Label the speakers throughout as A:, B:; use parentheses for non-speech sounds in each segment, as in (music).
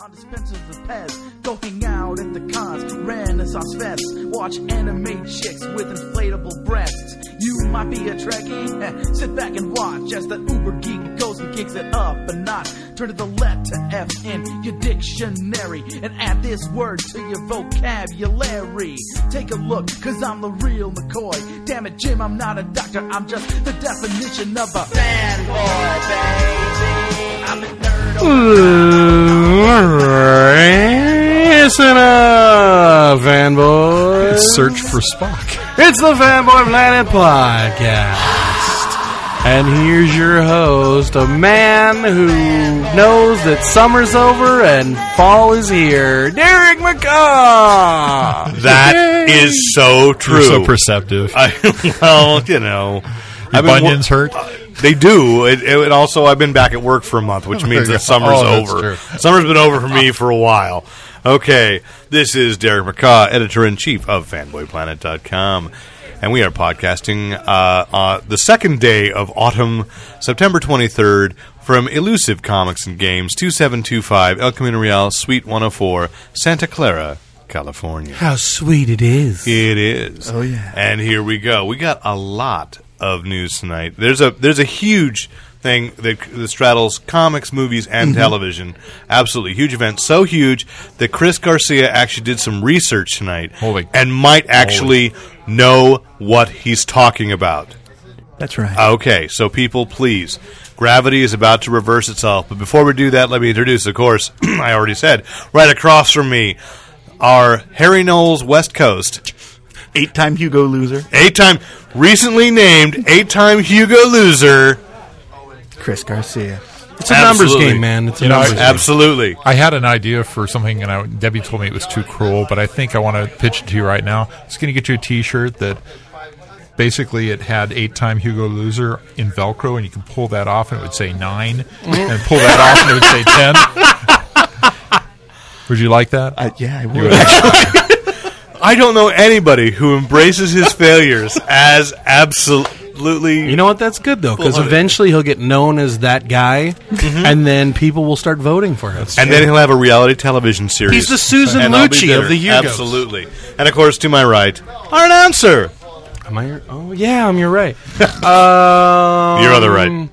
A: on dispensers of Pez. Go hang out at the cons, Renaissance Fest. Watch anime chicks with inflatable breasts. You might be a Trekkie, eh, sit back and watch as the uber geek goes and kicks it up a notch. Turn to the letter F in your dictionary and add this word to your vocabulary. Take a look, cause I'm the real McCoy. Damn it, Jim, I'm not a doctor, I'm just the definition of a fanboy, baby. I'm a nerd.
B: Listen up, fanboys.
C: Search for Spock.
B: It's the Fanboy Planet Podcast. And here's your host, a man who knows that summer's over and fall is here, Derek McCaw.
D: (laughs) That
B: Yay.
D: is so true.
C: You're so perceptive.
D: (laughs) I, well, you know,
C: Your
D: I've been wor-
C: bunions hurt.
D: They do. It, it, and also, I've been back at work for a month,
C: (laughs)
D: which means
C: you go.
D: that summer's
C: Oh, that's
D: over.
C: true.
D: Summer's been over for me for a while. Okay, this is Derek McCaw, editor in chief of FanboyPlanet.com. And we are podcasting uh, uh, the second day of autumn, September 23rd, from Elusive Comics and Games, 2725 El Camino Real, Suite 104, Santa Clara, California.
B: How sweet it is.
D: It is.
A: Oh, yeah.
D: And here we go. We got a lot of news tonight. There's a there's a huge thing that, that straddles comics, movies, and television. Absolutely huge event. So huge that Chris Garcia actually did some research tonight
C: Holy
D: and might actually know what he's talking about.
A: That's right.
D: Okay, so people, please. Gravity is about to reverse itself. But before we do that, let me introduce, of course, (clears throat) I already said, right across from me, our Harry Knowles West Coast
A: Eight time Hugo loser,
D: eight time recently named eight time Hugo loser.
A: Chris Garcia.
B: It's a numbers
D: Absolutely.
B: game, man. It's a
C: You know,
B: numbers game.
D: Absolutely.
C: I had an idea for something, and I, Debbie told me it was too cruel, but I think I want to pitch it to you right now. It's going to get you a T-shirt that basically it had eight-time Hugo loser in Velcro, and you can pull that off, and it would say nine, and pull that off, and it would say ten. Would you like that?
A: Uh, yeah, I would.
D: I don't know anybody who
B: (laughs)
D: embraces his failures as absolutely.
B: You know what? That's good though, because
D: Love it. Mm-hmm.
B: eventually he'll get known as that guy, and then people will start voting for him.
D: and then he'll have a reality television series.
B: He's the Susan
D: And I'll be
B: Lucci
D: bitter.
B: of the Hugos.
D: Absolutely. And of course, to my right, our announcer.
B: Am I? Your, oh yeah, I'm your right. um,
D: Your other right.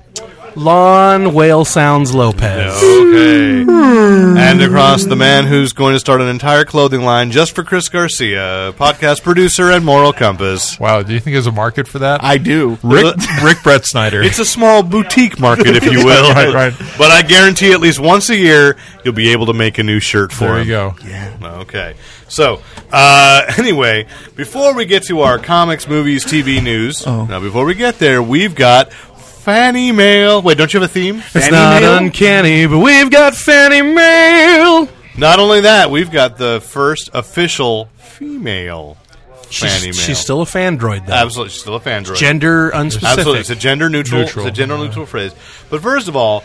B: Lon Whale Sounds Lopez.
D: Okay. and across the man who's going to start an entire clothing line just for Chris Garcia, podcast producer and moral compass.
C: Wow, do you think there's a market for that?
A: I do.
C: (laughs) Rick, Rick Brett Snyder.
D: It's a small boutique market, if
C: (laughs)
D: you will.
C: Right, right.
D: But I guarantee at least once a year you'll be able to make a new shirt for
C: there you
D: him.
C: go.
A: Yeah.
D: Okay. So, uh, (laughs) anyway, before we get to our comics, movies, TV news,
A: Oh.
D: now before we get there, we've got fanny mail. Wait, don't you have a theme?
B: It's
A: Fanny
B: not
A: mail?
B: uncanny, but we've got Fanny Mail.
D: Not only that, we've got the first official female fanny mail.
B: She's, she's still a fandroid though.
D: absolutely she's still a fan droid.
B: Gender unspecific.
D: Absolutely, it's a gender neutral,
C: Neutral. Uh-huh.
D: it's a gender neutral phrase. But first of all,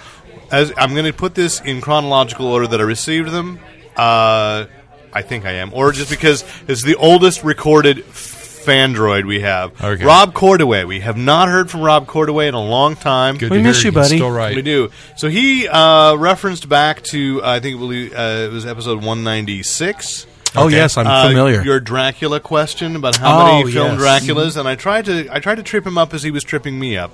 D: as I'm going to put this in chronological order that I received them. Uh, I think I am, or just because it's the oldest recorded fandroid we have.
C: Okay.
D: Rob Cordaway. We have not heard from Rob Cordaway in a long time.
C: Good
B: We
C: to
B: miss
C: hear
B: you,
C: he's
B: buddy.
C: Still right.
D: We do. So he uh, referenced back to I think it was, uh, it was episode 196.
B: Oh yes, I'm
D: Uh,
B: familiar.
D: Your Dracula question about how
B: Oh,
D: many filmed
B: yes.
D: Draculas, and I tried to I tried to trip him up as he was tripping me up,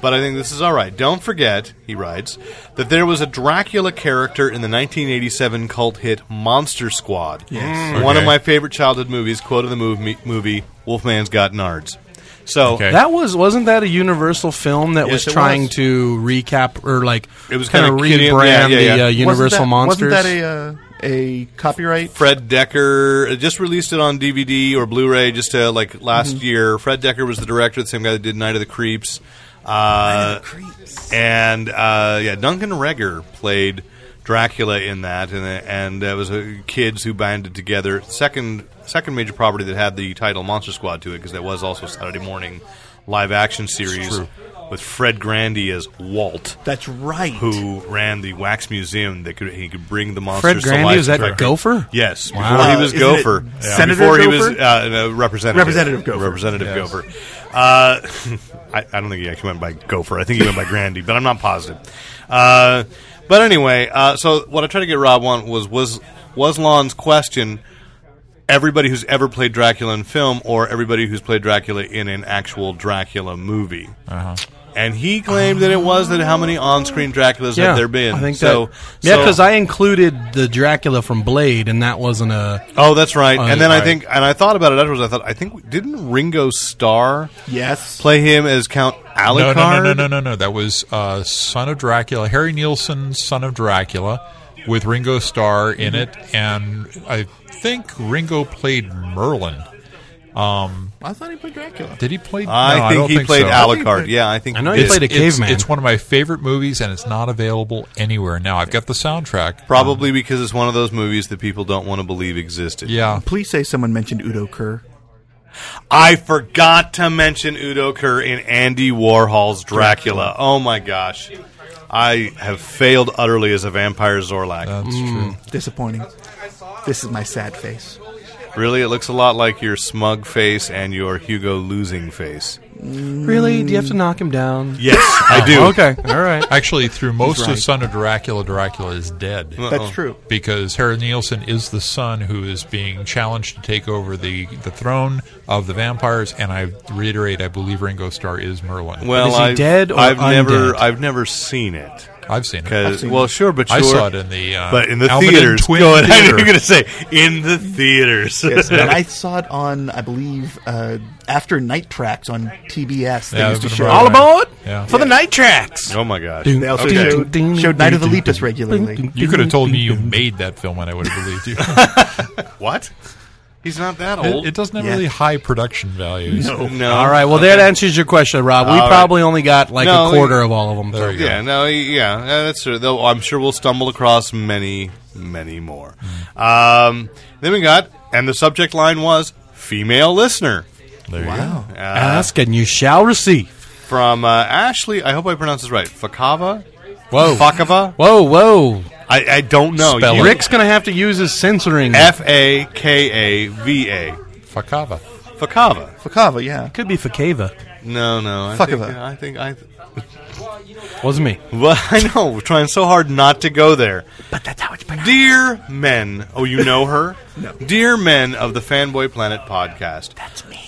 D: but I think this is all right. Don't forget, he writes, that there was a Dracula character in the 1987 cult hit Monster Squad. Yes,
B: Mm.
D: one of
C: Okay.
D: my favorite childhood movies. Quote of the movie, movie Wolfman's Got Nards. So
C: Okay.
B: That was wasn't that a Universal film that
D: Yes,
B: was
D: it
B: trying
D: was.
B: to recap or like
D: It was
B: kinda
D: kinda kiddie-
B: rebrand
D: yeah, yeah, yeah.
B: the uh,
D: Wasn't
B: Universal
A: wasn't
B: monsters?
A: that a uh, a copyright?
D: Fred Decker uh, just released it on DVD or Blu-ray just uh, like last
A: Mm-hmm.
D: year. Fred Decker was the director, the same guy that did Night of the Creeps. Uh, And uh, yeah, Duncan Regger played Dracula in that, and uh, and that was uh, kids who banded together. Second second major property that had the title Monster Squad to it because that was also a Saturday morning live action series with Fred Grandy as Walt.
A: That's right.
D: Who ran the wax museum that could he could bring the monsters
B: Fred
D: to
B: Grandy
D: life
B: was that
D: directly.
B: Gopher?
D: Yes, before
B: Wow.
D: he was
A: Uh, isn't
D: Gopher.
A: it Senator
D: Before he was
A: Gopher?
D: uh, no, representative.
A: Representative Gopher.
D: Representative Gopher. Uh, (laughs) I, I don't think he actually went by Gopher. I think he went by Grandy, but I'm not positive. Uh, But anyway, uh, so what I tried to get Rob on was was was Lon's question. Everybody who's ever played Dracula in film, or everybody who's played Dracula in an actual Dracula movie.
C: Uh-huh.
D: And he claimed that it was that how many on-screen Draculas
B: Yeah,
D: have there been?
B: I think
D: so.
B: that- yeah,
D: so-
B: because I included the Dracula from Blade, and that wasn't a.
D: Oh, that's right.
B: Oh,
D: and then I
B: right.
D: think, and I thought about it afterwards. I thought, I think didn't Ringo Starr
E: Yes.
D: play him as Count
C: No,
D: Alucard?
C: no, no, no, no, no, no. That was uh, Son of Dracula, Harry Nielsen's Son of Dracula, with Ringo Starr in it, and I think Ringo played Merlin.
E: I thought he played Dracula.
C: Did he play?
D: I
C: no,
D: think
C: don't
D: he played
C: so.
D: Alucard. Yeah, I think
B: I know
D: he
B: he
D: did.
B: played a caveman.
C: It's, one of my favorite movies, and it's not available anywhere now. I've got the soundtrack.
D: Probably because it's one of those movies that people don't want to believe existed.
C: Yeah.
E: Please say someone mentioned Udo Kerr.
D: I forgot to mention Udo Kerr in Andy Warhol's Dracula. Oh my gosh. I have failed utterly as a vampire Zorlak.
C: That's true.
E: Disappointing. This is my sad face.
D: really, it looks a lot like your smug face and your Hugo losing face.
B: Really? Do you have to knock him down?
D: Yes,
C: Oh,
D: I do.
B: Okay. All right.
C: Actually, through most
E: right.
C: of Son of Dracula, Dracula is dead.
E: That's true.
C: because Harry Nielsen is the son who is being challenged to take over the, the throne of the vampires. And I reiterate, I believe Ringo Starr is Merlin.
D: Well,
B: Is he
D: I've,
B: dead or
D: I've never,
B: undead?
D: I've never seen it.
C: I've seen it.
D: 'Cause- well, sure, but sure,
C: I saw it in the uh,
D: but in the
C: Alvin and
D: theaters. (laughs)
C: Twin
D: Go ahead. I knew
C: Theater.
D: you were going to say in the theaters.
E: Yes, and I saw it on, I believe, uh, after Night Tracks on TBS. They
C: Yeah,
E: used
C: I've
E: to
C: been
E: show.
C: around.
B: All aboard
D: (laughs)
C: Yeah.
B: for the night tracks.
D: (laughs) oh my gosh.
E: They also showed, showed Night of the Lepus regularly.
C: You could have told me you made that film, and I would have
D: (laughs)
C: believed you.
D: What? He's not that
C: it,
D: old.
C: it doesn't have
E: Yeah.
C: really high production values.
D: no.
B: All right. Well, that answers your question, Rob. We
D: All right.
B: probably only got like
D: No,
B: a quarter of all of them.
C: There
B: So.
C: you go.
D: Yeah, no, yeah, uh, that's true. Though I'm sure we'll stumble across many, many more.
C: Mm.
D: Um, then we got, and the subject line was female listener
C: There
E: Wow.
D: uh,
B: Ask and you shall receive.
D: from uh, Ashley. I hope I pronounce this right. Fakava.
B: Whoa.
D: Fakava.
B: Whoa, whoa.
D: I, I don't know.
C: Spell it.
B: Rick's going to have to use his censoring.
D: Oh, F a k a v a.
C: Fakava.
D: Fakava.
E: Fakava, yeah.
B: Could be Fakava.
D: No, no. I think,
E: Fakava.
D: I think I. Th-
B: Wasn't me.
D: well, (laughs) I know. We're trying so hard not to go there.
E: But that's how it's pronounced.
D: Dear men, oh, you know
E: (laughs)
D: her? no. Dear men of the Fanboy Planet podcast.
E: That's me.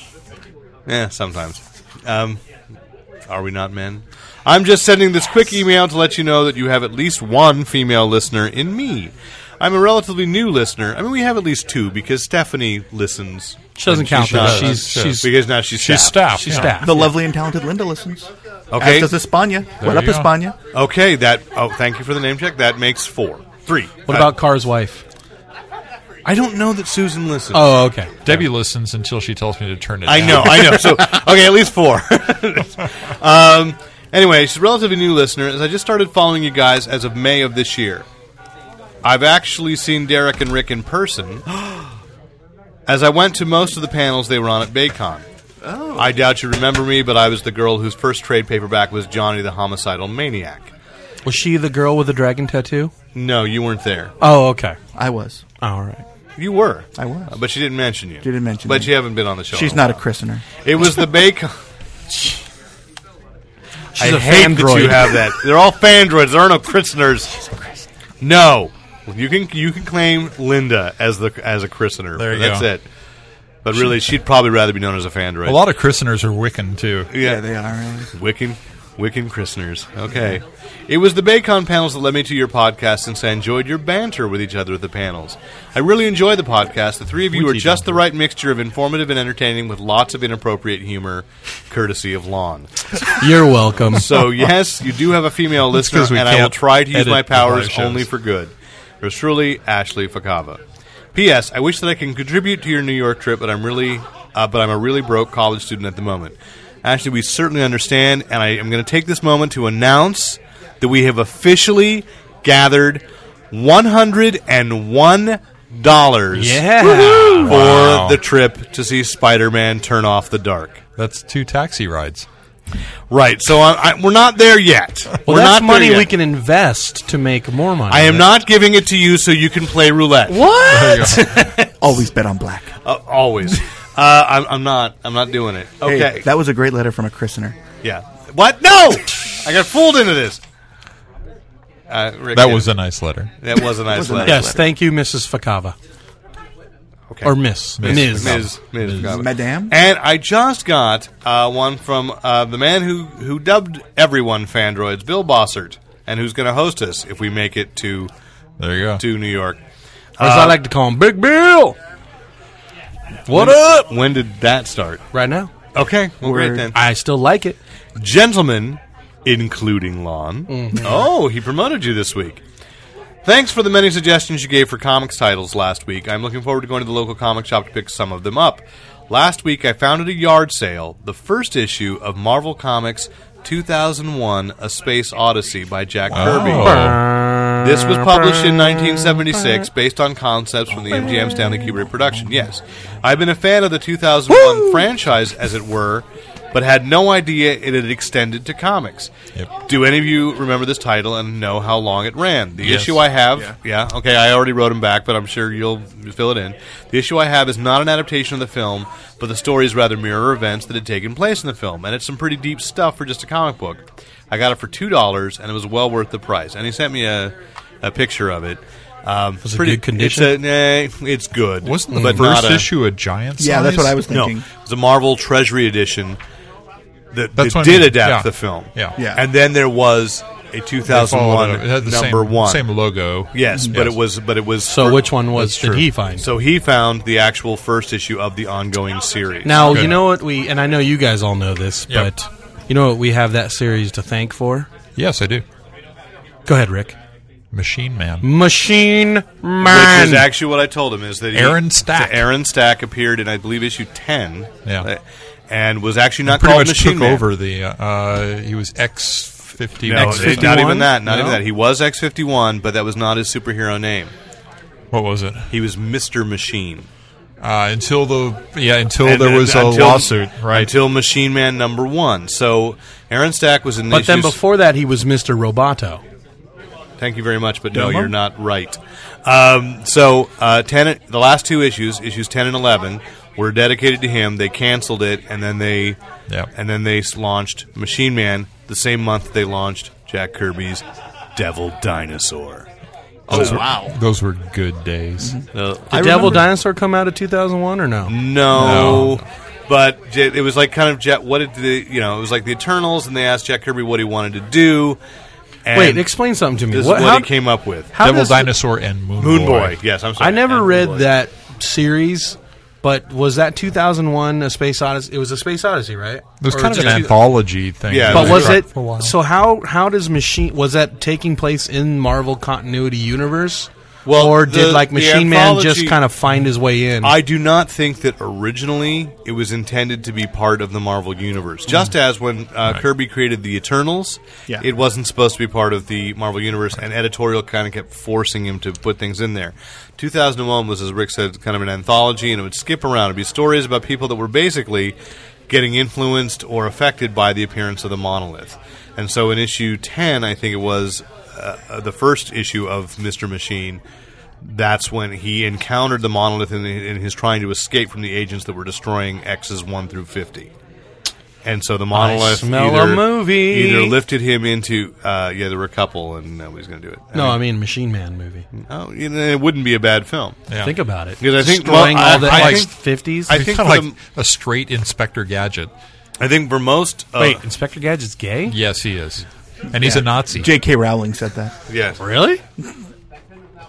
D: Yeah, sometimes. Um, are we not men? I'm just sending this quick email to let you know that you have at least one female listener in me. I'm a relatively new listener. I mean, we have at least two because Stephanie listens.
B: She doesn't count
D: She's
B: though.
D: not-
B: She's
C: uh,
B: she's
D: because now she's
C: She's staff.
B: she's
C: yeah.
B: staff.
E: The lovely and talented Linda listens.
D: Okay.
E: As does Espana. What
C: There
E: up,
C: you go.
E: Espana?
D: Okay, that. Oh, thank you for the name check. That makes four. Three. Uh,
B: What about Carr's wife?
D: I don't know that Susan listens.
B: Oh, okay.
C: Debbie listens until she tells me to turn it.
D: I
C: down. (laughs)
D: know, I know. So okay, at least four. (laughs) um, anyway, she's a relatively new listener. As I just started following you guys as of May of this year, I've actually seen Derek and Rick in person. as I went to most of the panels they were on at BayCon. Oh. I doubt you remember me, but I was the girl whose first trade paperback was Johnny the Homicidal Maniac.
B: Was she the girl with the dragon tattoo?
D: No, you weren't there.
B: Oh, okay.
E: I was.
B: All right.
D: You were.
E: I was.
D: Uh, But she didn't mention you.
E: Didn't mention
D: But
E: me.
D: you haven't been on the show.
E: She's
D: in a
E: not a
D: while.
E: christener.
D: It was the
E: (laughs)
D: BayCon.
B: She's
D: I
B: a
D: hate that you
B: fandroid.
D: have that. They're all fandroids. There are no christeners. No, you can you can claim Linda as the as a christener.
C: There you
D: That's
C: go.
D: it. But really, she'd probably rather be known as a fandroid.
C: A lot of christeners are Wiccan too.
D: yeah,
E: they are. really.
D: Wiccan, Wiccan christeners. Okay. It was the Baycon panels that led me to your podcast since I enjoyed your banter with each other at the panels. I really enjoy the podcast. The three of you are just the right mixture of informative and entertaining with lots of inappropriate humor, courtesy of Lon.
B: (laughs) You're welcome.
D: (laughs) So yes, you do have a female listener,
C: 'cause we
D: and I will
C: can't
D: try to use
C: edit the
D: my
C: live
D: powers
C: shows.
D: only for good. Yours truly, Ashley Fakava. P.S. I wish that I can contribute to your New York trip, but I'm really, uh, but I'm a really broke college student at the moment. Ashley, we certainly understand, and I am going to take this moment to announce that we have officially gathered one hundred and one dollars
B: yeah.
D: for
C: Wow.
D: the trip to see Spider-Man turn off the dark.
C: That's two taxi rides.
D: Right, so uh, I, I, we're not there yet.
B: Well,
D: we're
B: that's
D: not there
B: money
D: yet.
B: we can invest to make more money.
D: I am not giving it to you so you can play roulette.
B: What?
E: Always bet on black.
D: Uh, always. Uh, I'm, I'm not. I'm not doing it.
E: Hey,
D: Okay.
E: that was a great letter from a christener.
D: yeah. What? No. I got fooled into this. Uh, Rick
F: That
D: did.
F: was a nice letter.
D: that was a nice
E: was a
D: letter.
B: Yes, thank you, Mrs. Fakava.
D: Okay.
B: Or Miss. Ms.
D: Ms. Ms. Ms.
E: Madame?
D: And I just got uh, one from uh, the man who, who dubbed everyone Fandroids, Bill Bossert, and who's going to host us if we make it to
F: There you go.
D: to New York.
B: Or as
D: Uh,
B: I like to call him, Big Bill. What up?
D: When did that start?
B: Right now.
D: Okay, well, great then.
B: I still like it.
D: Gentlemen, including Lon. Oh, he promoted you this week. Thanks for the many suggestions you gave for comics titles last week. I'm looking forward to going to the local comic shop to pick some of them up. Last week, I found at a yard sale the first issue of Marvel Comics 2001 A Space Odyssey by Jack Kirby.
F: Oh.
D: This was published in 1976 based on concepts from the MGM Stanley Kubrick production. Yes. I've been a fan of the 2001 franchise, as it were, but had no idea it had extended to comics.
F: Yep.
D: Do any of you remember this title and know how long it ran? The
F: Yes.
D: issue I have. Yeah. okay, I already wrote them back, but I'm sure you'll fill it in. The issue I have is not an adaptation of the film, but the stories rather mirror events that had taken place in the film, and it's some pretty deep stuff for just a comic book. I got it for two dollars, and it was well worth the price. And he sent me a, a picture of it. Um,
B: Was it good condition?
D: It's, a, nah, it's good.
F: Wasn't the
D: but not
F: first
D: a-
F: issue a giant size?
E: Yeah, that's what I was thinking.
D: No, it's a Marvel Treasury edition that,
F: That's
D: that
F: what I
D: did
F: mean.
D: adapt
F: Yeah.
D: the film.
F: Yeah.
E: Yeah.
D: And then there was a
F: They followed it.
D: 2001
F: It had the
D: number
F: same,
D: one.
F: Same logo.
D: Yes, but
F: Yes.
D: it was but it was
B: So
D: for-
B: which one was
F: That's
B: did
F: true.
B: he find?
D: So he found the actual first issue of the ongoing series.
B: now
F: Good.
B: you know what we and I know you guys all know this,
F: Yep.
B: but you know what we have that series to thank for?
F: Yes, I do.
B: Go ahead, Rick.
F: Machine Man.
B: Machine Man.
D: which is actually what I told him is that he-
F: Aaron Stack.
D: so Aaron Stack appeared in I believe issue ten.
F: Yeah.
D: uh, and was actually not
F: Pretty
D: called
F: much
D: Machine
F: took
D: Man.
F: over the. Uh, uh, he was X fifty.
D: No,
F: X fifty.
D: not even that. Not
B: No.
D: even that. He was X fifty one, but that was not his superhero name.
F: What was it?
D: He was Mister Machine.
F: Uh, until the yeah, until
D: And-
F: there was
D: and-
F: a
D: until-
F: lawsuit, right?
D: Until Machine Man number one. So Aaron Stack was in.
B: but then
D: issues-
B: before that he was Mr. Roboto.
D: Thank you very much, but no, you're not right. Um, so, uh, ten, the last two issues, issues ten and eleven, were dedicated to him. They canceled it, and then they,
F: Yeah.
D: and then they s- launched Machine Man the same month they launched Jack Kirby's Devil Dinosaur.
F: those were,
E: wow.
F: those were good days.
E: Mm-hmm.
B: Did Devil Dinosaur come out of 2001 or no?
D: No. But j- it was like kind of Jet. What did the you know? It was like the Eternals, and they asked Jack Kirby what he wanted to do. And
B: Wait, explain something to me.
D: This is
B: What-
D: what
B: how-
D: he came up with.
B: how
F: Devil
B: does the-
F: Dinosaur and Moon,
D: Moon Boy. Yes, I'm sorry.
B: I never
D: And
B: read
D: Moon Boy.
B: that series, but was that 2001 A Space Odyssey? It was A Space Odyssey, right?
F: It was
B: Or
F: kind of an
B: just-
F: anthology thing.
D: Yeah,
B: But
D: It
B: was
D: was
B: it so? How how does machine was that taking place in Marvel continuity universe?
D: Well,
B: or did
D: the-
B: like
D: the
B: Machine Man just
D: anthology-
B: kind of find his way in?
D: I do not think that originally it was intended to be part of the Marvel universe. Just as when uh, Kirby created the Eternals,
E: Yeah.
D: it wasn't supposed to be part of the Marvel universe, and editorial kind of kept forcing him to put things in there. 2001 was, as Rick said, kind of an anthology, and it would skip around. It'd be stories about people that were basically getting influenced or affected by the appearance of the monolith. And so, in issue 10, I think it was uh, uh, the first issue of Mister Machine that's when he encountered the monolith in, in his trying to escape from the agents that were destroying X's 1 through 50. And so the monolith
B: smell
D: either,
B: a movie.
D: either lifted him into, uh, yeah, there were a couple, and nobody's going to do it.
B: no, I mean Machine Man movie.
D: oh, you know, it wouldn't be a bad film.
F: Yeah.
B: Think about it.
D: Because I think-
B: destroying
D: well,
B: all
D: I-
B: the
D: I
B: like
D: think-
B: fifties.
D: I
F: It's
D: think
F: kinda
D: for
F: like
D: the-
F: a straight Inspector Gadget.
D: I think for most. Uh,
B: Wait, Inspector Gadget's gay?
F: Yes, he is, and he's a Nazi.
E: J.K. Rowling said that.
D: Yes.
B: Really?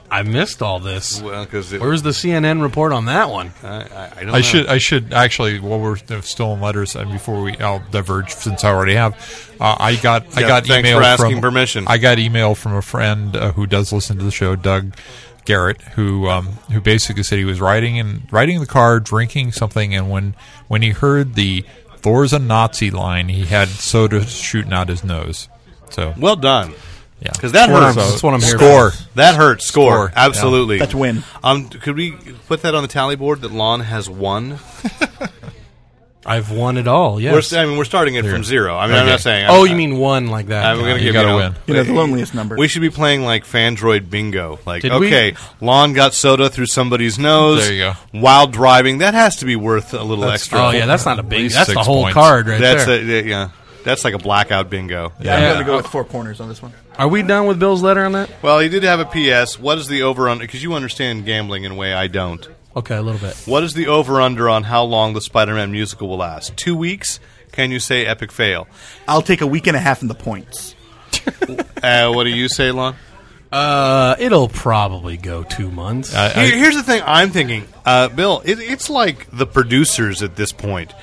B: I missed all this.
D: Well, because I,
B: Where's the CNN report on that one?
D: I, I don't know.
F: I should. I should actually. While we're still in letters, and before we, I'll diverge since I already have. Uh, I got. I
D: Yeah,
F: got
D: thanks
F: email
D: for asking
F: from
D: permission.
F: I got email from a friend uh, who does listen to the show, Doug Garrett, who um, who basically said he was riding and riding in the car, drinking something, and when when he heard the Thor's a Nazi line, he had soda shooting out his nose. So
D: Well done.
F: yeah,
D: Because that
B: Well,
D: hurts.
B: I'm- that's what I'm here
F: score.
B: for.
D: That hurts. Score.
F: Score, yeah.
D: Absolutely.
E: That's win.
D: Um, could we put that on the tally board that Lon has won?
B: I've won it all.
D: We're,
B: Yes.
D: I mean, we're starting it from zero. I mean, I'm
F: Okay.
D: not saying.
B: oh,
D: I'm-
B: you mean one like that?
D: I'm Uh, gonna
F: you
D: give
F: gotta
D: you know,
F: win.
E: You know, the loneliest number.
D: We should be playing like Fandroid Bingo. Like,
B: Did we-
D: okay, Lon got soda through somebody's nose.
F: There you go.
D: While driving, that has to be worth a little extra.
B: oh yeah, that's not a big.
F: least
B: That's the
F: six
B: whole
F: points.
B: card right
D: that's
B: there.
D: a, yeah. That's like a blackout bingo.
E: I'm
F: Yeah.
E: going to go with four corners on this one.
B: Are we done with Bill's letter on that?
D: Well, he did have a PS. What is the over under? Because you understand gambling in a way I don't.
B: Okay, a little bit.
D: What is the over under on how long the Spider Man musical will last? Two weeks? Can you say epic fail?
E: I'll take a week and a half in the points.
D: Uh, what do you say, Lon?
B: Uh, it'll probably go two months.
D: Here- here's the thing I'm thinking, uh, Bill. It, it's like the producers at this point.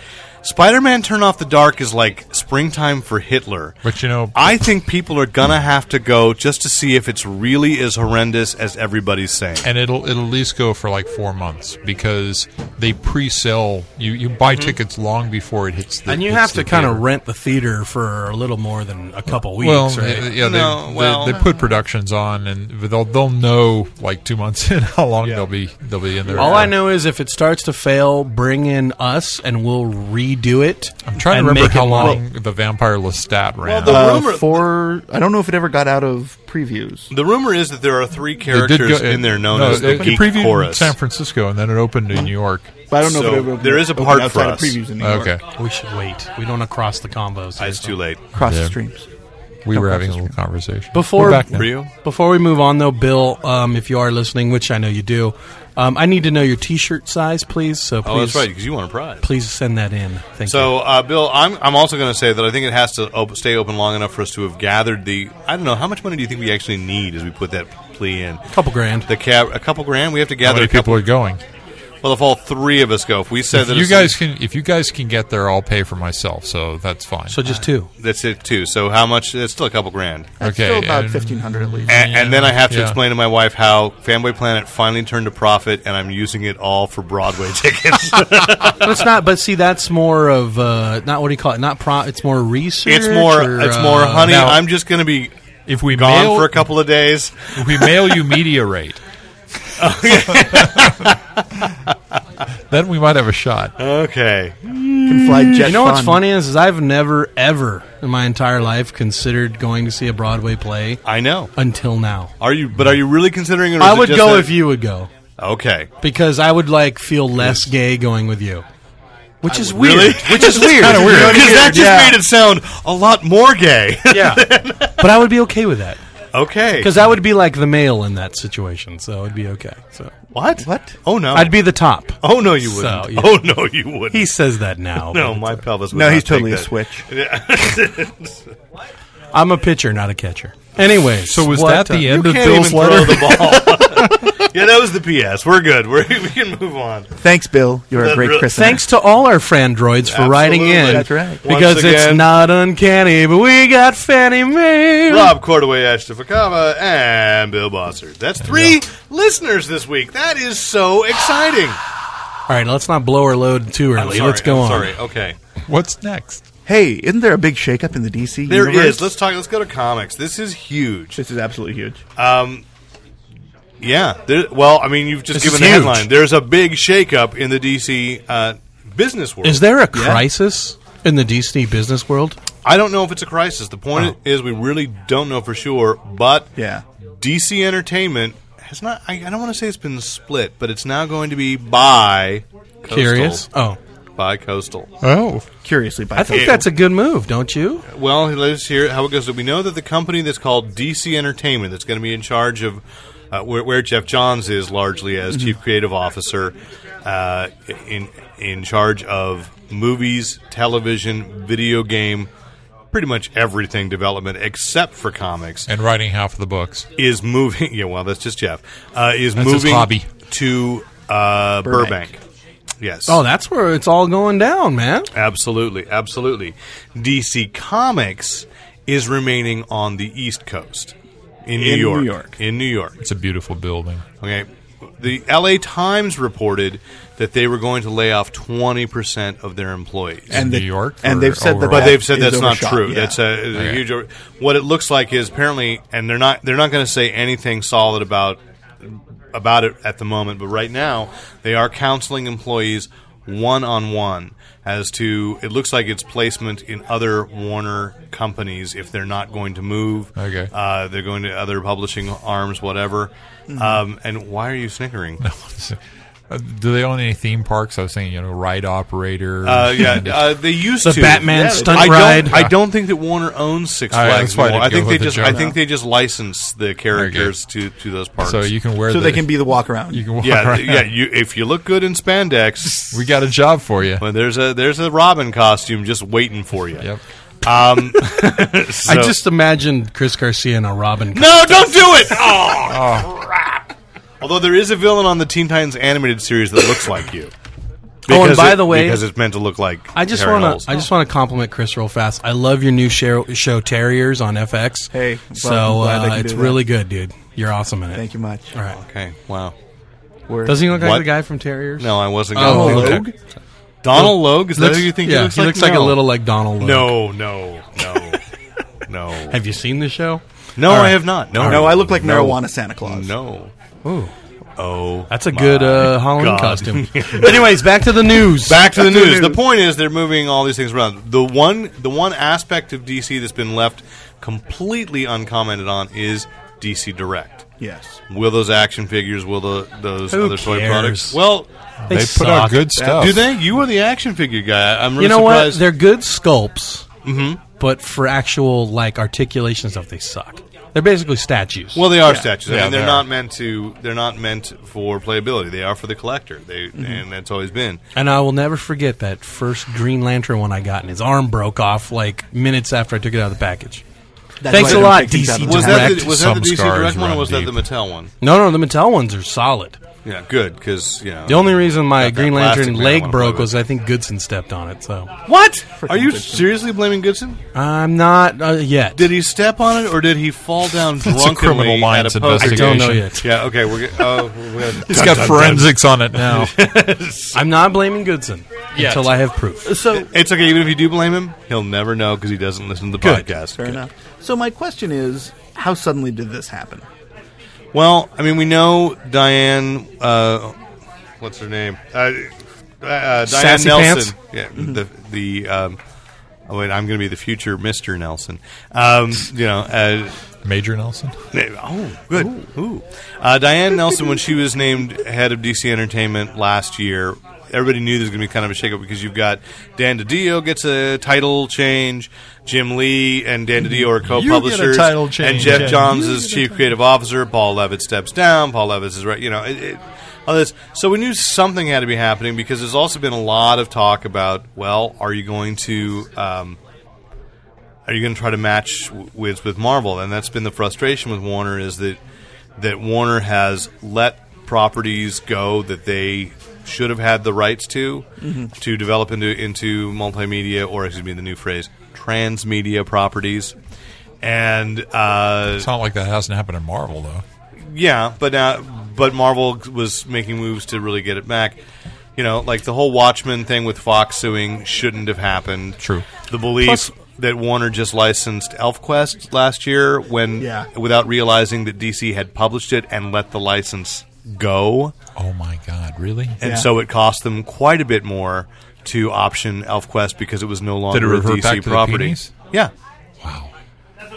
D: Spider-Man: Turn Off the Dark is like springtime for Hitler.
F: But you know-
D: I think people are gonna have to go just to see if it's really as horrendous as everybody's saying.
F: and it'll it'll at least go for like four months because they pre-sell. You you buy tickets long before it hits. the
B: Mm-hmm. and you
F: hits
B: have
F: the
B: to kind
F: theater.
B: of rent the theater for a little more than a couple weeks,
F: well,
B: right?
F: uh, yeah, they,
D: No,
F: they-
D: well-
F: they, put productions on, and they'll they'll know like two months (laughs) in how long they'll be they'll be in there.
B: All I know is if it starts to fail, bring in us and we'll redo it.
F: I'm trying
B: and
F: to remember
B: make it
F: how
B: more-
F: long the Vampire Lestat ran.
D: the-
E: Uh,
D: rumor-
E: four. I don't know if it ever got out of previews.
D: The rumor is that there are three
F: It did
D: characters
F: go-
D: in there known
F: no,
D: as the
F: it- it
D: Geek
F: previewed in
D: Chorus.
F: San Francisco, and then it opened in New York.
E: But I don't know
D: So,
E: if it ever opened-
D: there is a
E: opened
D: part for
E: outside
D: us.
E: of previews in New York.
F: Okay,
B: We should wait. We don't want to cross the combos.
D: Ah, it's too late.
E: Cross
F: Yeah.
E: the streams.
F: we
E: No
F: were having a
E: process
F: little conversation
B: Before-
F: We're back now.
D: Were you?
B: Before we move on, though, Bill, um, if you are listening, which I know you do, um, I need to know your T-shirt size, please. So please,
D: Oh, that's right, because you won a prize.
B: please send that in. Thank you.
D: So, uh, Bill, I'm, I'm also going to say that I think it has to op- stay open long enough for us to have gathered the. I don't know how much money do you think we actually need as we put that plea in.
B: A couple grand.
D: The cab, a couple grand. We have to
F: How
D: gather
F: many
D: a couple.
F: people are going?
D: Well, if all three of us go, if we said
F: If
D: that
F: you
D: it's-
F: guys can, if you guys can get there, I'll pay for myself. So that's fine.
B: so just two.
D: that's it too. So how much? It's still a couple grand.
E: That's
F: Okay,
E: still about
F: and-
E: fifteen hundred at least.
D: And, and then I have to
F: Yeah.
D: explain to my wife how Fanboy Planet finally turned a profit, and I'm using it all for Broadway (laughs) tickets.
B: That's not. But see, that's more of uh, not what do you call it? Not pro. It's more research.
D: it's more,
B: or,
D: it's more,
B: uh,
D: honey.
F: now-
D: I'm just going to be
F: if we
D: gone
F: mail,
D: for a couple of days.
F: if we mail you media rate. then we might have a shot.
D: Okay.
E: Can fly jet
B: You know what's
E: fun.
B: funny is, is I've never ever in my entire life considered going to see a Broadway play
D: I know.
B: until now.
D: Are you? But are you really considering it? Or
B: I
D: is it
B: would
D: just
B: go
D: that-
B: if you would go
D: Okay.
B: because I would like feel less gay going with you, which is weird.
D: Really?
B: (laughs) Which is weird. kind of
D: Because that just
E: Yeah.
D: made it sound a lot more gay.
B: Yeah. but I would be okay with that
D: (laughs) okay.
B: because I would be like the male in that situation, so it'd be okay. So
D: what?
E: What?
D: Oh no.
B: I'd be the top.
D: Oh no, you wouldn't.
B: So, yeah.
D: Oh no, you wouldn't.
B: He says that (laughs) now.
D: no,
B: but
D: my pelvis. Would
E: No,
D: not
E: he's
D: take
E: totally a
D: that.
E: switch.
B: I'm a pitcher, not a catcher. Anyways,
F: So was
B: what,
F: that the
B: uh,
F: end
D: You
F: of
D: can't
F: Bill's
D: even
F: letter?
D: throw the ball. (laughs) yeah, that was the PS. We're good. (laughs) We're, we can move on.
E: Thanks, Bill. You're a great
B: (laughs)
E: Chris.
B: Thanks to all our Frandroids for writing in.
D: Absolutely.
E: That's right.
B: Because
D: Once
B: it's
D: again,
B: not uncanny, but we got Fannie Mae.
D: Rob Cordaway, Ash Tafakava, and Bill Bossert. That's three listeners this week. That is so exciting.
B: All right, let's not blow our load too early.
D: I'm sorry,
B: let's go
D: I'm
B: on.
D: Sorry. Okay.
F: (laughs) What's next?
E: Hey, isn't there a big shakeup in the DC?
D: There
E: universe?
D: is. Let's talk. Let's go to comics. This is huge.
E: This is absolutely huge.
D: Yeah. There, well, I mean, you've just
B: This
D: given
B: is
D: the
B: huge.
D: headline. There's a big shakeup in the DC uh, business world.
B: Is there a crisis in the DC business world?
D: I don't know if it's a crisis. The
B: Oh.
D: point is, we really don't know for sure. But
E: Yeah.
D: DC Entertainment has not. I, I don't want to say it's been split, but it's now going to be by Coastal,
B: Curious. Oh,
D: by Coastal.
F: Oh,
E: Curiously, by
B: I think
D: Ew.
B: that's a good move, don't you?
D: Well, let's hear how it goes. We know that the company that's called DC Entertainment, that's going to be in charge of uh, where, where Jeff Johns is largely as
F: Mm-hmm.
D: chief creative officer, uh, in in charge of movies, television, video game, pretty much everything development except for comics
F: and writing half of the books.
D: is moving. (laughs) Yeah, well, that's just Jeff. Uh, is
F: That's his
D: moving
F: hobby.
D: to uh, Burbank.
E: Burbank.
D: Yes.
B: Oh, that's where it's all going down, man.
D: Absolutely, absolutely. DC Comics is remaining on the East Coast in New
E: In New
D: York.
E: York.
D: In New York.
F: It's a beautiful building.
D: Okay. The LA Times reported that they were going to lay off 20% of their employees.
E: and
F: New
E: the-
F: York
E: and
F: or
E: they've said that
F: overall?
D: but they've said
E: is
D: that's not
E: overshot,
D: true.
E: yeah.
D: That's a, is a huge. Over- what it looks like is apparently, and they're not they're not going to say anything solid about about it at the moment. But right now, they are counseling employees one on one as to it looks like it's placement in other Warner companies if they're not going to move.
F: Okay.
D: uh, they're
E: Mm-hmm. (laughs)
D: going to other publishing arms, whatever. Um, and why are you snickering?
F: Uh, do they own any theme parks? I was saying, you know, ride operator.
D: Uh,
F: (laughs)
D: yeah, uh, they used
B: The
D: to
B: Batman stunt
D: I don't,
B: ride.
D: I don't think that Warner owns Six
F: All right,
D: Flags.
F: that's why I
D: anymore. I,
F: didn't
D: think
F: go
D: they
F: with the
D: just I
F: joke.
D: think they just license the characters to, to those parks.
F: so you can wear.
E: so
F: the,
E: they can be the walk around.
F: You can walk (laughs)
D: yeah
F: around.
D: yeah you if you look good in spandex,
F: We got a job for you.
D: well, there's a there's a Robin costume just waiting for you.
F: Yep.
D: Um,
B: I
D: so-
B: just imagined Chris Garcia in a Robin. costume.
D: no, don't do it. Oh, crap! Although there is a villain on the Teen Titans animated series that looks like you.
B: (laughs) Oh, and
D: Because
B: by
D: it-
B: the way-
D: because it's meant to look like
B: I just
D: Harry
B: want
D: Knowles.
B: to. I just want to compliment Chris real fast. I love your new show, show Terriers on FX.
E: Hey, glad-
B: so
E: glad I
B: uh,
E: can
B: it's
E: do that.
B: really good, dude. You're awesome in it.
E: Thank you much.
B: All right.
D: Okay, wow.
E: We're-
B: Doesn't he look like
D: What?
B: the guy from Terriers?
D: No, I wasn't.
B: Oh,
D: gonna
B: okay.
D: think that. Donald Logue? Is that who you think
B: yeah,
D: he looks
B: he
D: like?
B: looks like
D: No.
B: a little like Donald. Logue.
D: No, no,
B: (laughs)
D: no, no.
B: Have you seen the show?
D: No,
B: All right.
D: I have not. No,
E: No, I look like
D: No.
E: marijuana Santa Claus.
D: No.
B: Ooh,
D: Oh,
B: that's a good uh, Halloween
D: God. (laughs)
B: costume. Anyways, back to the news.
D: Back
B: (laughs)
D: to the news. The point is they're moving all these things around. The one the one aspect of DC that's been left completely uncommented on is DC Direct.
E: Yes.
D: Will those action figures, will the those
B: Who
D: other toy
B: cares?
D: products? Well,
B: They
F: They, put
B: suck.
F: out good stuff.
D: do they? You are the action figure guy. I'm really
B: you know
D: surprised.
B: what? They're good sculpts,
D: Mm-hmm.
B: but for actual like articulation stuff, they suck. They're basically statues.
D: Well, they are statues. I
F: Yeah,
D: mean, they're
F: they are.
D: not meant to. They're not meant for playability. They are for the collector. They
B: Mm-hmm.
D: and that's always been.
B: and I will never forget that first Green Lantern one I got, and his arm broke off like minutes after I took it out of the package.
E: That's
B: Thanks a
E: why I don't
B: lot,
E: take things
B: DC
E: out of
D: Was
E: time.
D: that the,
F: Direct,
D: was that the
F: some
D: DC
F: scars
D: direct one or
F: run
D: was
F: deep.
D: that the Mattel one?
B: No, no, the Mattel ones are solid.
D: Yeah, good because you know
B: The only reason my
D: Got that
B: Green
D: plastic
B: Lantern
D: man I
B: leg
D: wanna
B: broke
D: play
B: was
D: with.
B: I think Goodson stepped on it. So (laughs)
D: what are you seriously blaming Goodson?
B: I'm not uh, yet.
D: Did he step on it or did he
B: (laughs)
D: fall down
F: That's a
D: drunkenly
F: criminal minds
D: at a poker
B: I don't
F: investigation.
B: know
D: game?
B: yet.
D: Yeah, okay, we're go- oh,
B: (laughs)
D: we're gonna-
F: It's got forensics on it
E: (laughs)
F: now.
B: I'm not blaming Goodson until I have proof.
E: So
D: It's okay, even if you do blame him, he'll never know because he doesn't listen to the
B: Good.
D: podcast.
E: fair
D: Good.
E: enough. So my question is, how suddenly did this happen?
D: Well, I mean, we know Diane. Uh, what's her name? Uh, uh, Diane
B: Sassy
D: Nelson.
B: Pants?
D: Yeah, the the. Um, oh wait, I'm going to be the future Mister Nelson. Um, you know. Uh,
F: Major Nelson.
D: Oh, good. Ooh. Uh, Diane Nelson, when she was named head of DC Entertainment last year, everybody knew there was going to be kind of a shakeup because you've got Dan DiDio gets a title change, Jim Lee and Dan DiDio are co-publishers,
F: You get a title change,
D: and Jeff
F: yeah.
D: Johns is chief creative officer. Paul Levitt steps down. Paul Levitt is right. You know, it, it, all this. So we knew something had to be happening because there's also been a lot of talk about, well, are you going to? Um, are you going to try to match w- with with Marvel? And that's been the frustration with Warner is that that Warner has let properties go that they should have had the rights to to develop into into multimedia or excuse me the new phrase transmedia properties and uh,
F: It's not like that hasn't happened in Marvel though.
D: yeah, but uh, but Marvel was making moves to really get it back. You know, like the whole Watchmen thing with Fox suing shouldn't have happened.
F: True.
D: The belief
B: Plus-
D: that Warner just licensed ElfQuest last year when
E: Yeah.
D: without realizing that DC had published it and let the license go,
F: Oh my God! Really?
D: and
E: Yeah.
D: so it cost them quite a bit more to option ElfQuest because it was no longer
F: revert
D: a DC
F: back to the
D: property.
F: Peonies?
D: yeah,
F: Wow.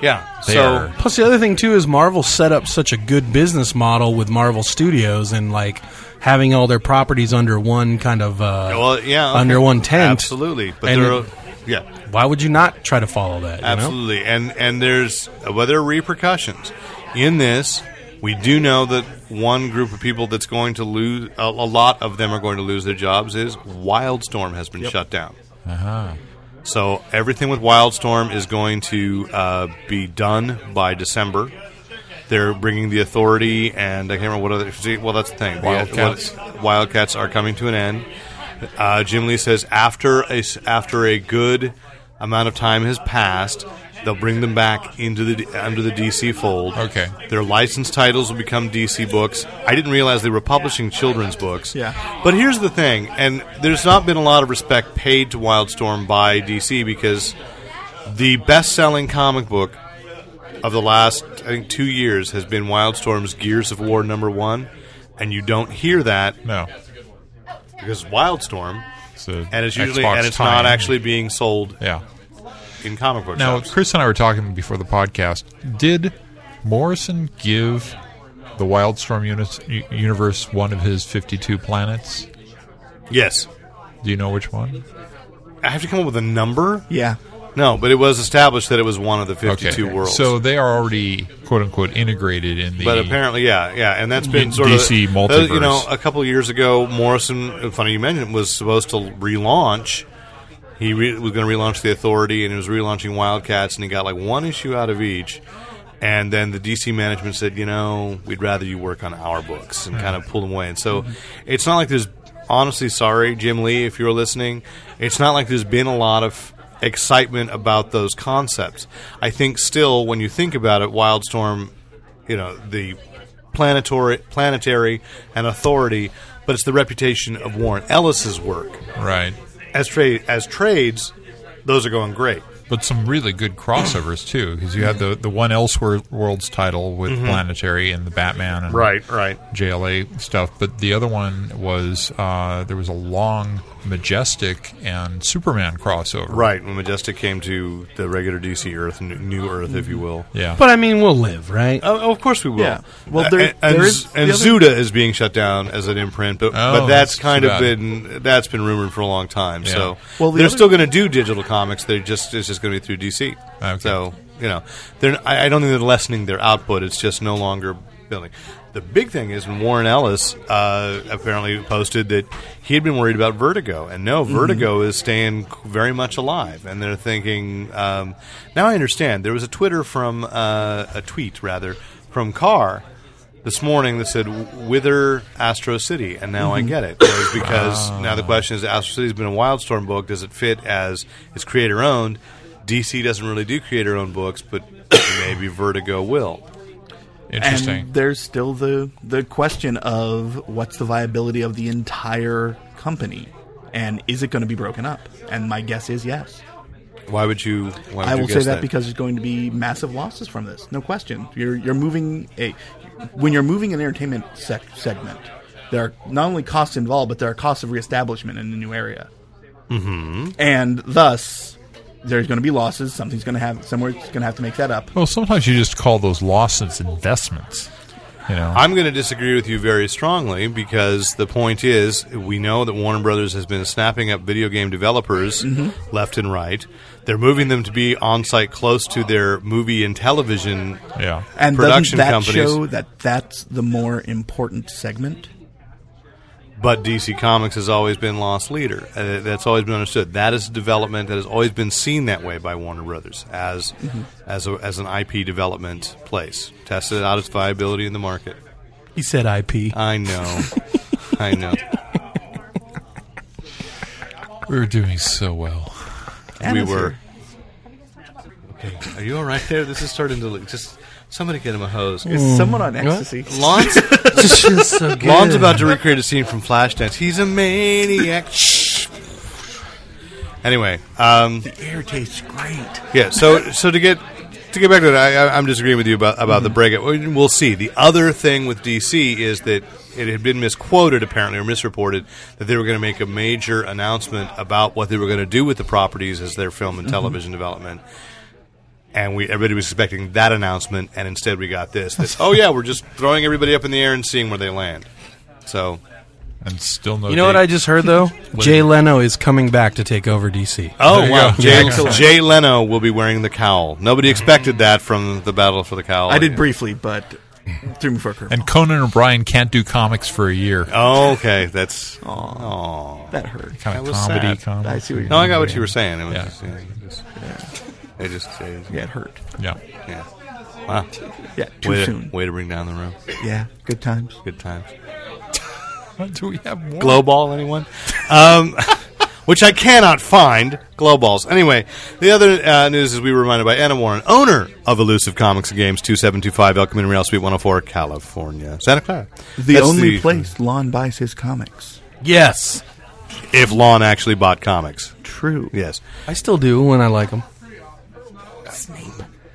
D: yeah.
F: They
D: so
F: are-
B: Plus, the other thing too is Marvel set up such a good business model with Marvel Studios and like having all their properties under one kind of uh,
D: well, yeah, okay.
B: under one tent.
D: absolutely. But
B: And
D: there, are,
B: it-
D: yeah.
B: Why would you not try to follow that? you know?
D: Absolutely, and and there's well, there are repercussions in this. We do know that one group of people that's going to lose a, a lot of them are going to lose their jobs is Wildstorm has been shut down.
B: Uh-huh.
D: So everything with Wildstorm is going to uh, be done by December. They're bringing the authority, and I can't remember what other. see, Well, that's the thing. The-
F: Wildcats.
D: what- Wildcats are coming to an end. Uh, Jim Lee says after a s- after a good amount of time has passed, they'll bring them back into the D- under the DC fold.
F: Okay.
D: their licensed titles will become DC books. I didn't realize they were publishing children's books.
E: Yeah.
D: But here's the thing, and there's not been a lot of respect paid to Wildstorm by DC because the best-selling comic book of the last, I think, two years has been Wildstorm's Gears of War number one, and you don't hear that
F: No.
D: because Wildstorm,
F: It's a
D: and it's usually
F: Xbox
D: and it's
F: tie-in.
D: not actually being sold
F: Yeah.
D: in comic book
F: Now,
D: shops.
F: Chris and I were talking before the podcast. Did Morrison give the Wildstorm unis- u- universe one of his 52 planets?
D: Yes.
F: Do you know which one?
D: I have to come up with a number?
E: Yeah.
D: No, but it was established that it was one of the 52 worlds.
F: So they are already quote unquote integrated in the.
D: But apparently, yeah, yeah, and that's been
F: D-
D: sort
F: DC
D: of uh, You know,
F: multiverse.
D: a couple years ago, Morrison. Funny you mentioned was supposed to relaunch. He re- was going to relaunch the Authority, and he was relaunching Wildcats, and he got like one issue out of each. And then the DC management said, you know, we'd rather you work on our books, and kind of pulled him away. And so, it's not like there's honestly sorry, Jim Lee, if you're listening, it's not like there's been a lot of excitement about those concepts. I think still, when you think about it, Wildstorm you know the planetary planetary and authority but it's the reputation of Warren Ellis's work
F: Right.
D: as trade as trades those are going great
F: But some really good crossovers too, because you had the the one Elseworlds Worlds title with Planetary and the Batman and
D: Mm-hmm. right
F: JLA stuff, but the other one was uh, there was a long Majestic and Superman crossover.
D: right when majestic came to the regular DC earth n- new earth if you will
F: Mm-hmm. Yeah.
B: But I mean, we'll live, right?
D: Oh, of course we will.
E: Yeah. Well,
D: Uh,
E: there-
D: and,
E: there is
D: and
E: the other-
D: Zuda is being shut down as an imprint, but, but
F: Oh,
D: that's
F: that's
D: kind
F: too
D: of
F: bad.
D: been that's been rumored for a long time. So
E: Well, the
D: they're
E: other-
D: still going to do digital comics. They're just it's just going to be through DC.
F: Okay.
D: So you know, they're I, I don't think they're lessening their output. It's just no longer building. The big thing is when Warren Ellis uh, apparently posted that he had been worried about Vertigo, and no, Vertigo is staying very much alive. And they're thinking um, now. I understand there was a Twitter from uh, a tweet rather from Carr this morning that said "Wither Astro City," and now
E: Mm-hmm.
D: I get it. It was because
E: Ah.
D: now the question is: Astro City's been a Wildstorm book. Does it fit as it's creator owned? DC doesn't really do creator owned books, but (coughs) maybe Vertigo will.
F: Interesting.
E: And there's still the the question of what's the viability of the entire company, and is it going to be broken up? And my guess is yes.
D: Why would you? Why would
E: I
D: you
E: will
D: guess
E: say that, because there's going to be massive losses from this, no question. You're you're moving a when you're moving an entertainment sec- segment, there are not only costs involved, but there are costs of reestablishment in the new area, mm-hmm. and thus there's going to be losses. Something's going to have somewhere's going to have to make that up.
F: well, sometimes you just call those losses investments. You know.
D: I'm going to disagree with you very strongly because the point is we know that Warner Brothers has been snapping up video game developers
E: Mm-hmm.
D: left and right. They're moving them to be on site close to their movie and television
F: yeah.
E: And
D: production
E: doesn't that
D: companies.
E: show that that's the more important segment?
D: But DC Comics has always been lost leader. Uh, that's always been understood. That is a development that has always been seen that way by Warner Brothers as as a, as an IP development place. Tested out its viability in the market.
B: He said IP.
D: I know, I know.
F: We were doing so well.
D: we
E: Anna's
D: were.
E: here.
D: Okay, are you all right there? This is starting to look. Just somebody get him a hose.
E: Is someone on ecstasy?
B: (laughs)
D: Lon's,
B: this feels
D: (laughs)
B: so good.
D: Lon's about to recreate a scene from Flashdance. He's a maniac. Shh. Anyway, um,
E: The air tastes great.
D: Yeah. So so to get to get back to that, I, I- I'm disagreeing with you about about the breakup. We- We'll see. The other thing with DC is that it had been misquoted apparently or misreported that they were going to make a major announcement about what they were going to do with the properties as their film and television development. And we everybody was expecting that announcement, and instead we got this. this oh yeah, we're just throwing everybody up in the air and seeing where they land. So
F: And still no
B: You know what
F: date.
B: I just heard
D: (laughs)
B: though? Jay Leno is coming back to take over DC.
D: Oh
F: There you
D: wow,
F: go.
D: Jay,
F: Excellent.
D: Jay Leno will be wearing the cowl. Nobody expected that from the Battle for the Cowl.
E: I did briefly, but threw me for a curve.
F: And Conan O'Brien can't do comics for a year.
D: Oh, okay. That's
E: Oh. that hurt.
F: kind of
D: that was
F: comedy,
D: sad.
F: comedy.
E: I see what you're
D: no. I got what you were saying. It was
F: Yeah.
D: just, yeah, it just, it just it-
E: Yeah, it hurt.
F: Yeah.
D: yeah. Wow.
E: Yeah, too
D: Way to,
E: soon.
D: way to bring down the room.
E: Yeah, good times.
D: Good times.
F: Do we have more?
D: Glow ball, anyone? Um, (laughs) which I cannot find. Glow balls. Anyway, the other uh, news is we were reminded by Anna Warren, owner of Elusive Comics and Games, 2725 El Camino Real, Suite 104, California. Santa Clara.
E: The
D: That's
E: only place Lon buys his comics.
B: Yes,
D: If Lon actually bought comics.
E: True.
D: Yes.
B: I still do when I like him.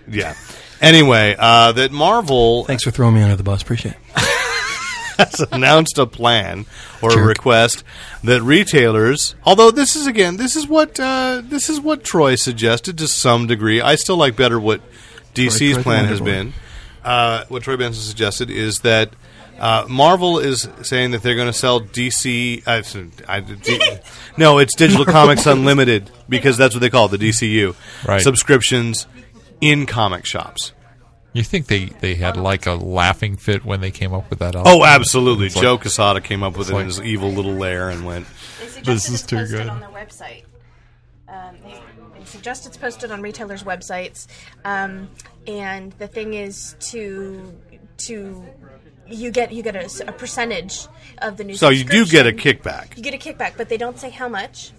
D: Yeah. Anyway, uh, that Marvel
B: Thanks for throwing me under the bus. Appreciate it.
D: has (laughs) announced a plan or a
B: Jerk.
D: request that retailers, although this is again, this is what uh, this is what Troy suggested to some degree. I still like better what DC's
E: Troy's
D: plan has
E: wonderful.
D: been. uh, what Troy Benson suggested is that uh, Marvel is saying that they're going to sell DC. Uh, s- I- D- no, it's Digital Comics Unlimited because that's what they call it, the DCU
F: Right.
D: subscriptions in comic shops.
F: You think they, they had like a laughing fit when they came up with that?
D: Oh,
F: algorithm?
D: absolutely!
F: It's like-
D: Joe Casada came up with it
F: like-
D: in his evil little lair and went.
G: They suggest
F: This
G: that
F: is
G: it's
F: too
G: posted
F: good.
G: on their website. Um, they, they suggest it's posted on retailers' websites, um, and the thing is to to you get you get a, s- a percentage of the new.
D: So you do get a
G: subscription.
D: kickback.
G: You get a kickback, but they don't say how much,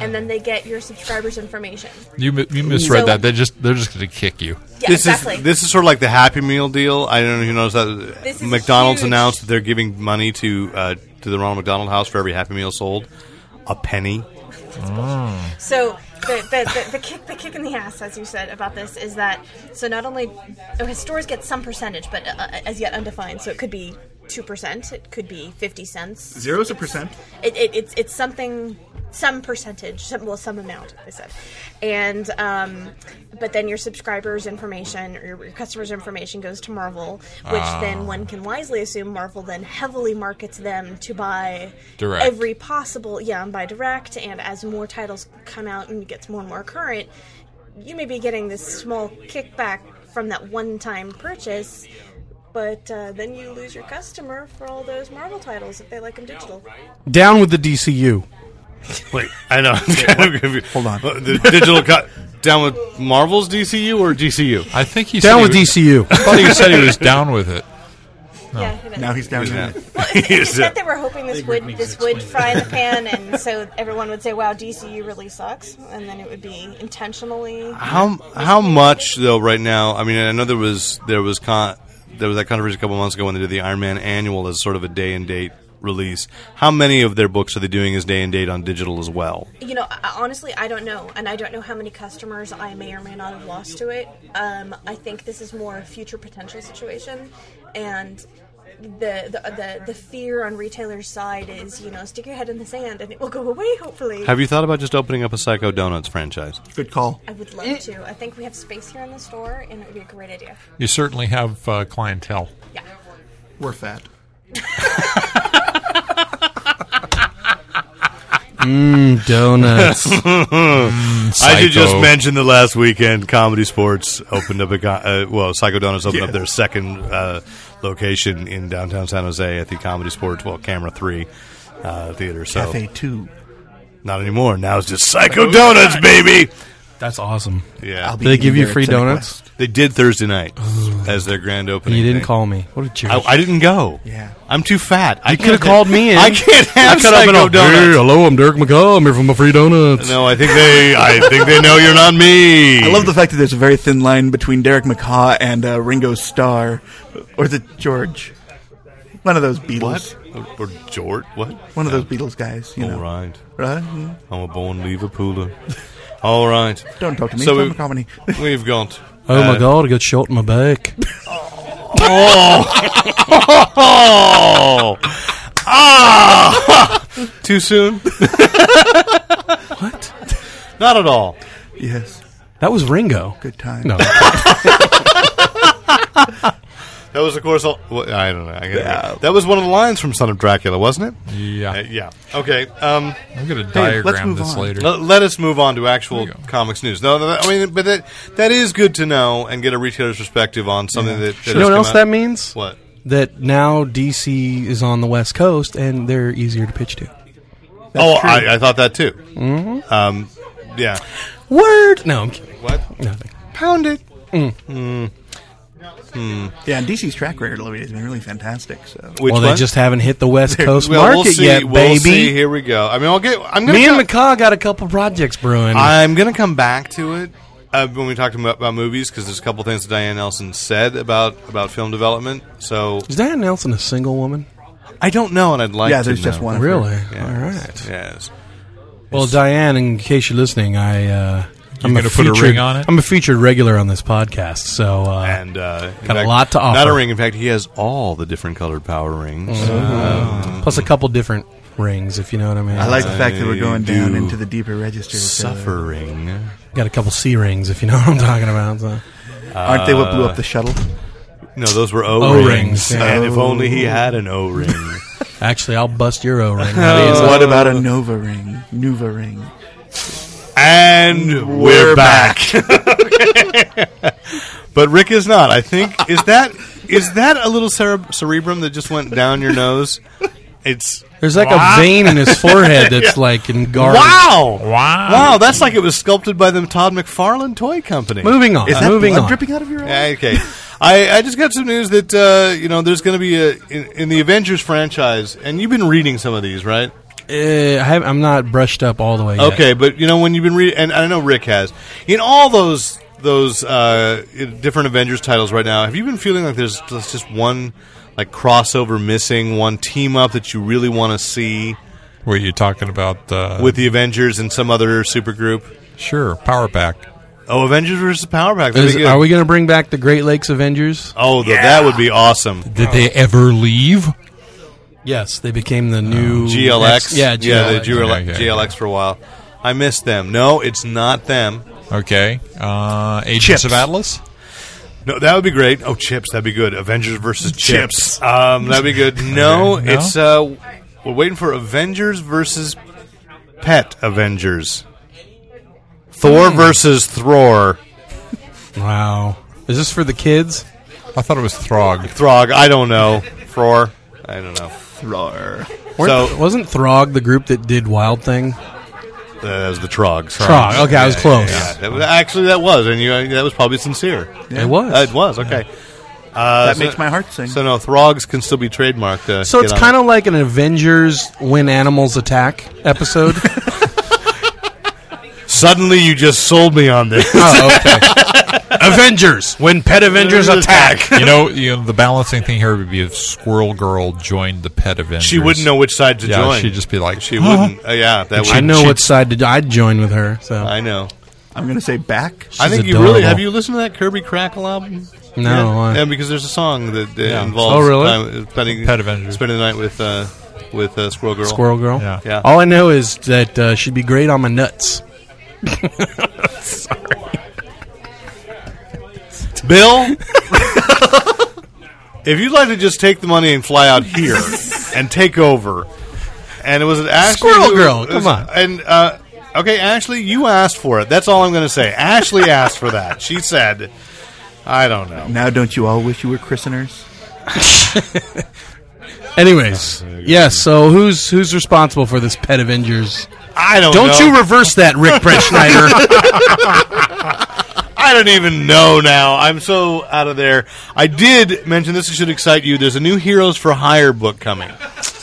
G: and then they get your subscribers' information.
F: you mi- you misread
G: So-
F: that. They just they're just going to kick you.
G: Yeah,
D: this
G: exactly.
D: is this is sort of like the Happy Meal deal. I don't know if you noticed that uh,
G: This is
D: McDonald's
G: huge.
D: announced that they're giving money to uh, to the Ronald McDonald House for every Happy Meal sold, a penny.
G: So the, the, the, the kick the kick in the ass, as you said about this, is that so not only okay, stores get some percentage, but uh, as yet undefined. So it could be two percent, it could be fifty cents.
E: Zero's a percent.
G: It, it, it's it's something, some percentage, some well some amount. I said, and um, but then your subscribers' information or your, your customers' information goes to Marvel, which then one can wisely assume Marvel then heavily markets them to buy
F: Direct.
G: every possible yeah and by direct and as more titles come out and it gets more and more current you may be getting this small kickback from that one-time purchase but uh, then you lose your customer for all those marvel titles if they like them digital
B: Down with the DCU.
D: Wait, I (laughs) know. Hold
E: on.
D: Uh, The digital cut down with Marvel's DCU or DCU.
F: I think he
B: Down
F: said
B: with
F: he was-
D: (laughs)
B: DCU.
F: I thought he said
B: (laughs)
F: he was down with it.
G: yeah it is.
E: Now he's down. in
D: Yeah.
E: it. (laughs)
G: He said they were hoping this would this would fry in the pan, and so everyone would say, "Wow, DCU really sucks," and then it would be intentionally.
D: How how much though right now? I mean, I know there was there was con- there was that controversy a couple months ago when they did the Iron Man annual as sort of a day and date release. How many of their books are they doing as day and date on digital as well?
G: You know, I- I- honestly, I don't know, and I don't know how many customers I may or may not have lost to it. Um, I think this is more a future potential situation, and the the, the the fear on retailers' side is, you know, stick your head in the sand and it will go away. Hopefully,
D: Have you thought about just opening up a Psycho Donuts franchise?
E: Good call.
G: I would love to. I think we have space here in the store, and it would be a great idea.
F: You certainly have uh, clientele.
G: Yeah.
E: We're fat.
D: (laughs)
B: Donuts.
D: I should just
F: Psycho.
D: mention that last weekend, Comedy Sports opened up a co- uh, well, Psycho Donuts opened up their second uh, location in downtown San Jose at the Comedy Sports, well, Camera Three uh, Theater. So
E: Cafe two.
D: not anymore. Now it's just Psycho Donuts, baby.
H: That's awesome.
D: Yeah,
E: I'll be
B: Did they give
E: eating
B: you
E: there
B: free
E: at 10
B: donuts?
E: Quest.
D: they did Thursday night as their grand opening.
B: you didn't
D: thing.
B: call me. What a jerk.
D: I, I didn't go.
E: Yeah.
D: I'm too fat. I
B: coulda called me in.
D: (laughs) I can't have
B: could've
D: Psycho
B: all, "Hey,
D: Donuts.
B: hello, I'm Dirk McCall. I'm here for my free donuts.
D: No, I think they. I think they know you're not me.
E: I love the fact that there's a very thin line between Derek McCaw and uh, Ringo Starr, or is it George? One of those Beatles.
D: what or Jort? What?
E: One of those Beatles guys. You
D: All
E: know,
D: right.
E: right? Mm.
D: I'm a born Liverpooler. (laughs) All right.
E: Don't talk to me. (laughs)
D: So
E: So
D: we-
E: a comedy.
D: We've (laughs) got.
B: Oh
D: uh,
B: my god, I got shot in my back.
D: (laughs) Oh! (laughs) ah! Too soon? what? Not at all.
E: yes,
B: That was Ringo.
E: good time.
B: (laughs)
D: (laughs)
B: No.
D: That was, of course, all, well, I don't know. I gotta- That was one of the lines from Son of Dracula, wasn't it?
F: Yeah,
D: Uh, yeah. Okay. Um,
F: I'm going to
E: let's
F: diagram
E: move
F: this
E: on.
F: later.
D: let, let us move on to actual
F: There you go.
D: comics news. No, no, I mean, but that that is good to know and get a retailer's perspective on something that. that
B: you
D: has
B: know what
D: come
B: else
D: out.
B: that means?
D: What?
B: That now DC is on the West Coast and they're easier to pitch to.
D: oh, I, I thought that too. Mm-hmm. Um, yeah.
B: Word! No, I'm kidding.
D: What?
B: Nothing.
D: Pound it.
E: Yeah, and DC's track record lately has been really fantastic. So
D: Which
B: well, they just haven't hit the West Coast
D: (laughs) Well,
B: market
D: we'll see.
B: yet,
D: we'll
B: baby.
D: See. Here we go. I mean, I'll get. I'm gonna.
B: Me and
D: come,
B: McCaw got a couple projects brewing.
D: I'm gonna come back to it uh, when we talked about, about movies because there's a couple things that Diane Nelson said about about film development. So
B: is Diane Nelson a single woman?
D: I don't know, and I'd like.
E: yeah,
D: to
E: there's just
D: know.
E: one. of her.
B: Really?
D: Yes,
B: All right.
D: Yes.
B: Well, Diane, in case you're listening, I uh, I'm
F: gonna put a ring on it?
B: I'm a featured regular on this podcast, so uh,
D: And uh, in
B: Got a lot to
D: Not a
B: offer. Mm-hmm.
D: ring. In fact, he has all the different colored power rings. Uh,
B: plus a couple different rings, if you know what I mean.
E: I like the fact that
D: I
E: we're going down
D: do
E: into the deeper registers. so
D: Suffering.
B: got a couple C rings, if you know what I'm talking about. So.
E: Aren't they what blew up the shuttle?
D: No, those were O rings.
B: O-rings, yeah.
D: And if only he had an O ring.
B: Actually, I'll bust your O
D: (laughs)
B: ring.
E: What about a Nova ring? Nova ring.
D: and we're back. (laughs) but Rick is not. I think is that is that a little cere- cerebrum that just went down your nose? It's
B: There's like a vein in his
D: (laughs)
B: forehead that's like in guard.
D: wow,
F: Wow.
D: wow. That's like it was sculpted by the Todd McFarlane toy company.
B: Moving on.
D: Is that
B: Uh, moving
D: blood
B: on.
E: Dripping out of your eye.
D: Yeah, okay. I, I just got some news that uh, you know there's going to be a in, in the Avengers franchise, and you've been reading some of these, right?
B: Uh, I have, I'm not brushed up all the way. Yet.
D: Okay, but you know when you've been reading, and I know Rick has in all those those uh, different Avengers titles right now. Have you been feeling like there's there's just one like crossover missing, one team up that you really want to see
B: Uh-huh.
F: Were you talking about uh,
D: with the Avengers and some other supergroup?
F: sure Power Pack?
D: Oh, Avengers versus Power Pack. that'd
B: Is,
D: be good.
B: are we going to bring back the Great Lakes Avengers?
D: oh, th- that would be awesome.
F: Did they ever leave?
B: Yes, they became the
D: Uh,
B: new
D: GLX.
B: yeah,
D: yeah, the
B: GLX.
D: GLX,
F: Okay, okay,
D: GLX for a while. I missed them. No, it's not them.
F: Okay. Uh, Agents
D: Chips.
F: of Atlas.
D: No, that would be great. Oh, chips, that'd be good. Avengers versus chips, um, that'd be good. No,
F: No?
D: it's uh, we're waiting for Avengers versus Pet Avengers. Thor versus Thror.
B: Wow. Is this for the kids?
F: I thought it was Throg.
D: Throg. I don't know. Thror. I don't know.
E: Roar.
D: So-
B: Weren't- wasn't Throg the group that did Wild Thing?
D: Uh, that was the Trogs.
B: Throg. Okay, I was close.
D: Yeah, that was, actually, that was, and you, that was probably sincere.
B: It was.
D: Uh, it was okay. Uh,
E: That
D: so-
E: makes my heart sing.
D: So no, Throgs can still be trademarked. Uh,
B: so it's kind of like an Avengers when animals attack
F: (laughs)
B: episode.
D: of suddenly you just sold me on this.
B: oh, okay. Avengers when Pet Avengers attack.
F: you know, you know, the balancing thing here would be if Squirrel Girl joined the Pet Avengers.
D: She wouldn't know which side to
F: Yeah,
D: join.
F: she'd just be like,
D: She
F: "Huh?"
D: wouldn't.
B: (laughs)
D: Uh, yeah, that would.
B: I know what side to. I'd join with her. So
D: I know.
E: I'm gonna say back.
D: I
B: She's
D: think you
B: adorable.
D: really have you listened to that Kirby Crackle album?
B: no, uh,
D: yeah,
B: I-
D: Yeah, because there's a song that uh, involves
B: Oh, really?
D: time- uh, spending
F: Pet Avengers.
D: spending the night with uh, with uh, Squirrel Girl.
B: Squirrel Girl.
F: Yeah.
D: Yeah.
B: All I know is that uh, she'd be great on my
F: (laughs)
B: nuts.
D: Bill, if you'd like to just take the money and fly
B: (laughs)
D: out here and take over, and it was an Ashley
B: Squirrel
D: who-
B: Girl,
D: it
B: come
D: was-
B: on.
D: and uh, okay, Ashley, you asked for it. That's all I'm going to say.
B: (laughs)
D: Ashley asked for that. She said, "I don't know."
E: Now, don't you all wish you were christeners?
B: Anyways, yeah. So who's who's responsible for this Pet Avengers?
D: I don't.
B: Don't
D: know.
B: you reverse that, Rick (laughs) Preschneider?
D: I don't even know now. I'm so out of there. I did mention this should excite you. There's a new Heroes for Hire book coming.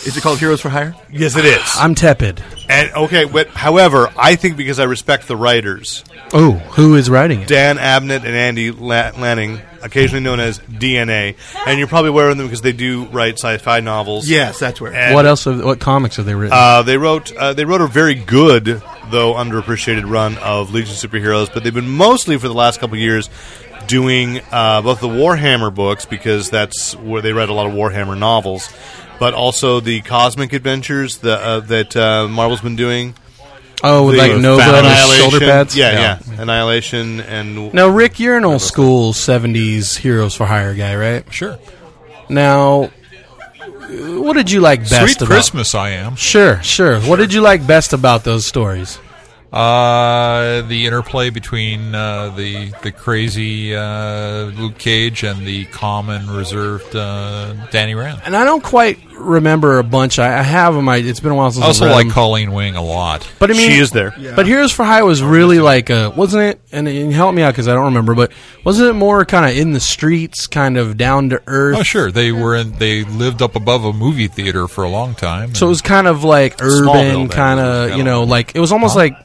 E: Is it called Heroes for Hire?
D: Yes, it is.
B: I'm tepid.
D: And okay, but however, I think because I respect the writers,
B: Oh, who is writing it?
D: Dan Abnett and Andy La- Lanning, occasionally known as DNA, and you're probably aware of them because they do write sci-fi novels.
E: Yes, that's where.
D: And,
B: What else? Have, what comics have they written?
D: Uh, they wrote uh, they wrote a very good though underappreciated run of Legion superheroes, but they've been mostly for the last couple years doing uh, both the Warhammer books because that's where they read a lot of Warhammer novels, but also the Cosmic Adventures the, uh, that uh, Marvel's been doing.
B: oh, with
D: The-
B: like Nova on his shoulder
D: Annihilation.
B: pads.
D: Yeah, yeah, Annihilation and
B: Now, Rick, you're an old school '70s Heroes for Hire guy, right?
F: Sure.
B: Now, uh, what did you like best?
F: Sweet
B: about-
F: Christmas, I am.
B: Sure, sure. What did you like best about those stories?
F: Uh, the interplay between uh, the the crazy uh, Luke Cage and the calm and reserved uh, Danny Rand.
B: And I don't quite remember a bunch. I, I have them. I, it's been a while since
F: I also
B: I've read
F: like
B: 'em.
F: Colleen Wing a lot.
B: But I mean,
D: she is there. Oh,
B: But Heroes for Hire was really like, a, wasn't it? And, and help me out because I don't remember. But wasn't it more kind of in the streets, kind of down to earth?
F: Oh, sure. They were in. They lived up above a movie theater for a long time.
B: So it was kind of like urban,
D: Smallville, that
B: kind
D: was
B: of
D: kinda
B: you know,
D: like-
B: like it was almost like.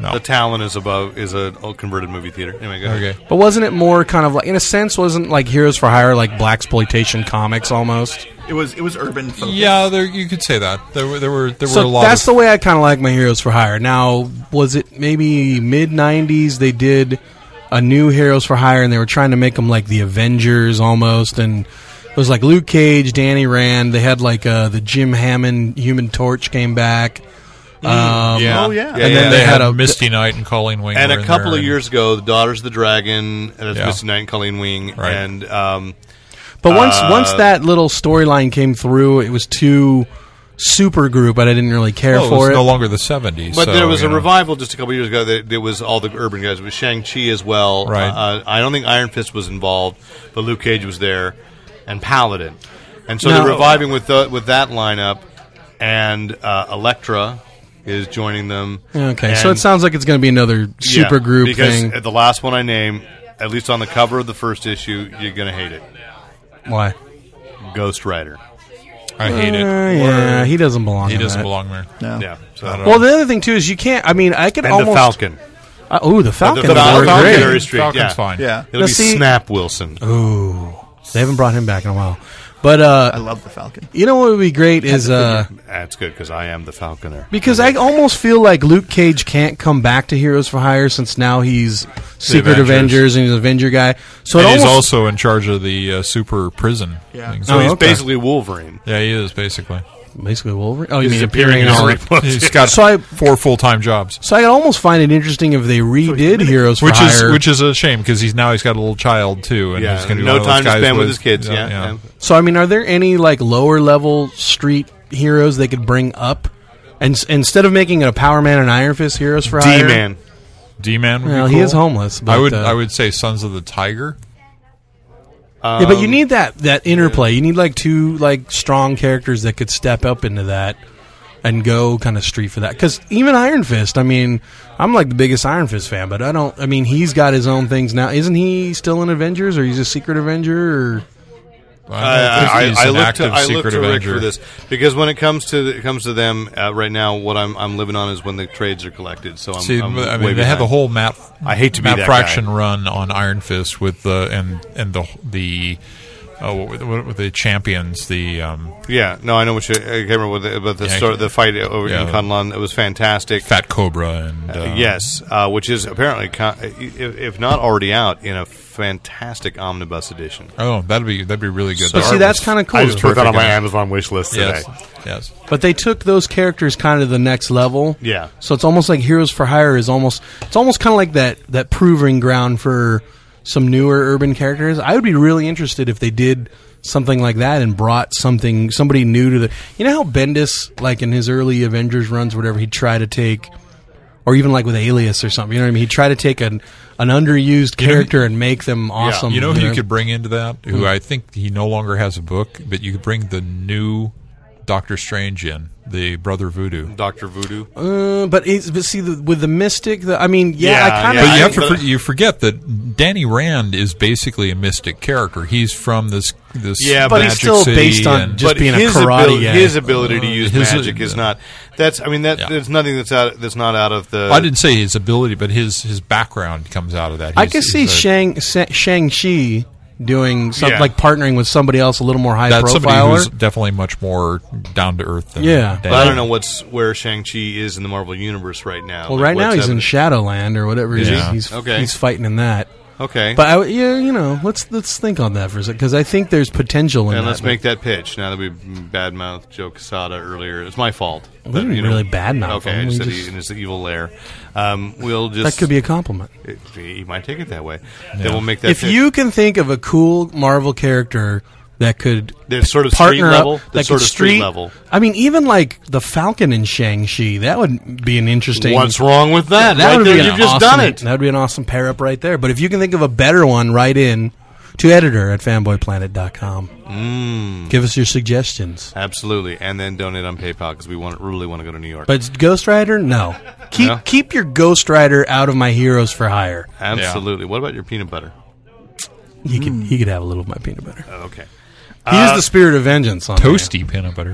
D: The Talon is above is a old converted movie theater. Anyway, go ahead.
F: okay.
B: But wasn't it more kind of like, in a sense, wasn't like Heroes for Hire like black exploitation comics almost?
E: It was. It was urban. Focus.
F: Yeah, there you could say that. There were there were there were a
B: So
F: lot.
B: that's
F: of,
B: the way I kind of like my Heroes for Hire. Now, was it maybe mid '90s? They did a new Heroes for Hire, and they were trying to make them like the Avengers almost, and it was like Luke Cage, Danny Rand. They had like uh, the Jim Hammond Human Torch came back. Um,
E: Oh, yeah.
D: yeah
B: And then
D: yeah.
F: they,
B: they
F: had,
B: had a-
F: a Misty Knight and Colleen Wing,
D: and
F: were
D: a
F: in
D: couple
F: there
D: of
F: and-
D: years ago, the Daughters of the Dragon, and it's
F: Yeah.
D: Misty Knight and Colleen Wing,
F: Right.
D: and um,
B: But once
F: Uh,
B: once that little storyline came through, it was too super group, and I didn't really care
F: Well, Oh, it was
B: for it.
F: no longer the 70s.
D: But
F: so,
D: there was
F: you
D: a
F: know.
D: revival just a couple years ago that it was all the urban guys. It was Shang Chi as well.
F: Right.
D: Uh, I don't think Iron Fist was involved, but Luke Cage was there, and Paladin, and so
B: No.
D: they're reviving with the, with that lineup, and uh, Elektra is joining them.
B: okay,
D: And-
B: so it sounds like it's going to be another
D: yeah,
B: super group
D: because
B: thing.
D: The last one I name, at least on the cover of the first issue, you're going to hate it.
B: Why?
D: Ghost Rider.
F: I hate it.
B: Uh, yeah, he doesn't belong.
F: He
B: in
F: doesn't
B: that.
F: belong there.
E: No.
D: Yeah. So.
B: Well, the other thing too is you can't. I mean, I could
D: and the
B: almost.
D: Falcon.
B: Uh, oh, the Falcon.
D: the
B: would
D: Falcon
B: work
D: is
B: great.
D: very strict.
F: Falcon's
D: yeah.
F: fine.
E: Yeah.
D: It'll
B: Now,
D: be
B: see-
D: Snap Wilson.
B: Ooh, they haven't brought him back in a while. But uh,
E: I love the Falcon.
B: you know what would be great is uh,
D: That's good because I am the Falconer.
B: because I almost feel like Luke Cage can't come back to Heroes for Hire since now he's Secret
D: Avengers.
B: Avengers. and he's an Avenger guy. So it
F: And he's
B: almost-
F: also in charge of the uh, super prison.
E: Yeah.
F: thing.
D: So
B: Oh,
D: he's
B: okay.
D: basically Wolverine.
F: Yeah, he is basically.
B: basically Wolverine. Oh, you
D: He's
B: mean
D: appearing
B: appearing in
D: in
B: all.
D: every- What's
F: He's
D: it?
F: got
B: So I-
F: four full time jobs,
B: (laughs) So I almost find it interesting if they redid Heroes for
F: which is
B: Hire.
F: which is a shame because he's now he's got a little child too, and
D: Yeah,
F: he's going
D: no time to spend with his kids, yeah, yeah.
B: so I mean, are there any like lower level street heroes they could bring up? And s- instead of making it a Power Man and Iron Fist Heroes for
D: D
B: Hire,
D: Man.
F: D man.
B: Well, he is homeless, but,
F: I would
B: uh,
F: I would say Sons of the Tiger.
B: yeah,
F: Um,
B: but you need that that interplay. You need like two like strong characters that could step up into that and go kind of street for that. Because even Iron Fist, I mean, I'm like the biggest Iron Fist fan, but I don't. I mean, he's got his own things now. Isn't he still in Avengers, or he's a Secret Avenger? Or
D: I,
F: he's
D: I, I
F: an
D: look to,
F: active
D: I look
F: secret
D: to Rick
F: Avenger.
D: for this because when it comes to it comes to them uh, right now, what I'm I'm living on is when the trades are collected. So I'm,
F: See,
D: I'm
F: i
D: way
F: mean, they had
D: behind.
F: the whole Matt.
D: I hate to be
F: Matt
D: that
F: Fraction
D: guy.
F: run on Iron Fist with the and and the the oh what were the, what were the champions the um,
D: Yeah, no, I know what you. I can't remember what the, but the
F: Yeah, I
D: story,
F: can-
D: the fight over
F: yeah.
D: in Kunlun it was fantastic.
F: Fat Cobra and uh,
D: Yes, uh, which is apparently con- if, if not already out in a fantastic omnibus edition.
F: Oh, that'd be that'd be really good.
D: But
B: but see, that's kind of cool.
D: I just put that on my
F: guy.
D: Amazon wish list today.
F: yes, yes.
B: But they took those characters kind of to the next level.
D: Yeah.
B: So it's almost like Heroes for Hire is almost it's almost kind of like that that proving ground for some newer urban characters. I would be really interested if they did something like that and brought something somebody new to the. You know how Bendis like in his early Avengers runs, whatever he'd try to take. Or even like with Alias or something, you know what I mean. He'd try to take an an underused character and make them awesome.
F: You know who you could bring into that? Who I think he no longer has a book, but you could bring the new Doctor Strange in, the Brother Voodoo.
D: Doctor Voodoo.
B: Uh, but it's, but see the, with the mystic, the, I mean, yeah,
D: Yeah,
B: I kind
D: yeah.
B: of
F: But you have to
D: I-
F: for, you forget that Danny Rand is basically a mystic character. He's from this this
D: Yeah, but
B: he's
F: magic
B: still
F: city
B: based on
F: and-
B: just- being a
D: his
B: karate
D: abili-
B: guy.
D: Uh, His ability to use
F: his-
D: magic is not. That's. I mean, that
F: Yeah.
D: there's nothing that's out. That's not out of the.
F: I didn't say his ability, but his his background comes out of that.
B: I
F: He's-
B: could see
F: he's a-
B: Shang Shang Chi doing something
D: Yeah.
B: like partnering with somebody else a little more high
F: that's somebody
B: profile.
F: who's definitely much more down to earth. than
B: Yeah.
F: Danny
D: But I don't
F: Rand.
D: know what's where Shang Chi is in the Marvel universe right now.
B: Well,
D: Like,
B: right now
D: what's
B: he's in
D: happening.
B: Shadowland or whatever. He's,
F: Yeah.
B: he's
D: Okay.
B: he's fighting in that.
D: Okay,
B: But I w yeah, you know, let's let's think on that for a second because I think there's potential in
D: and
B: that.
D: let's make that pitch now that we badmouthed Joe Casada earlier. It's my fault.
B: We didn't really badmouth
D: Okay,
B: him.
D: I just
B: We
D: said
B: just-
D: he in his evil lair. Um, we'll just
B: that could be a compliment.
D: It- he might take it that way. Then we'll make that.
B: If
D: pitch.
B: you can think of a cool Marvel character that could
D: That's sort of
B: partner
D: street level.
B: up,
D: That's
B: that
D: sort
B: could
D: of street
B: street
D: level.
B: I mean, even like the Falcon in Shang Chi, that would be an interesting.
D: what's wrong with that?
B: That
D: right
B: would
D: there,
B: be an
D: you've just
B: awesome-
D: done it.
B: That would be an awesome pair up right there. But if you can think of a better one, write in to editor at fanboyplanet.com. Mm. Give us your suggestions.
D: Absolutely, and then donate on PayPal because we want really want to go to New York.
B: But Ghost Rider, no. Keep
D: No?
B: keep your Ghost Rider out of my heroes for hire.
D: Absolutely. What about your peanut butter?
B: He could
D: Mm.
B: he could have a little of my peanut butter.
D: Okay.
B: He
D: Uh,
B: is the spirit of vengeance on
F: toasty
B: Mm-hmm.
F: peanut butter.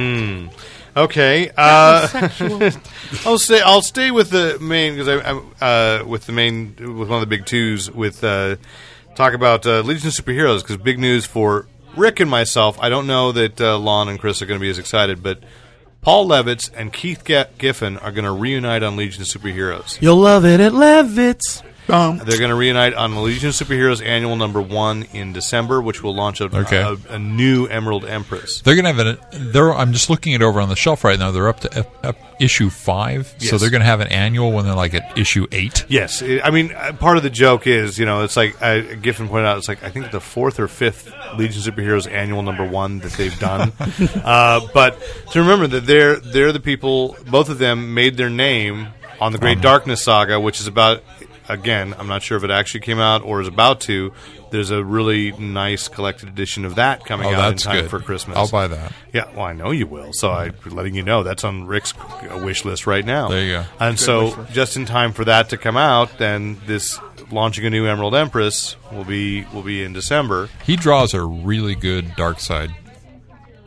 D: Hmm. Okay. (laughs) Uh, I'll stay. I'll stay with the main because I'm uh, with the main with one of the big twos. With uh, talk about uh, Legion of Superheroes because big news for Rick and myself. I don't know that uh, Lon and Chris are going to be as excited, but Paul Levitz and Keith Ga- Giffen are going to reunite on Legion of Superheroes.
B: You'll love it at Levitz.
E: Bum.
D: They're going to reunite on the Legion of Superheroes annual number one in December, which will launch a,
F: Okay.
D: a, a new Emerald Empress.
F: They're going to have an. They're, I'm just looking it over on the shelf right now. They're up to ep- up issue five, so
D: Yes.
F: they're going to have an annual when they're like at issue eight.
D: Yes, it- I mean uh, part of the joke is you know it's like uh, Giffen pointed out it's like I think the fourth or fifth Legion of Superheroes annual number one that they've
F: (laughs)
D: done, uh, but to remember that they're they're the people both of them made their name on the Great
F: Mm-hmm.
D: Darkness saga, which is about again I'm not sure if it actually came out or is about to. There's a really nice collected edition of that coming
F: Oh,
D: out
F: that's
D: in time
F: good.
D: for Christmas.
F: I'll buy that.
D: Yeah, well, I know you will. So I'm letting you know that's on Rick's uh, wish list right now.
F: There you go.
D: And so, just in time for that to come out, then this launching a new Emerald Empress will be will be in December.
F: He draws a really good dark side.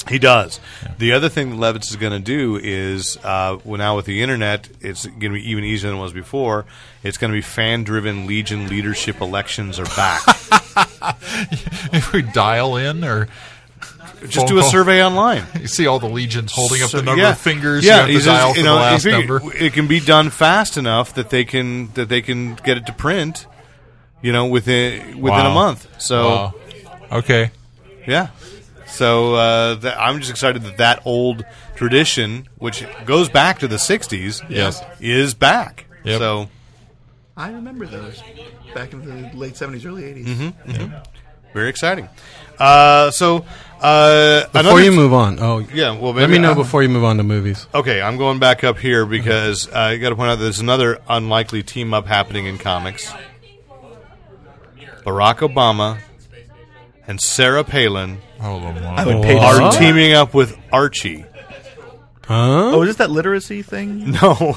D: He does. The other thing that Levitz is going to do is, uh, well, now with the internet, it's going to be even easier than it was before. It's going to be fan driven Legion leadership elections are back.
F: (laughs) (laughs) if we dial in or
D: just
F: Phone
D: do a
F: call.
D: survey online.
F: you see all the legions holding up
D: So-
F: the number
D: yeah.
F: of fingers,
D: Yeah,
F: you
D: he's
F: have to
D: just-
F: dial for
D: you know,
F: the last
D: he's thinking
F: number.
D: It can be done fast enough that they can that they can get it to print, you know, within within a
F: Wow.
D: month. So
F: Wow. Okay.
D: yeah, so uh, that, I'm just excited that that old tradition, which goes back to the '60s,
F: Yes.
D: is back.
F: Yep.
D: So
E: I remember those back in the late 70s, early 80s.
D: very exciting. Uh, so uh,
B: Before you move on, oh
D: yeah, well,
B: let
D: maybe
B: me know
D: I-
B: before you move on to movies.
D: Okay, I'm going back up here because uh, I got to point out that there's another unlikely team up happening in comics. Barack Obama and Sarah Palin
F: Hold on.
E: I would pay to
D: are
E: see that.
D: teaming up with Archie.
B: Huh?
E: Oh, is this that literacy thing?
D: (laughs) No,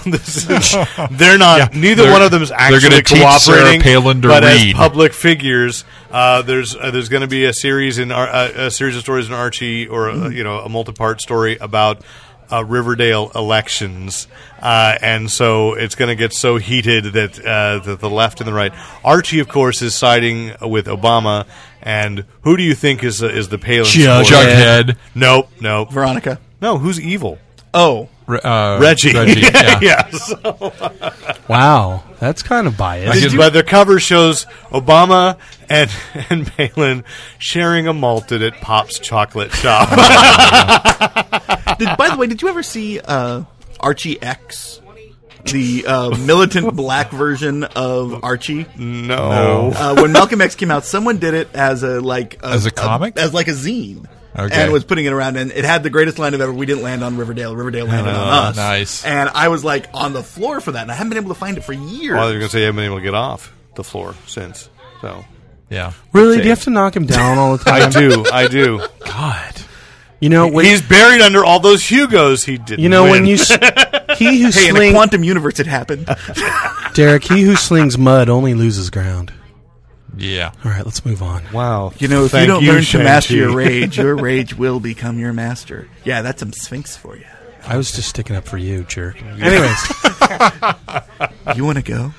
F: (laughs)
D: this is, they're not. neither
F: they're-
D: one of them is
F: they're
D: actually
F: gonna teach Sarah
D: cooperating.
F: Palin to
D: but as
F: read.
D: public figures, uh, there's uh, there's going to be a series in Ar- uh, a series of stories in Archie, or uh, you know, a multi-part story about uh, Riverdale elections, uh, and so it's going to get so heated that uh, that the left and the right. Archie, of course, is siding with Obama, and who do you think is uh, is the Palin?
B: Jughead.
D: support?
F: Jughead.
D: Nope, nope,
E: Veronica.
D: no. Who's evil?
E: Oh,
F: Re- uh,
D: Reggie. (laughs)
E: (laughs)
F: yeah.
D: yes.
B: Wow, that's kind of biased.
D: Because by the cover shows Obama and (laughs) and Palin sharing a malted at Pop's chocolate shop.
E: did, (laughs) by the way, did you ever see uh, Archie X? The uh, militant (laughs) black version of Archie.
D: no.
E: Uh, when Malcolm X came out, someone did it as a like a,
F: As a comic?
E: as like a zine,
F: Okay.
E: and was putting it around. And it had the greatest line of ever. We didn't land on Riverdale. Riverdale landed on us.
F: nice.
E: And I was like on the floor for that, and I haven't been able to find it for years.
D: Well, they're going to say you haven't been able to get off the floor since. So
F: Yeah.
B: Really, do you have to knock him down all the time?
D: (laughs) I do, I do.
B: God, you know when
D: He's buried under all those Hugos he did.
B: you know when you s- he who
E: hey, in a
B: slings
E: quantum universe, it happened.
B: Derek, he who slings mud only loses ground.
F: Yeah.
B: All right, let's move on.
D: wow,
E: (laughs) You know, if
D: Thank
E: you don't learn to
D: Shang-Chi.
E: master your rage, (laughs) your rage will become your master. Yeah, that's some Sphinx for you.
B: I was just sticking up for you, jerk. Anyways,
E: You want to go?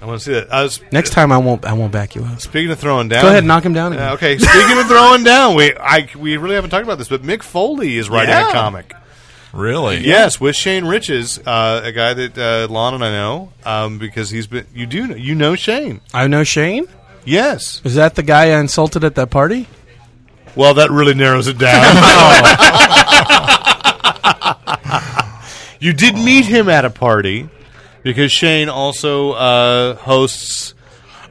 D: I want to see that. I was,
B: next time I won't. I won't back you up. Um,
D: speaking of throwing down,
B: Go ahead, knock him down. Again.
D: Uh, okay, speaking of throwing down, we I we really haven't talked about this, but Mick Foley is writing a
E: Yeah.
D: comic.
F: Really?
D: Yes, with Shane Riches, uh, a guy that uh, Lon and I know, um, because he's been. You do know, you know Shane.
B: I know Shane.
D: Yes.
B: Is that the guy I insulted at that party?
D: Well, that really narrows it (laughs) down. you did meet him at a party because Shane also uh, hosts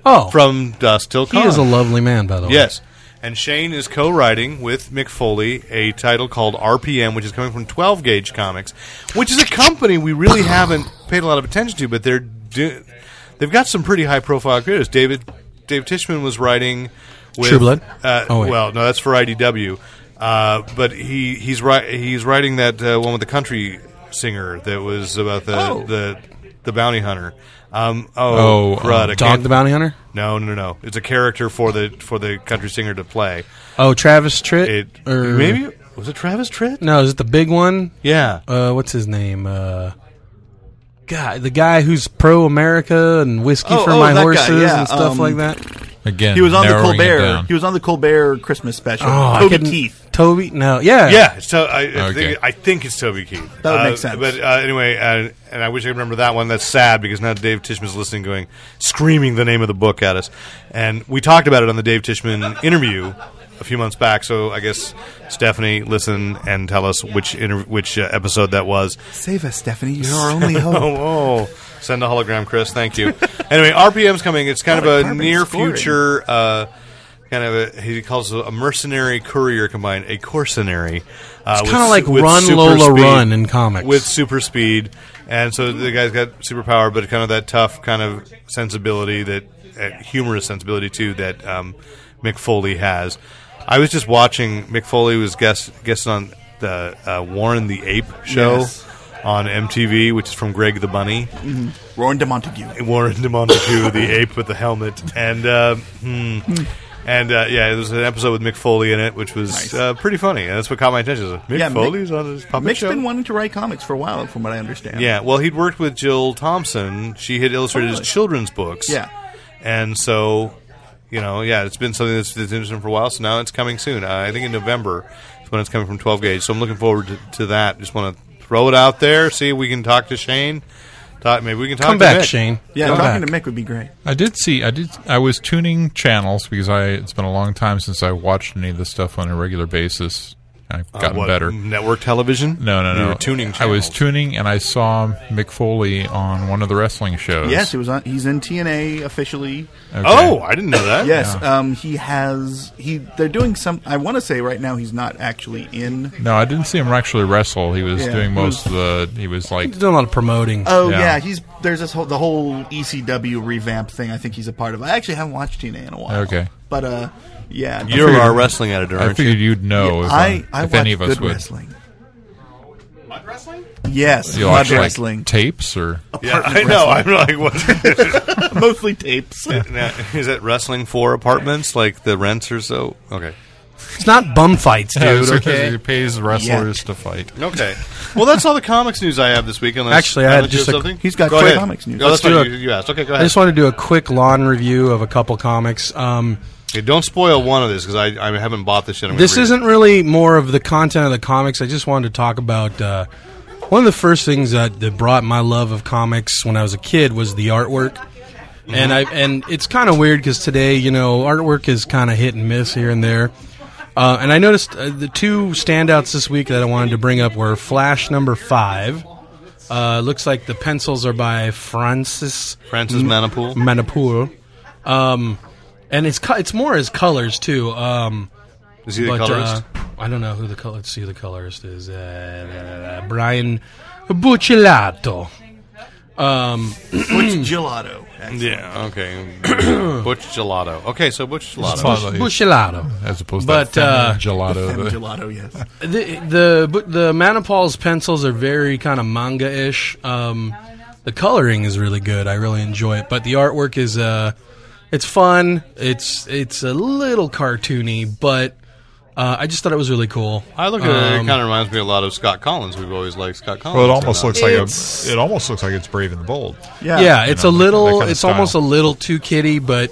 B: Oh,
D: from dusk till
B: he
D: Dawn.
B: is a lovely man, by the way.
D: Yes. And Shane is co-writing with Mick Foley a title called RPM, which is coming from 12 Gauge Comics, which is a company
B: (coughs)
D: we really haven't paid a lot of attention to, but they're do- they've got some pretty high-profile creators. David Dave Tishman was writing with
B: True Blood?
D: Uh,
B: Oh, wait.
D: well, no, that's for IDW, uh, but he he's ri- he's writing that uh, one with the country singer that was about the
E: Oh.
D: the, the bounty hunter. Um, oh,
F: Oh,
D: crud, I
F: um,
D: can't-
B: Dog the Bounty Hunter.
D: no, no, no. It's a character for the for the country singer to play.
B: Oh, Travis Tritt.
D: It
B: or
D: maybe was it Travis Tritt?
B: no? Is it the big one?
D: Yeah.
B: Uh, what's his name? Uh, guy, the guy who's pro America and whiskey
E: Oh,
B: for
E: oh,
B: my
E: that guy,
B: horses
E: yeah,
B: and stuff
E: um,
B: like that.
F: Again,
E: He was on the
F: narrowing it down.
E: Colbert. He was on the Colbert Christmas special.
B: Oh, I
E: Toby
B: couldn't-
E: Keith.
B: Toby? No, yeah,
D: Yeah, it's to- I, I,
F: Okay.
D: think, I think it's Toby Keith.
E: That would
D: Uh,
E: make sense.
D: But uh, anyway, uh, and I wish I could remember that one. That's sad because now Dave Tishman's listening, going screaming the name of the book at us. And we talked about it on the Dave Tishman interview a few months back. So I guess Stephanie, listen and tell us which inter- which uh, episode that was.
E: Save us, Stephanie. You're our only
D: (laughs)
E: hope.
D: Oh, oh. Send a hologram, Chris. Thank you. anyway, RPM's coming. It's kind
E: Not a
D: of a
E: carbon
D: near
E: scoring.
D: future, uh, kind of a, he calls it a mercenary courier combined, a corsenary. Uh,
B: It's
D: with
B: kinda
D: su-
B: like
D: with
B: Run,
D: super
B: Lola, Run in comics.
D: With super speed. And so the guy's got superpower, but kind of that tough kind of sensibility, that, that humorous sensibility, too, that um, Mick Foley has. I was just watching, Mick Foley was guest, guest on the uh, Warren the Ape show
E: Yes.
D: on MTV, which is from Greg the Bunny.
E: Roaring to Montague.
D: Warren de Montague, the ape with the helmet, and uh, hmm. and uh, yeah, there's an episode with Mick Foley in it, which was
E: Nice.
D: uh, pretty funny, and that's what caught my attention. is, Mick
E: Yeah, Mick-
D: Foley's on his puppet
E: Mick's
D: show.
E: been wanting to write comics for a while, from what I understand.
D: yeah, well, he'd worked with Jill Thompson. She had illustrated
E: Totally.
D: his children's books.
E: Yeah.
D: and so you know, yeah, it's been something that's, that's interesting for a while. So now it's coming soon. Uh, I think in November is when it's coming from 12 gauge. So I'm looking forward to, to that. Just want to throw it out there. See if we can talk to Shane. Talk, maybe we can talk
B: Come
D: to
B: back,
D: Mick.
B: Shane.
E: Yeah,
B: Come
E: talking
B: back.
E: to Mick would be great.
F: I did see. I did. I was tuning channels because I. It's been a long time since I watched any of this stuff on a regular basis. I've
D: Uh,
F: gotten
D: what,
F: better.
D: Network television?
F: No, no,
D: You
F: no.
D: were tuning.
F: I was
D: channels.
F: tuning, and I saw Mick Foley on one of the wrestling shows.
E: Yes, he was on. He's in TNA officially.
F: Okay.
D: Oh, I didn't know that.
E: Yes, um, he has. He they're doing some. I want to say right now he's not actually in.
F: no, I didn't see him actually wrestle. He was
E: Yeah,
F: doing
E: he
F: most of the. He was like,
B: He's doing a lot of promoting.
E: Oh
F: Yeah.
E: yeah. he's there's this whole the whole ECW revamp thing. I think he's a part of. I actually haven't watched TNA in a while.
F: Okay.
E: but uh, yeah,
D: You're our wrestling editor,
F: I
D: aren't you?
F: figured you'd know Oh, if, um,
E: I I
F: if any of
E: watch
F: us
E: good
F: would.
E: wrestling. Mud wrestling. Yes,
F: You
E: mud
F: watch, like, (laughs)
E: wrestling. (laughs)
F: tapes or
D: Yeah, I know. I'm like, what? (laughs)
E: Mostly tapes. (laughs)
D: Now, is that wrestling for apartments? Like the rents or so? Okay.
B: it's not bum fights, dude.
F: okay. He pays wrestlers
E: Yeah.
F: to fight.
D: Okay. Well, that's all the comics news I have this week. Unless
B: Actually, I had
D: unless you
B: just
D: have
B: a-
D: something.
E: he's got
D: go
E: great
D: ahead.
E: comics news.
D: No, that's
B: Let's
D: what
B: do
D: you,
B: it.
D: you asked. Okay, go
B: I
D: ahead.
B: just wanted to do a quick lawn review of a couple comics. Um,
D: Hey, don't spoil one of this because I, I haven't bought this yet. I'm gonna
B: this
D: read it.
B: isn't really more of the content of the comics. I just wanted to talk about uh, one of the first things that, that brought my love of comics when I was a kid was the artwork. And I and it's kind of weird because today, you know, artwork is kind of hit and miss here and there. Uh, and I noticed uh, the two standouts this week that I wanted to bring up were Flash number five. Uh, looks like the pencils are by Francis
D: Francis Manapul.
B: Manipur. Um, and it's co- it's more as colors too. Um,
D: Is he the
B: but
D: colorist?
B: uh, I don't know who the color. Let's see who the colorist is. Uh, Brian Bucciolato. Um,
E: What's gelato?
B: (coughs)
D: yeah. Okay. Butch Gelato. Okay, so Butch Gelato.
B: Bucciolato.
F: As opposed
B: But,
F: to that
B: uh,
F: feminine gelato. (laughs)
E: Femme
F: that-
E: gelato, yes.
B: The the bu- the Manipal's pencils are very kind of manga ish. Um, the coloring is really good. I really enjoy it. But the artwork is uh, it's fun. It's it's a little cartoony, but uh, I just thought it was really cool.
D: I look at it. It
B: Um,
D: kind of reminds me a lot of Scott Collins. We've always liked Scott Collins.
F: Well, it almost looks like
B: It's-
F: a, it almost looks like it's brave and the bold.
E: Yeah,
B: yeah, it's
F: know,
B: a
F: that- that
B: little.
F: kind of
B: it's almost a
F: style.
B: little too kitty, but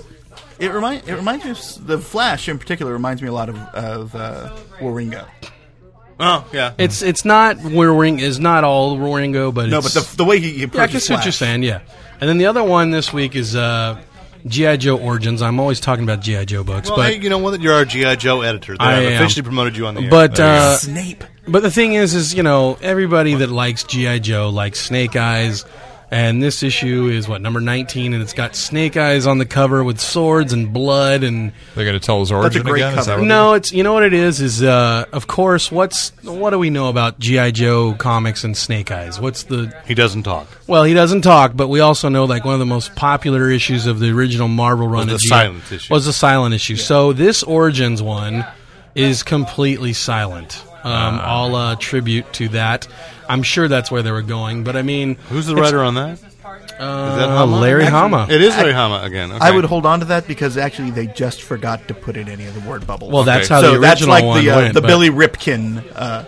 E: It remind it reminds me of s- the Flash in particular. Reminds me a lot of of uh, Waringo.
D: Oh yeah.
B: it's it's not roaring. Is not all Roaringo, but
E: No, but
B: it's,
E: the, the way he approaches
B: yeah, I guess what
E: Flash.
B: you're saying. Yeah, and then the other one this week is uh, GI Joe Origins. I'm always talking about GI Joe books,
D: Well,
B: but
D: hey, you know what? You're our GI Joe editor. There,
B: I
D: I've
B: am.
D: officially promoted you on the air.
B: but uh,
E: Snape.
B: but the thing is, is you know everybody that likes GI Joe likes Snake Eyes. And this issue is what number nineteen, and it's got Snake Eyes on the cover with swords and blood, and
F: They're going to tell his origin
E: That's a great
F: again. Is that
E: cover.
F: what
B: No, it's you know what it is is uh, of course what's what do we know about GI Joe comics and Snake Eyes? What's the
D: he doesn't talk.
B: well he doesn't talk, but we also know like one of the most popular issues of the original Marvel run
D: the
B: of
D: silent issue.
B: was the silent issue. So this Origins one is completely silent. Um,
D: Ah.
B: I'll uh, tribute to that. I'm sure that's where they were going, but I mean,
D: Who's the
B: it's-
D: writer on that? Is that
B: Uh,
D: Hama?
B: Larry Hama.
D: It is Larry Hama again.
E: I
D: okay.
E: would hold on to that because actually they just forgot to put in any of the word bubbles.
B: Well, that's
D: Okay.
B: how
E: so
B: the original
E: that's like
B: one
E: the uh,
B: went.
E: the
B: but-
E: Billy Ripkin. Uh,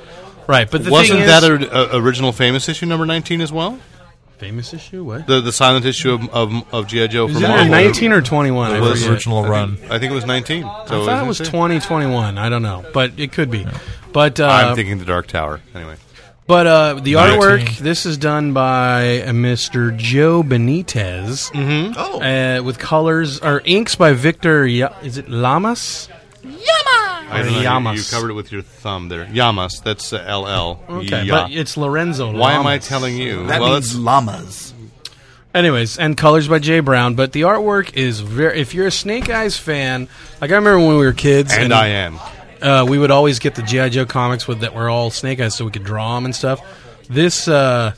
B: right? But the
D: Wasn't
B: thing is-
D: that a, a- original famous issue number nineteen as well?
B: Famous issue? What?
D: The the silent issue of of, of GI Joe
B: Is
D: from
B: that
D: Marvel.
B: 19 or 21? I
D: It was
B: forget.
F: original
D: I
F: run.
D: Think, I think it was nineteen. So
B: I thought it was 20, 21. I don't know, but it could be. But uh,
D: I'm thinking the Dark Tower. Anyway,
B: But uh, the
F: 19.
B: artwork, this is done by a Mr. Joe Benitez. Mm-hmm.
E: Oh.
B: Uh, with colors, or inks by Victor, Ya is it Lamas?
D: I don't know, you-
B: Yamas.
D: You covered it with your thumb there. Yamas. That's uh, LL.
B: Okay,
D: Ya.
B: but it's Lorenzo.
D: Why am I
B: Lamas.
D: telling you?
E: That
D: well,
E: means
D: it's-
E: llamas.
B: Anyways, and colors by Jay Brown. But the artwork is very. If you're a Snake Eyes fan, like I remember when we were kids,
D: and I am.
B: uh, we would always get the GI Joe comics with that were all Snake Eyes, so we could draw them and stuff. This, uh,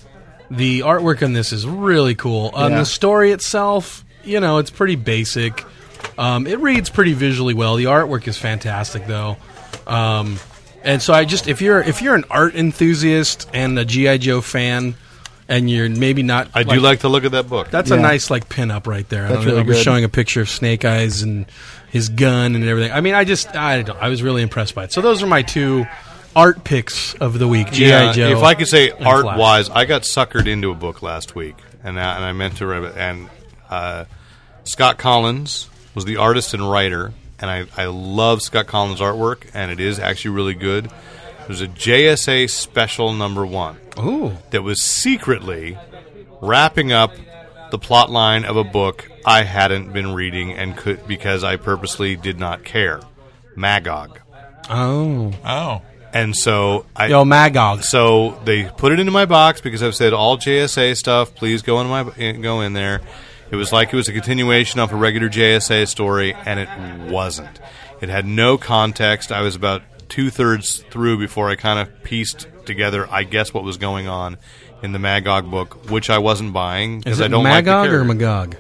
B: the artwork on this is really cool. On
E: Yeah.
B: the story itself, you know, it's pretty basic. Um, it reads pretty visually well. The artwork is fantastic, though. Um, and so I just if you're if you're an art enthusiast and a GI Joe fan, and you're maybe not,
D: I do like to look at that book.
B: that's a
E: Yeah.
B: nice like pin up right there. I
E: That's
B: don't know,
E: really
B: I was
E: good.
B: showing a picture of Snake Eyes and his gun and everything. I mean, I just I don't, I was really impressed by it. So those are my two art picks of the week. GI
D: Yeah,
B: Joe.
D: If I could say
B: and
D: art
B: Flash.
D: wise, I got suckered into a book last week, and I, and I meant to read it. And uh, Scott Collins was the artist and writer, and I, I love Scott Collins' artwork, and it is actually really good. There's a JSA special number one
B: Ooh,
D: that was secretly wrapping up the plot line of a book I hadn't been reading and could because I purposely did not care. Magog.
B: oh,
F: Oh,
D: And so I
B: yo, Magog.
D: so they put it into my box because I've said all JSA stuff. Please go in my in- go in there. It was like it was a continuation of a regular JSA story, and it wasn't. It had no context. I was about two thirds through before I kind of pieced together, I guess, what was going on in the Magog book, which I wasn't buying
B: Is
D: because
B: it
D: I don't like the
B: Magog or
D: character.
B: Magog?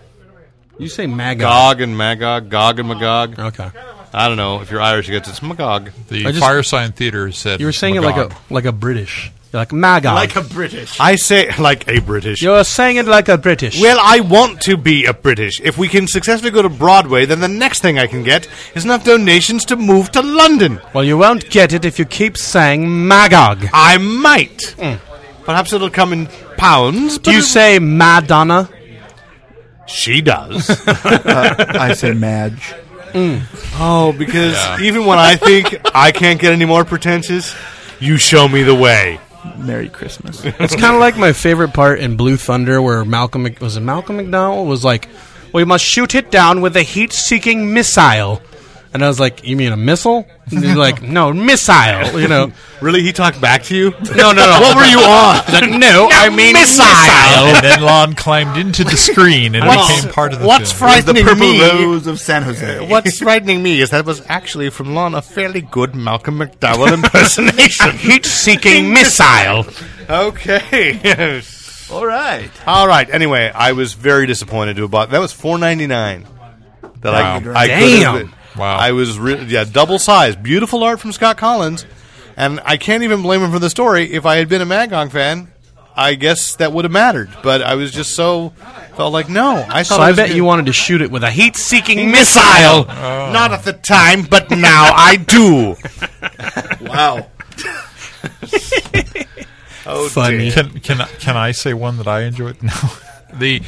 B: You say Magog.
D: Gog and Magog, Gog and Magog.
B: Okay,
D: I don't know if you're Irish, you get it's Magog.
F: the
B: I just-
F: Fire Sign Theater said
B: you were saying it like
F: Magog.
B: a like a British, You're like Magog.
E: Like a British.
D: I say like a British.
B: You're saying it like a British.
D: Well, I want to be a British. If we can successfully go to Broadway, then the next thing I can get is enough donations to move to London.
B: well, you won't get it if you keep saying Magog.
D: I might. Perhaps it'll come in pounds. But
B: Do you
D: it-
B: say Madonna?
D: (laughs) she does?
E: I say Madge.
D: (laughs) oh, because even when I think I can't get any more pretentious, you show me the way.
E: Merry Christmas.
B: It's kind of like my favorite part in Blue Thunder, where Malcolm Mc- was it Malcolm McDowell was like, "We must shoot it down with a heat-seeking missile," and I was like, "You mean a missile?" And he's like, "No, missile." You
D: (laughs)
B: know,
D: Really, he talked back to you?
B: no, no,
D: (laughs)
B: no. what were you on? Like, no, I mean missile.
F: and then Lon climbed into the screen and
D: What's-
F: became part of the
D: what's
F: film.
D: frightening
E: the Purple
D: me?
E: Rose of San Jose.
D: (laughs) What's frightening me is that was actually from Lon a fairly good Malcolm McDowell
B: (laughs)
D: impersonation. (laughs)
B: Heat-seeking missile.
D: okay. (laughs)
E: All right.
D: All right. Anyway, I was very disappointed to about that was four ninety nine. That
F: Wow.
D: I, I
B: Damn.
D: could've-
F: Wow.
D: I was re- yeah double size, beautiful art from Scott Collins, and I can't even blame him for the story. If I had been a Magong fan, I guess that would have mattered. But I was just so felt like no. I thought
B: So
D: it
B: I
D: was
B: bet
D: good.
B: you wanted to shoot it with a heat-seeking missile.
D: not at the time, but now I do.
E: Wow.
B: Funny.
F: Can, can, I- can I say one that I enjoyed? (laughs) No. The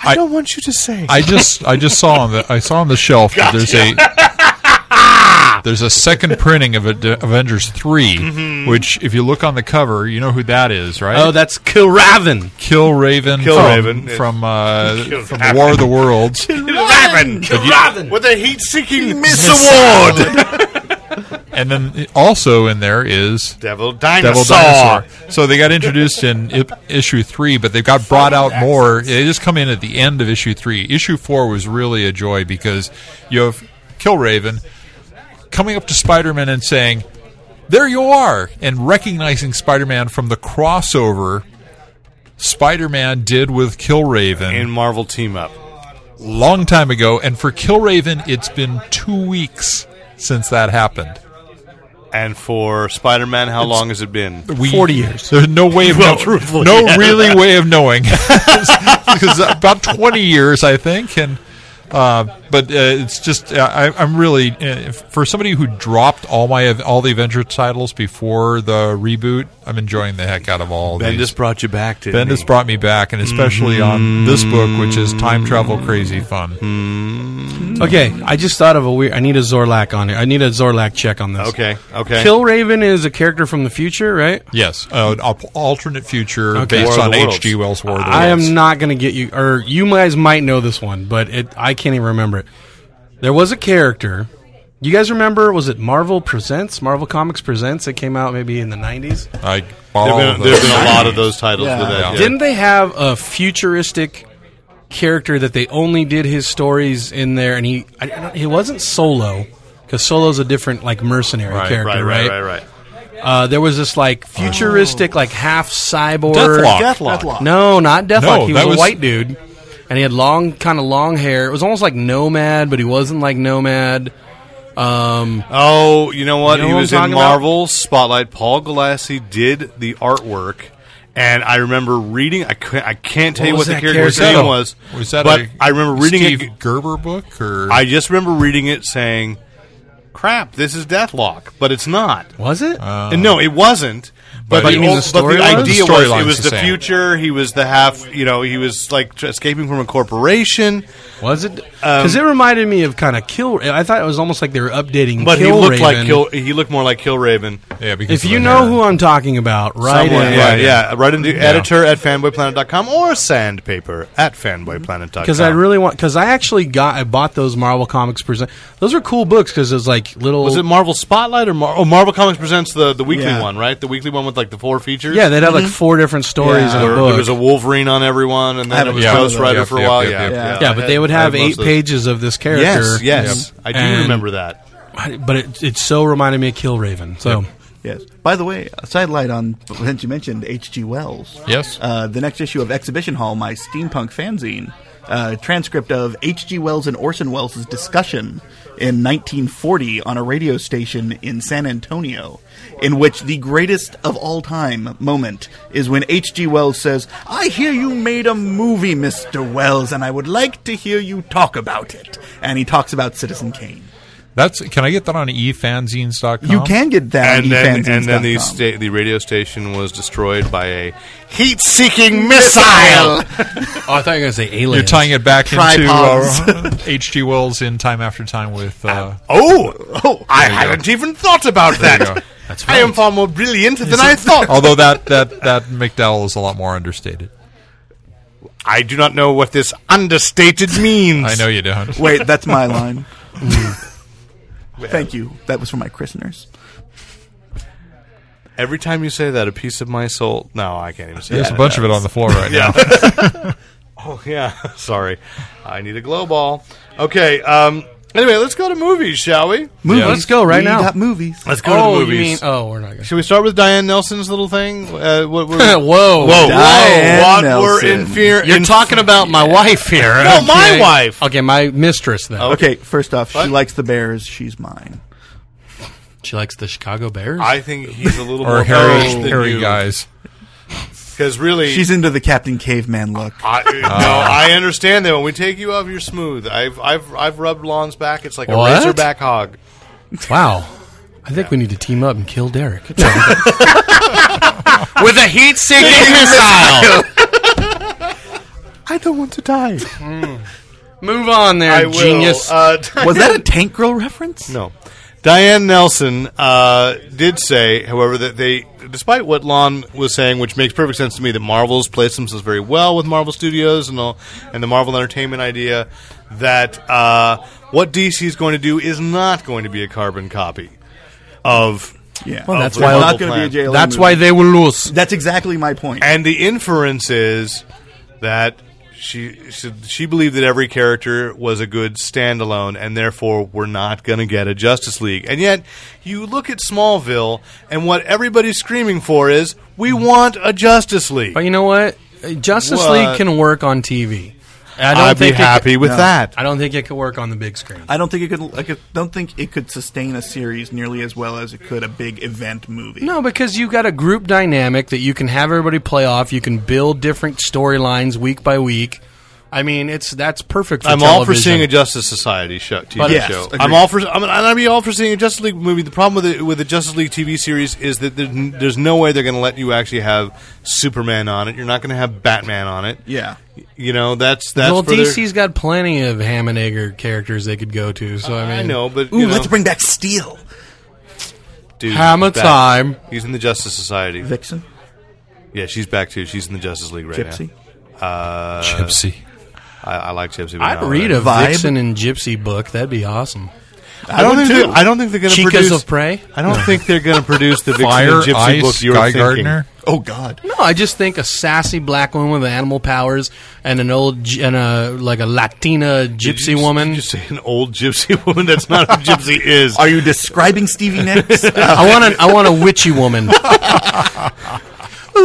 D: I, don't want you to say.
F: I just I just saw on the I saw on the shelf that there's a (laughs) there's a second printing of Ad- Avengers 3
D: Mm-hmm.
F: which if you look on the cover you know who that is right
B: Oh, that's Kilraven.
F: Kill Raven
D: Kill
F: from,
D: Raven, yes.
F: from uh,
D: (laughs) Kill
F: from
D: Raven.
F: War of the Worlds
D: Robin,
B: Kilraven.
D: with a heat-seeking miss award,
F: (laughs) and then also in there is
D: Devil
F: Devil
D: Dinosaur.
F: Dinosaur so they got introduced in I- issue 3 but they've got brought out more they just come in at the end of issue 3 issue 4 was really a joy because you have Kill Raven coming up to Spider-Man and saying there you are, and recognizing Spider-Man from the crossover Spider-Man did with Killraven
D: in Marvel team up.
F: long time ago, and for Killraven, it's been two weeks since that happened.
D: And for Spider Man, how long has it been?
F: We,
B: 40 years.
F: There's no way of
D: Well,
F: know-
D: truthfully,
F: no (laughs)
D: yeah.
F: really way of knowing because about 20 years, I think, and Uh, but uh, it's just uh, I, I'm really uh, for somebody who dropped all my all the Avengers titles before the reboot. I'm enjoying the heck out of all.
D: Ben
F: these.
D: just brought you back to
F: Bendis brought me back, and especially on this book, which is time travel crazy fun.
B: Okay, I just thought of a weird. I need a Zorlak on it. I need a Zorlak check on this.
D: Okay, okay.
B: Kill Raven is a character from the future, right?
F: Yes, uh, an al- alternate future
B: Okay.
F: based
D: War of
F: on
D: the Worlds.
F: H.G. Wells' War of the
B: I
F: Worlds.
B: am not going to get you, or you guys might know this one, but it I can't even remember it. There was a character. You guys remember? Was it Marvel Presents? Marvel Comics Presents? It came out maybe in the nineties.
F: I
D: There
F: all
D: have
F: of
D: been, there have
F: those.
D: been a lot of those titles
E: Yeah.
D: with that. yeah.
B: Didn't they have a futuristic character that they only did his stories in there, and he I, I don't, he wasn't Solo because Solo's a different like mercenary character,
D: right, right, right, right.
B: Uh, there was this like futuristic, like half cyborg.
F: Deathlock.
D: Deathlock.
E: Deathlock.
B: No, not Deathlock.
F: No,
B: he was
F: that
B: a
F: was-
B: white dude, and he had long, kind of long hair. It was almost like Nomad, but he wasn't like Nomad. Um,
D: Oh, you know what?
B: You know
D: he
B: what
D: was
B: I'm
D: in
B: talking about?
D: Marvel Spotlight. Paul Galassi did the artwork, and I remember reading. I can't, I can't tell you
B: What
D: what
B: was
D: the
B: that
D: character's
B: character?
D: name was,
F: Was that
D: but
F: a
D: I remember reading
F: Steve
D: it.
F: Gerber book or
D: I just remember reading it, saying, "Crap, this is Deathlock," but it's not.
B: was it?
D: And no, it wasn't. But,
F: But you
D: the,
F: mean
D: ol-
B: the
D: but
B: story
D: the
B: line?
D: idea
F: The
D: was
F: storyline's
D: it was
F: the
D: the
F: same.
D: future. He was the half, you know, he was like tr- escaping from a corporation.
B: was it? Because it reminded me of kind of Kill. I thought it was almost like they were updating.
D: But he
B: Kill
D: looked
B: Raven.
D: like Kill. He looked more like Kill Raven.
F: yeah, because
B: If
F: of
B: you
F: the
B: know
F: hair.
B: who I'm talking about, right?
D: Someone, yeah, yeah. Write into
F: Yeah.
D: editor at fanboyplanet.com or sandpaper at fanboyplanet.com.
B: Because I really want. Because I actually got. I bought those Marvel Comics present. Those are cool books because it was like little.
D: was it Marvel Spotlight or Mar- oh Marvel Comics presents the, the weekly
E: Yeah.
D: one, right? The weekly one with like the four features.
B: yeah, they'd have like four different stories in
E: Yeah.
B: a
D: There,
B: book.
D: there was a Wolverine on everyone, and then
E: have
D: it
E: a
D: was
E: ton of
D: Ghost
E: those.
D: Rider
F: Yep,
D: for a
F: yep,
D: while.
F: yep,
D: yeah,
F: yep,
E: yep.
B: yeah,
D: I
B: but
D: had-
B: they would
D: I
B: have
D: had most
B: eight
D: of those.
B: pages of this character.
D: Yes, yes, I do
B: And-
D: remember that.
B: but it, it so reminded me of Kill Raven. So
E: Yes. By the way, a sidelight on since you mentioned H.G. Wells.
F: Yes.
E: Uh, the next issue of Exhibition Hall, my steampunk fanzine, uh, transcript of H.G. Wells and Orson Welles' discussion in 1940 on a radio station in San Antonio, in which the greatest of all time moment is when H.G. Wells says, "I hear you made a movie, Mister Wells, and I would like to hear you talk about it." And he talks about Citizen Kane.
F: that's can I get that on e efanzines.com?
E: You can get that,
D: and
E: on
D: then and then the
E: efanzines.com.
D: sta- the radio station was destroyed by a heat seeking missile.
B: Oh, I thought you were going to say aliens.
F: You're tying it back
E: Tripods.
D: (laughs)
F: into uh, H.G. Wells in Time After Time with uh,
D: Oh, oh! I
F: you go.
D: hadn't even thought about
F: There you
D: that.
F: go.
B: That's
D: I am far more brilliant than I (laughs) thought.
F: Although that that that McDowell is a lot more understated.
D: I do not know what this (laughs) understated means.
F: I know you don't.
E: (laughs) Wait, that's my (laughs) line. Thank you. That was for my christeners.
D: Every time you say that, a piece of my soul. No, I can't even say
F: There's
D: that.
F: a bunch of it on the floor right now.
D: Oh (laughs) yeah, sorry. I need a glow ball. Okay. Um. Anyway, let's go to movies, shall we?
E: Movies.
B: Let's go right
E: we
B: now.
E: Got movies.
D: Let's go
B: oh,
D: to the
B: you mean?
D: movies.
B: Oh, we're (laughs) not going.
D: Should we start with Diane Nelson's little thing? Uh, what, what,
B: to. Whoa,
D: Whoa,
E: Diane
D: whoa! What
E: Nelson.
D: we're in fear?
B: You're
D: in-
B: talking about my wife here.
D: No, my wife.
B: Okay, my mistress. Then
E: Okay, first off, she likes the Bears. She's mine.
B: she likes the Chicago Bears.
D: (laughs) I think he's a
F: (laughs)
D: little
F: Or
D: more
F: hairy,
D: Irish than
F: hairy
D: you.
F: guys.
D: Because really,
E: She's into the Captain Caveman (laughs) look.
D: I, no, I understand that. When we take you off, you're smooth. I've I've I've rubbed Lon's back. It's like
B: What?
D: a razorback hog.
B: wow, I think we need to team up and kill (laughs) Derek with a heat-seeking missile.
E: I don't want to die.
B: Move on, there,
D: I will.
B: genius.
D: (laughs) Uh,
E: Was that a Tank Girl reference?
D: no, Diane Nelson uh, did say, however, that they, despite what Lon was saying, which makes perfect sense to me, that Marvel's placed themselves very well with Marvel Studios and all, and the Marvel Entertainment idea, that uh, what DC is going to do is not going to be a carbon copy of.
E: Yeah.
D: Well,
B: that's
E: It's
B: why-
E: not going to be a
D: plan.
E: JLA
B: That's
E: movie.
B: why they will lose.
E: That's exactly my point.
D: And the inference is that she she, she believed that every character was a good standalone, and therefore we're not going to get a Justice League. And yet, you look at Smallville, and what everybody's screaming for is, "We want a Justice League."
B: But you know what? Uh, Justice
D: What?
B: League can work on TV. I don't
D: I'd be
B: think it
D: happy
B: could-
D: with
E: No.
D: that.
B: I don't think it could work on the big screen.
E: I don't think it could. I could, don't think it could sustain a series nearly as well as it could a big event movie.
B: No, because you've got a group dynamic that you can have everybody play off. You can build different storylines week by week. I mean, it's that's perfect. for
D: I'm all for
B: television.
D: seeing a Justice Society show, TV
E: Yes,
D: show.
E: agreed.
D: I'm all for. I'm, I'd be all for seeing a Justice League movie. The problem with the, with the Justice League TV series is that there's, n- there's no way they're going to let you actually have Superman on it. You're not going to have Batman on it.
E: Yeah.
D: You know that's that's
B: well,
D: for their-
B: DC's got plenty of ham and egger characters they could go to. So I mean,
D: I know, but
E: Ooh,
D: you know,
E: let's bring back Steel.
D: dude,
B: Hammer
D: he's back.
B: time.
D: He's in the Justice Society.
E: Vixen.
D: Yeah, she's back too. She's in the Justice League right
E: Gypsy.
D: now. Uh,
F: Gypsy.
D: I, I like Gypsy. but
B: I'd
D: not
B: read a
D: right.
E: Vibe.
B: Vixen and Gypsy book. That'd be awesome.
D: I don't
E: would
D: think.
E: too.
D: they- I don't think they're going to
B: Chicas
D: produce
B: of Prey?
D: I don't think they're going to produce the Vixen
F: Fire,
D: and Gypsy
F: Ice,
D: book you're
F: Guy
D: thinking.
F: Gardner.
E: Oh God.
B: No, I just think a sassy black woman with animal powers and an old G- and a like a Latina
D: Did
B: gypsy
D: you-
B: woman.
D: Did you say an old gypsy (laughs) woman? That's not who
B: (laughs)
D: gypsy is.
E: Are you describing Stevie (laughs) Nicks?
B: I want an, I want a witchy
D: (laughs)
B: woman.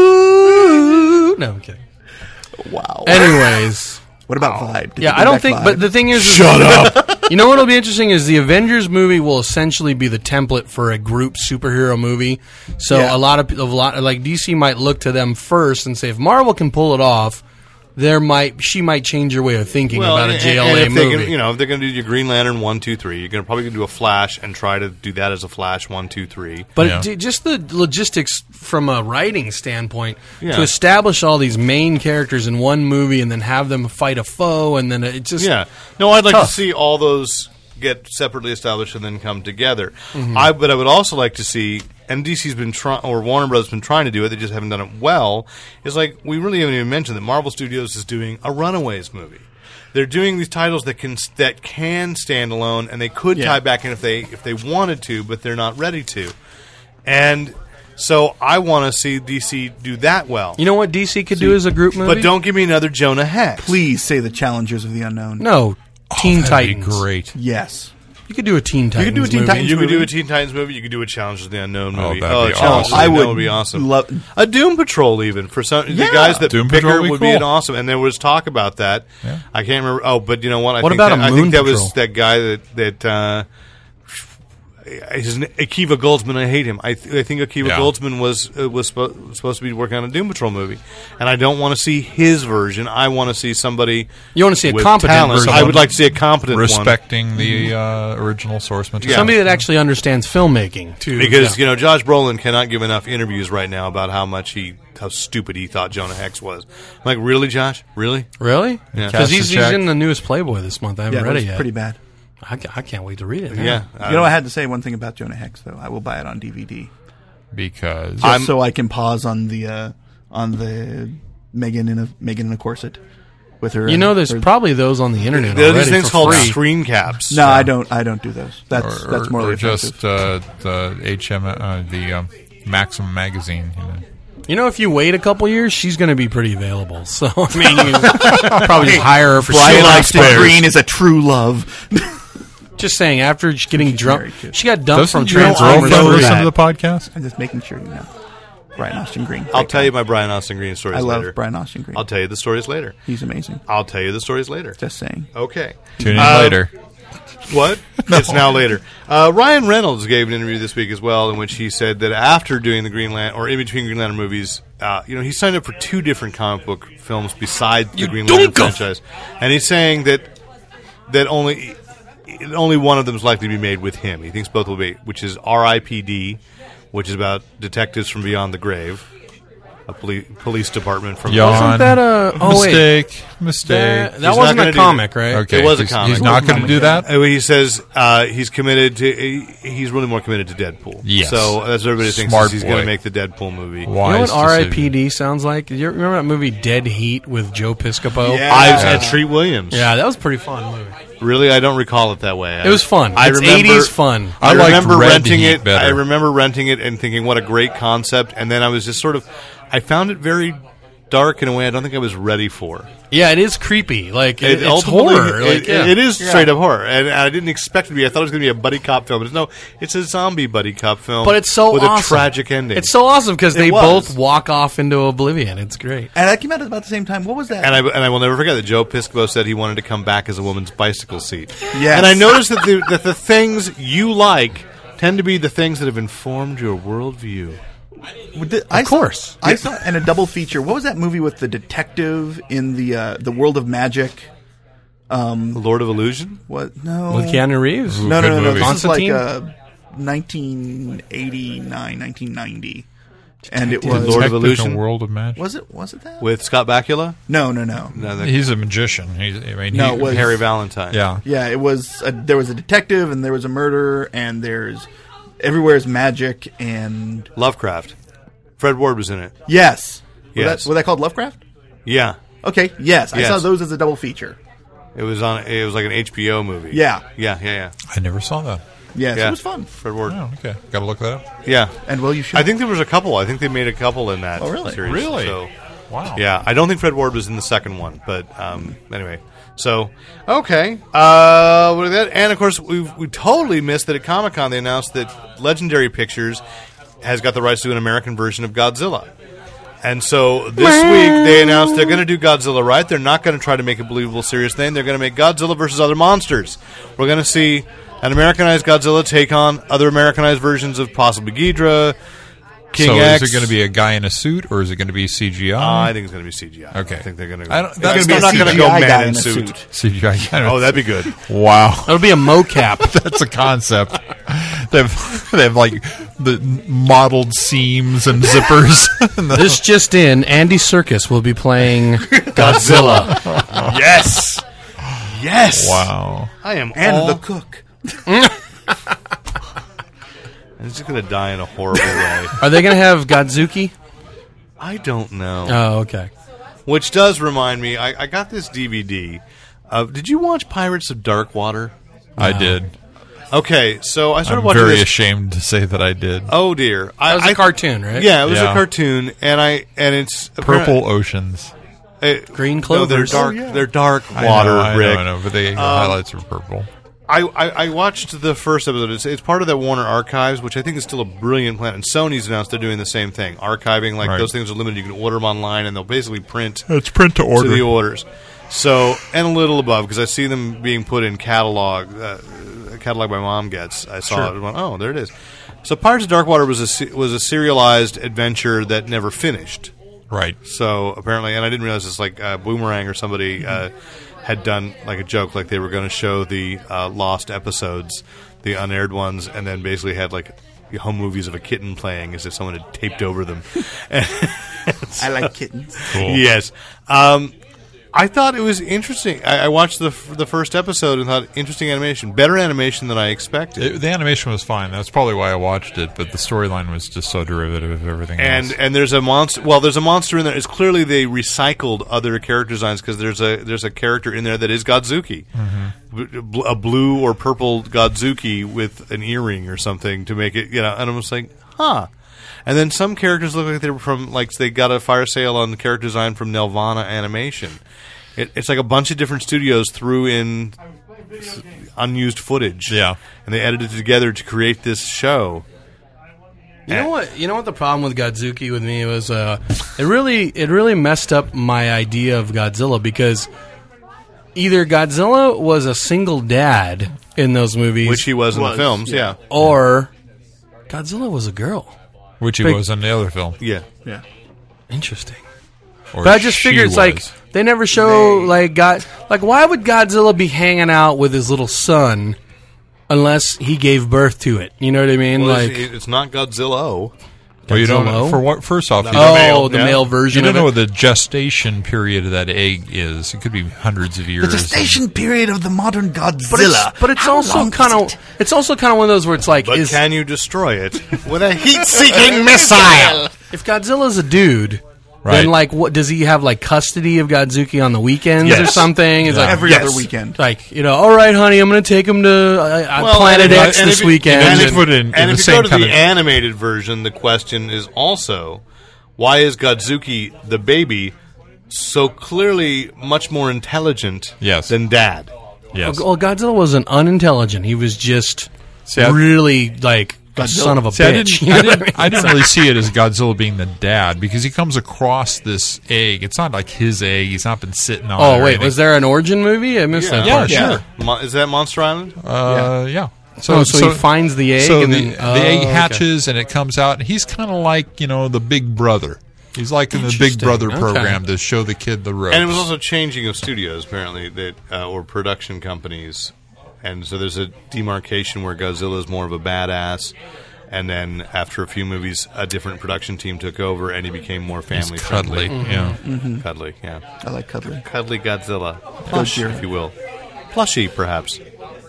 B: Ooh, no, I'm kidding.
E: wow.
B: Anyways,
E: What about Vibe? Did they
B: yeah, I
E: bring
B: don't
E: back
B: think.
E: Vibe?
B: But the thing
F: (laughs)
B: is, shut up. (laughs) You know what'll be interesting is the Avengers movie will essentially be the template for a group superhero movie. So
E: Yeah.
B: a lot of a lot like DC might look to them first and say if Marvel can pull it off, there might she might change her way of thinking about a
D: and-
B: JLA
D: and if they
B: movie.
D: Can, you know, if they're going to do your Green Lantern one, two, three, you're going to probably do a Flash and try to do that as a Flash one, two, three.
B: But
F: Yeah.
B: d- just the logistics from a writing standpoint
D: Yeah.
B: to establish all these main characters in one movie and then have them fight a foe and then it just
D: Yeah. No, I'd like
B: Tough.
D: to see all those get separately established and then come together.
B: Mm-hmm.
D: I but I would also like to see and DC's been trying or Warner Brothers been trying to do it, they just haven't done it well. Is like we really haven't even mentioned that Marvel Studios is doing a Runaways movie. They're doing these titles that can that can stand alone and they could
E: Yeah.
D: tie back in if they if they wanted to, but they're not ready to. And so I want to see DC do that well.
B: You know what DC could do as a group movie?
D: but don't give me another Jonah Hex.
E: please say the Challengers of the Unknown.
B: no Teen
F: Oh, That'd be
B: Titans.
F: great.
E: Yes.
B: You could do a Teen Titans.
E: could do a Teen
B: movie.
E: Titans.
D: You could do
E: movie.
D: a Teen Titans movie. You could do a Challenge to the Unknown
F: Oh, that'd
D: movie.
F: be
D: Challenge
F: awesome.
D: to the
E: I
D: Unknown
E: would
D: would be awesome.
E: love-
D: a Doom Patrol even for some
E: Yeah.
D: the guys that
F: Doom
D: bicker
F: Patrol would be
D: would be
F: cool.
D: an awesome. And there was talk about that.
F: Yeah.
D: I can't remember. Oh, but you know what? I
B: What
D: think
B: about
D: that,
B: a
D: I
B: Moon
D: think that
B: Patrol?
D: was that guy that that. Uh, his, na- Akiva Goldsman, I hate him. I, th- I think Akiva
F: Yeah.
D: Goldsman was uh, was spo- supposed to be working on a Doom Patrol movie, and I don't want to see his version. I want to see somebody.
B: You wanna see a
D: with
B: competent
D: talent.
B: version.
D: I would like to see a competent one.
F: Respecting the uh, original source material.
B: Somebody that actually understands filmmaking too.
D: because you know Josh Brolin cannot give enough interviews right now about how much he how stupid he thought Jonah Hex was. I'm like, really, Josh? Really?
B: really,
D: Yeah.
B: because he's,
F: Cast a
B: he's
F: check.
B: in the newest Playboy this month. I haven't
E: Yeah, it
B: read
E: was
B: it yet. Uh,
E: pretty bad.
B: I, ca- I can't wait to read it. now.
D: Yeah. Uh,
E: you know, I had to say one thing about Jonah Hex, though. I will buy it on DVD
F: Because
E: just so I can pause on the uh, on the Megan in a Megan in a corset with her.
B: You know, there's
E: her-
B: probably those on the internet.
D: there are
B: already
D: these things
B: for
D: called
B: free.
D: screen caps.
E: No, I don't. I don't do those. That's
F: or,
E: that's
F: or,
E: morally
F: or
E: offensive.
F: just uh, the HM, uh, the um, Maxim magazine. You know.
B: You know, if you wait a couple years, she's going to be pretty available. (laughs) So I mean, you
D: (laughs)
B: probably just hire her for
E: Brian
B: sure.
E: Austin Green is a true love. (laughs)
B: Just saying, after j- getting drunk,
E: married to-
B: she got dumped from
F: Doesn't your
B: Transformers.
F: girlfriend
E: over
F: listen
E: that.
F: to the podcast?
E: I'm just making sure you know. Brian Austin Green.
D: I'll tell you my Brian Austin Green stories
E: I love
D: later.
E: Brian Austin Green.
D: I'll tell you the stories later.
E: He's amazing.
D: I'll tell you the stories later.
E: Just saying.
D: Okay.
F: Tune in
D: Uh,
F: later.
D: What? It's now later. Uh, Ryan Reynolds gave an interview this week as well, in which he said that after doing the Green Lantern or in between Green Lantern movies, uh, you know, he signed up for two different comic book films besides the Green Lantern
B: donka!
D: franchise, and he's saying that that only only one of them is likely to be made with him. He thinks both will be, which is R.I.P.D., which is about detectives from beyond the grave, a poli- police department from
F: Yawn.
B: that a- oh, wait.
F: mistake? Mistake.
B: That,
D: not
B: that wasn't
D: gonna
B: a
D: do
B: comic,
D: that.
B: right?
F: okay,
D: It was a
F: he's,
D: comic.
F: He's not going to do that.
D: Uh, He says uh, he's committed to. he- He's really more committed to Deadpool.
F: Yes.
D: So as everybody thinks,
F: Smart
D: he's going
F: boy.
D: to make the Deadpool movie.
B: You know
F: Wise
B: what
F: decision.
B: R.I.P.D. sounds like? You remember that movie Dead Heat with Joe Piscopo?
E: Yeah.
D: I was at Treat Williams.
B: Yeah, that was a pretty fun movie.
D: Really, I don't recall it that way.
B: It was fun.
D: I
B: It's
D: remember
B: 80s fun.
D: I,
F: I liked
D: remember
F: Red
D: renting
F: Heat
D: it.
F: better.
D: I remember renting it and thinking, what a great concept. And then I was just sort of, I found it very dark in a way I don't think I was ready for.
B: Yeah, it is creepy. Like it, it's
D: ultimately-
B: horror.
D: it-
B: like, yeah.
D: it is straight up horror, and I didn't expect it to be. I thought it was going to be a buddy cop film. It's no, it's a zombie buddy cop film.
B: But it's so
D: with
B: awesome.
D: a tragic ending.
B: It's so awesome because they
E: was.
B: both walk off into oblivion. It's great.
E: And that came out at about the same time. What was that?
D: And I, and I will never forget that Joe Piscopo said he wanted to come back as a woman's bicycle seat.
E: Yes.
D: And I noticed that the, that the things you like tend to be the things that have informed your worldview.
E: With the- I
B: course.
E: saw, I saw and a double feature. What was that movie with the detective in the uh, the world of magic?
D: Lord of Illusion.
E: What no?
B: with Keanu Reeves.
E: No, no, no, no.
F: movie.
E: This is like
B: Constantine?
E: uh, 1989, 1990, and it was
D: Lord of
F: Detective in
D: Illusion?
F: a World of Magic.
E: was it was it that?
D: with Scott Bakula.
E: no, no, no.
D: No, the-
F: He's a magician. He's, I mean,
E: No,
F: he-
E: it was-
D: Harry Valentine.
F: yeah.
E: Yeah, it was. A, there was a detective, and there was a murder, and there's everywhere is magic, and
D: Lovecraft. Fred Ward was in it.
E: yes, Was
D: Yes.
E: that, was that called Lovecraft?
D: Yeah,
E: Okay, yes, I
D: Yes.
E: saw those as a double feature.
D: it was on. It was like an HBO movie.
E: Yeah.
D: yeah, yeah, yeah.
F: I never saw that.
E: Yes,
D: Yeah.
E: it was fun.
D: Fred Ward.
F: Oh, okay. Got to look that up.
D: Yeah,
E: And well, you should.
D: I think there was a couple. I think they made a couple in that.
E: Oh, really?
D: Series,
F: Really?
D: So,
F: Wow.
D: yeah, I don't think Fred Ward was in the second one, but um, anyway. So okay, uh, what is that? And of course, we we totally missed that at Comic Con they announced that Legendary Pictures has got the rights to an American version of Godzilla. And so this week they announced they're going to do Godzilla right. They're not going to try to make a believable serious thing. They're going to make Godzilla versus other monsters. We're going to see an Americanized Godzilla take on other Americanized versions of possibly Ghidra, King
F: so
D: X.
F: is it going to be a guy in a suit or is it going to be CGI?
D: Uh, I think it's going to be CGI.
F: Uh-huh. Okay.
D: I think they're going to.
F: I don't-
D: It's
F: that's
D: gonna be-
F: not-
D: I'm not going to go
E: CGI guy
D: man
E: in
D: in
E: a
D: suit.
E: suit.
F: CGI. (laughs) Kind
D: Oh, that'd be good.
F: wow. (laughs)
B: That'll be a
D: (laughs)
B: mocap.
F: That's a concept. (laughs) they have they have like the modeled seams and zippers. And the-
B: this just in: Andy Circus will be
D: (laughs)
B: playing
D: Godzilla. yes. Yes.
F: (laughs) wow.
D: I am
E: and
D: all
E: the cook.
D: I'm just going to die in a horrible way.
B: Are they going to have Godzuki?
D: I don't know.
B: Oh, okay.
D: Which does remind me, I, I got this DVD. Of, did you watch Pirates of Dark Water?
F: (laughs) I did.
D: Okay, so I started
F: I'm
D: watching
F: very
D: this.
F: ashamed to say that I did.
D: oh dear, I,
B: That was
D: a
B: a cartoon, right?
D: Yeah, it was a
F: Yeah.
D: cartoon, and I and it's apparent-
F: Purple Oceans.
D: uh,
B: Green
D: No, they're
B: clovers.
D: dark.
B: Oh, yeah.
D: They're dark water,
F: I know,
D: Rick.
F: I know, I know, but the highlights are purple.
D: I, I, I watched the first episode. It's, it's part of that Warner Archives, which I think is still a brilliant plan. And Sony's announced they're doing the same thing, archiving like
F: Right.
D: those things are limited. You can order them online, and they'll basically print
F: It's print to order.
D: to the orders. So and a little above because I see them being put in catalog. Uh, a catalog my mom gets. I saw it. And went, oh, there it is. So Pirates of Darkwater was a se- was a serialized adventure that never finished.
F: (laughs) right.
D: So apparently, and I didn't realize this. Like uh, Boomerang or somebody uh, had done like a joke, like they were going to show the uh, lost episodes, the unaired ones, and then basically had like home movies of a kitten playing as if someone had taped over them.
E: I like kittens.
D: (laughs) Yes. Um, I thought it was interesting. I, I watched the f- the first episode and thought interesting animation, better animation than I expected.
F: It- the animation was fine. That's probably why I watched it, but the storyline was just so derivative of everything
D: and
F: else.
D: and there's a monster. Well, there's a monster in there. It's clearly they recycled other character designs because there's a there's a character in there that is Godzuki, B- bl- a blue or purple Godzuki with an earring or something to make it. You know, and I was like, huh. And then some characters look like they were from like they got a fire sale on the character design from Nelvana Animation. It, it's like a bunch of different studios threw in s- unused footage.
F: Yeah.
D: and they edited it together to create this show.
B: You
D: Eh.
B: know what? You know what the problem with Godzuki with me was? Uh, it really, it really messed up my idea of Godzilla because either Godzilla was a single dad in those movies,
D: Which he was in the
E: Was,
D: films, yeah.
B: or Godzilla was a girl.
F: Which he
B: Big-
F: was in the other film.
D: Yeah.
E: (laughs) Yeah,
B: Interesting.
F: Or
B: But I just
F: she
B: figured it's
F: was.
B: like they never show like God. Like why would Godzilla be hanging out with his little son unless he gave birth to it? You know what I mean?
D: Well,
B: like
D: it's, it's not Godzilla.
F: Well, you
B: Godzilla?
F: don't. For what? First off, you
B: oh,
F: don't,
B: the
D: yeah.
B: male
F: you
B: version.
F: don't
B: of
F: know
B: it.
F: what the gestation period of that egg is. It could be hundreds of years.
E: the gestation period of the modern Godzilla.
B: But it's, but it's
E: How
B: also
E: long
B: kind
E: is
B: of
E: it?
B: it's also kind of one of those where it's like
D: But
B: is,
D: can you destroy it with a heat-seeking
E: heat-seeking
D: missile?
B: if Godzilla's a dude,
F: Right.
B: then like what does he have like custody of Godzuki on the weekends or
D: Yes.
B: something? It's like
E: every
D: Yes.
E: other weekend.
B: like you know, all right, honey, I'm gonna take him to uh, uh,
D: Well,
B: Planet
D: and-
B: X
D: and
B: this
D: if you-
B: weekend.
D: and
F: and
D: if-
F: put it in, in
D: And
F: the
D: if you go
F: same
D: to
F: kind
D: the
F: of
D: animated version, the question is also why is Godzuki the baby so clearly much more intelligent
F: Yes.
D: than Dad?
F: yes.
B: well, Godzilla wasn't unintelligent. He was just
F: See, I-
B: really like a son of a
F: See, I
B: bitch. (laughs)
F: didn't,
B: you know
F: I
B: what I
F: didn't, I didn't really see it as Godzilla being the dad because he comes across this egg. It's not like his egg. He's not been sitting on. it
B: Oh
F: or
B: wait,
F: anything.
B: was there an origin movie? I missed that.
F: Yeah,
B: part.
F: sure.
D: Mo- is that Monster Island?
F: Uh, yeah.
B: So, oh, so, he finds the egg,
F: so
B: and
F: the,
B: then,
F: the egg
B: oh,
F: hatches and it comes out, and he's kind of like you know the Big Brother. He's like in the Big
B: Interesting.
F: Brother
B: Okay.
F: program to show the kid the ropes.
D: And it was also changing of studios, apparently, that uh, or production companies. And so there's a demarcation where Godzilla is more of a badass. And then after a few movies, a different production team took over and he became more
F: He's
D: family
F: cuddly.
D: friendly. Mm-hmm.
F: Yeah.
D: Cuddly, yeah.
E: I like cuddly.
D: Cuddly Godzilla.
E: Plush.
D: Plush, if you will. Plushy, perhaps.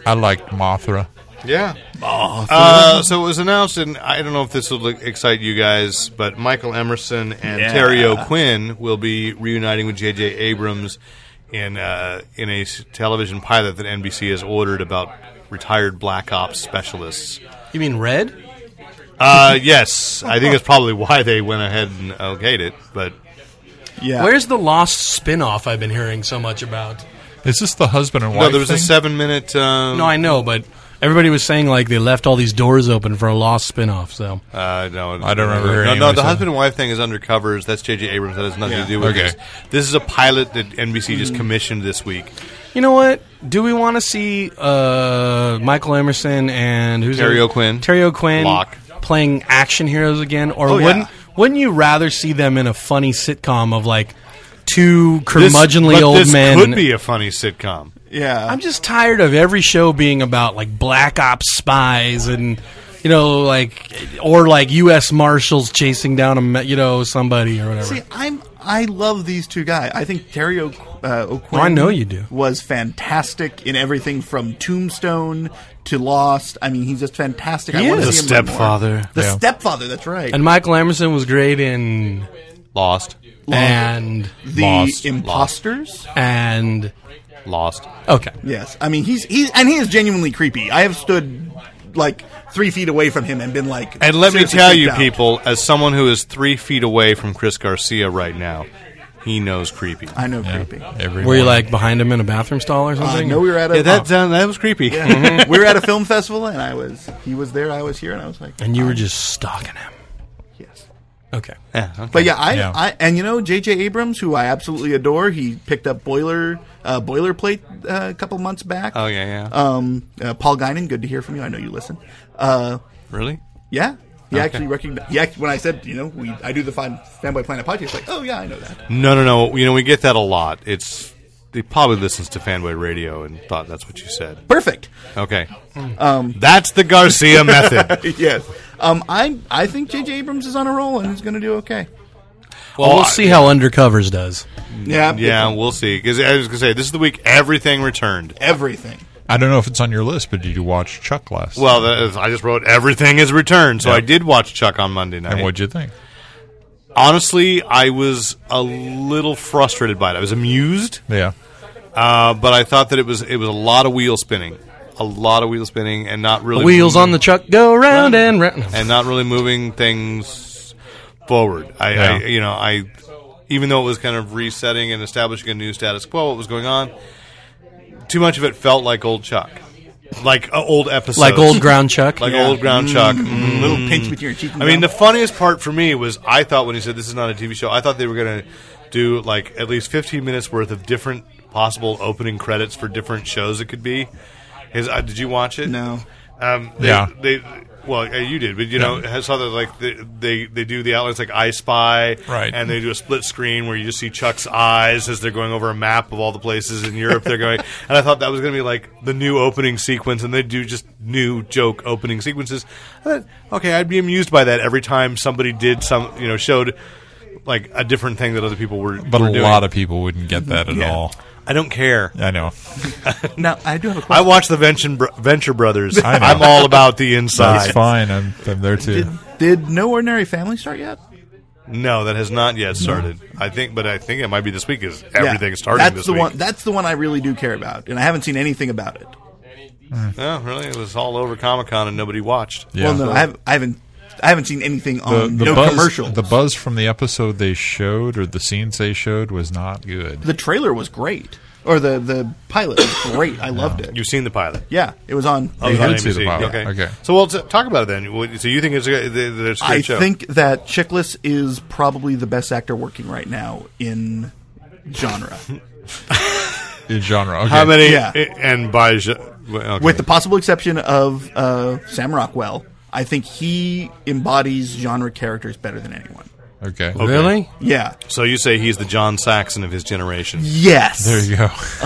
F: I liked Mothra.
D: Yeah. Uh, so it was announced, and I don't know if this will excite you guys, but Michael Emerson and Terry O'Quinn will be reuniting with J.J. Abrams in uh, in a s- television pilot that NBC has ordered about retired black ops specialists.
B: You mean red?
D: Uh, yes, I think that's probably why they went ahead and okayed it. But
E: Yeah.
B: Where's the Lost spin-off I've been hearing so much about?
F: Is this the husband and wife?
D: no, there was a
F: thing?
D: seven minute. Um,
B: No, I know, but everybody was saying like they left all these doors open for a Lost spin-off. So
D: Uh, no,
F: I don't remember
D: No,
F: hearing
D: no,
F: anyone
D: the
F: say
D: husband and wife thing is undercovers. That's J.J. Abrams. That has nothing to do with
F: Okay. Mm.
D: this. This is a pilot that NBC just commissioned this week.
B: you know what? Do we want to see uh, Michael Emerson and who's
D: Terry
B: the-
D: O'Quinn.
B: Terry O'Quinn
D: Locke.
B: playing action heroes again, or
D: Oh, yeah.
B: wouldn't wouldn't you rather see them in a funny sitcom of like two
D: This-
B: curmudgeonly
D: but
B: old
D: this
B: men?
D: could be a funny sitcom.
E: yeah.
B: I'm just tired of every show being about like black ops spies and you know like or like U.S. marshals chasing down a me- you know somebody or whatever.
E: See, I'm I love these two guys. I think Terry o- uh, O'Quinn.
B: I know you do.
E: Was fantastic in everything from Tombstone to Lost. I mean, he's just fantastic.
B: He
E: I want
B: is.
E: to
B: The
E: see him in more.
D: stepfather.
E: The
F: Yeah.
E: stepfather. That's right.
B: and Michael Emerson was great in
D: Lost,
B: and
E: the
F: Lost.
E: imposters.
B: and
D: lost.
B: okay.
E: Yes, I mean he's he's and he is genuinely creepy. I have stood like three feet away from him and been like,
D: And let me
E: seriously
D: tell
E: creeped
D: you,
E: out.
D: people, as someone who is three feet away from Chris Garcia right now, he knows creepy.
E: I know creepy.
F: Everyone.
B: Were you like behind him in a bathroom stall or
E: I
B: something?
E: know Oh. we were at a
D: Yeah,
E: (laughs)
D: that uh, that was creepy. (laughs)
E: Mhm. we were at a film festival, and I was he was there, I was here, and I was like,
B: and you were just stalking him.
E: yes.
B: Okay.
D: Yeah, okay.
E: But yeah, I,
F: Yeah.
E: I and you know J.J. Abrams, who I absolutely adore, he picked up boiler uh, boilerplate uh, a couple months back.
D: Oh yeah, yeah.
E: Um, uh, Paul Guinan, good to hear from you. I know you listen. Uh,
D: really?
E: yeah, he
D: Okay.
E: actually recognized. He act- when I said, you know, we I do the fan- fanboy planet podcast, he's like, oh yeah, I know that.
D: No, no, no. You know, we get that a lot. It's he probably listens to fanboy radio and thought that's what you said.
E: Perfect.
D: Okay.
F: Um,
D: That's the
F: (laughs)
D: Garcia method.
E: yes. Um, I I think J.J. Abrams is on a roll and is going to do okay.
B: Well,
D: Oh,
B: we'll see how undercovers does.
E: Yeah.
D: Yeah, we'll see. Because I was going to say, this is the week everything returned.
E: Everything.
F: I don't know if it's on your list, but did you watch Chuck last?
D: Well, that is, I just wrote everything is returned. So
F: Yeah.
D: I did watch Chuck on Monday night.
F: and what'd you think?
D: Honestly, I was a little frustrated by it. I was amused,
F: Yeah.
D: uh, but I thought that it was it was a lot of wheel spinning, a lot of wheel spinning, and not really
B: Wheels on
D: moving-
B: the truck go round and round.
D: and not really moving things forward. I, I
F: Yeah.
D: you know I even though it was kind of resetting and establishing a new status quo, what was going on? Too much of it felt like old Chuck, like uh, old episodes,
B: like old ground Mm-hmm. Chuck.
D: (laughs) like old ground Chuck. Mhm.
E: Little pinch between your cheek. And
D: I mean, the
E: gum.
D: funniest part for me was I thought when he said this is not a TV show, I thought they were going to do like at least 15 minutes worth of different possible opening credits for different shows it could be. His, uh, did you watch it?
E: No.
D: Um, they,
F: Yeah.
D: They, well, uh, you did, but you know, I saw that like they, they they do the outlines like I Spy,
F: Right.
D: And they do a split screen where you just see Chuck's eyes as they're going over a map of all the places in Europe
F: (laughs)
D: they're going. And I thought that was going to be like the new opening sequence, and they do just new joke opening sequences. I thought, okay, I'd be amused by that every time somebody did some, you know, showed like a different thing that other people were.
F: But
D: were
F: a
D: doing.
F: lot of people wouldn't get that at
E: Yeah.
F: all.
D: I don't care.
F: I know.
E: now I do have a question.
D: I watch the Venture, Bro- Venture Brothers.
F: I know.
D: I'm all about the
F: That's
D: inside.
F: fine. I'm, I'm there too.
E: did, did No Ordinary Family start yet?
D: No, that has not yet started. I think, but I think it might be this week. Is everything
E: Yeah.
D: starting
E: That's
D: this
E: the
D: week?
E: one. That's the one I really do care about, and I haven't seen anything about it.
D: No, Oh, really, it was all over Comic Con and nobody watched.
F: Yeah.
E: Well, no, I, have, I haven't. I haven't seen anything
F: the,
D: um,
E: on
F: the
E: no
F: buzz,
E: commercial.
F: The buzz from the episode they showed or the scenes they showed was not good.
E: The trailer was great, or the the pilot was great. I loved it.
D: You've seen the pilot.
E: Yeah, it was on.
D: Oh, it was on
F: did see the
D: NBC.
F: pilot.
D: Okay.
F: Okay.
D: So, well, t- talk about it then. What- So, you think it's a, good- th- th- it's a good
E: I
D: show?
E: think that Chickless is probably the best actor working right now in genre.
D: (laughs)
F: In genre. Okay.
D: How many?
E: Yeah.
D: i- And by ge- Well, okay.
E: with the possible exception of uh, Sam Rockwell. I think he embodies genre characters better than anyone.
F: Okay.
B: Really?
E: Yeah.
D: So you say he's the John Saxon of his generation.
E: Yes.
F: There you go.
B: Chickless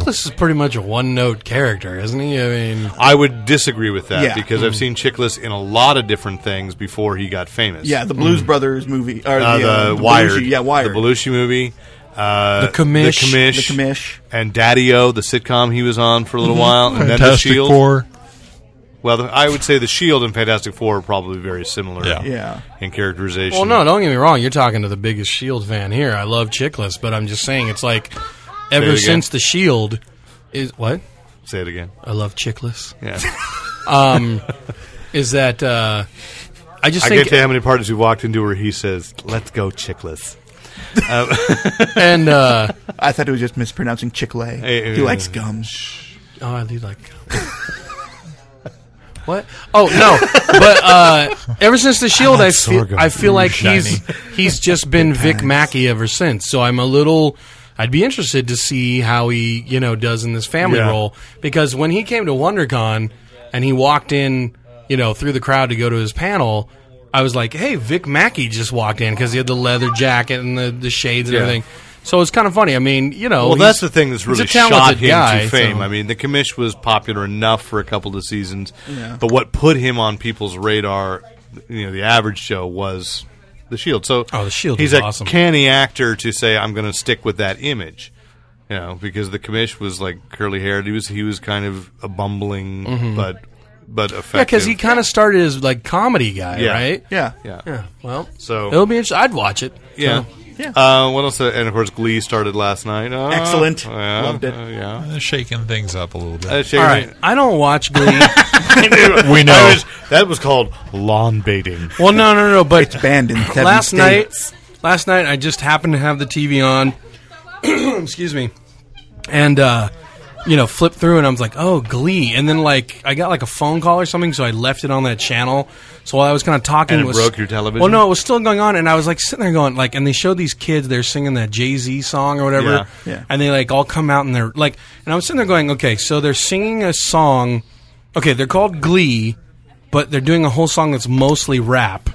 B: Um, is pretty much a one note character, isn't he? I mean,
D: I would disagree with that
E: Yeah. Mm.
D: because I've seen Chickless in a lot of different things before he got famous.
E: Yeah, the Blues Brothers movie or
D: Mm. Uh,
E: the,
D: the,
E: uh, the
D: Wired.
E: Belushi- yeah, Wired.
D: The Belushi movie. Uh,
B: The Commish.
D: The Commish.
E: The Mm-hmm. Commish.
D: And Daddy O, the sitcom he was on for a little while. And then The
F: Fantastic
D: Shield.
F: Four.
D: Well, the, I would say The Shield and Fantastic Four are probably very similar
F: Yeah.
E: Yeah.
D: in characterization.
B: well, no, don't get me wrong. You're talking to the biggest Shield fan here. I love Chickless, but I'm just saying it's like
D: Say it
B: ever
D: again.
B: since the Shield E is what
D: Say it again.
B: I love Chickless (laughs)
D: Yeah.
B: is that uh, I just
D: I
B: think
D: can't tell you how many parties we walked into where he says, let's go Chickless.
B: and uh,
E: I thought it was just mispronouncing Chick-fil-A.
D: Eh, eh,
E: he likes
D: eh.
E: gum.
B: Oh, I do like. (laughs) what? Oh no! But uh, ever since the Shield, I, feel
F: sorghum.
B: I feel
F: Ooh,
B: like
F: shiny.
B: he's he's just been Vic Mackey ever since. So I'm a little. I'd be interested to see how he you know does in this family
D: Yeah.
B: role because when he came to WonderCon and he walked in you know through the crowd to go to his panel. I was like, "Hey, Vic Mackey just walked in because he had the leather jacket and the, the shades and
D: Yeah.
B: everything." So it's kind of funny. I mean, you know,
D: Well,
B: he's-
D: that's the thing that's
B: he's a
D: really shot
B: talented
D: him
B: guy,
D: to fame.
B: so-
D: I mean, the commish was popular enough for a couple of seasons, but what put him on people's radar, you know, the average Joe was the Shield. So,
B: Oh, The Shield
D: he's
B: was
D: a
B: awesome.
D: canny actor to say I'm going to stick with that image. You know, because the commish was like curly haired. He was he was kind of a bumbling, but but effective.
B: Mm-hmm. Yeah, because he kind of started as like comedy guy,
D: Yeah.
B: right?
E: Yeah.
D: yeah.
B: Yeah. Well,
D: So-
B: it'll be interesting. I'd watch it.
D: Yeah.
B: So-
E: Yeah.
D: Uh, what else? And of course, Glee started last night. Uh,
E: Excellent.
D: yeah,
E: Loved it.
D: uh, yeah.
F: Uh, Shaking things up a little bit.
D: Uh,
B: All right. I don't watch
D: (laughs)
B: Glee.
D: we
F: know.
D: that was called lawn baiting.
B: well, no, no, no. But
E: Banned in
D: (laughs)
E: seven
B: last night,
E: states.
B: last night I just happened to have the TV on. (clears throat) Excuse me. And uh, you know, flip through, and I was like, "Oh, Glee!" And then like I got like a phone call or something, so I left it on that channel. So while I was kind of talking,
D: And it
B: was,
D: broke your television?
B: Well, no, it was still going on, and I was like sitting there going like, and they showed these kids they're singing that Jay Z song or whatever,
D: Yeah.
E: Yeah.
B: and they like all come out and they're like, and I was sitting there going, okay, so they're singing a song. Okay, they're called Glee, but they're doing a whole song that's mostly rap.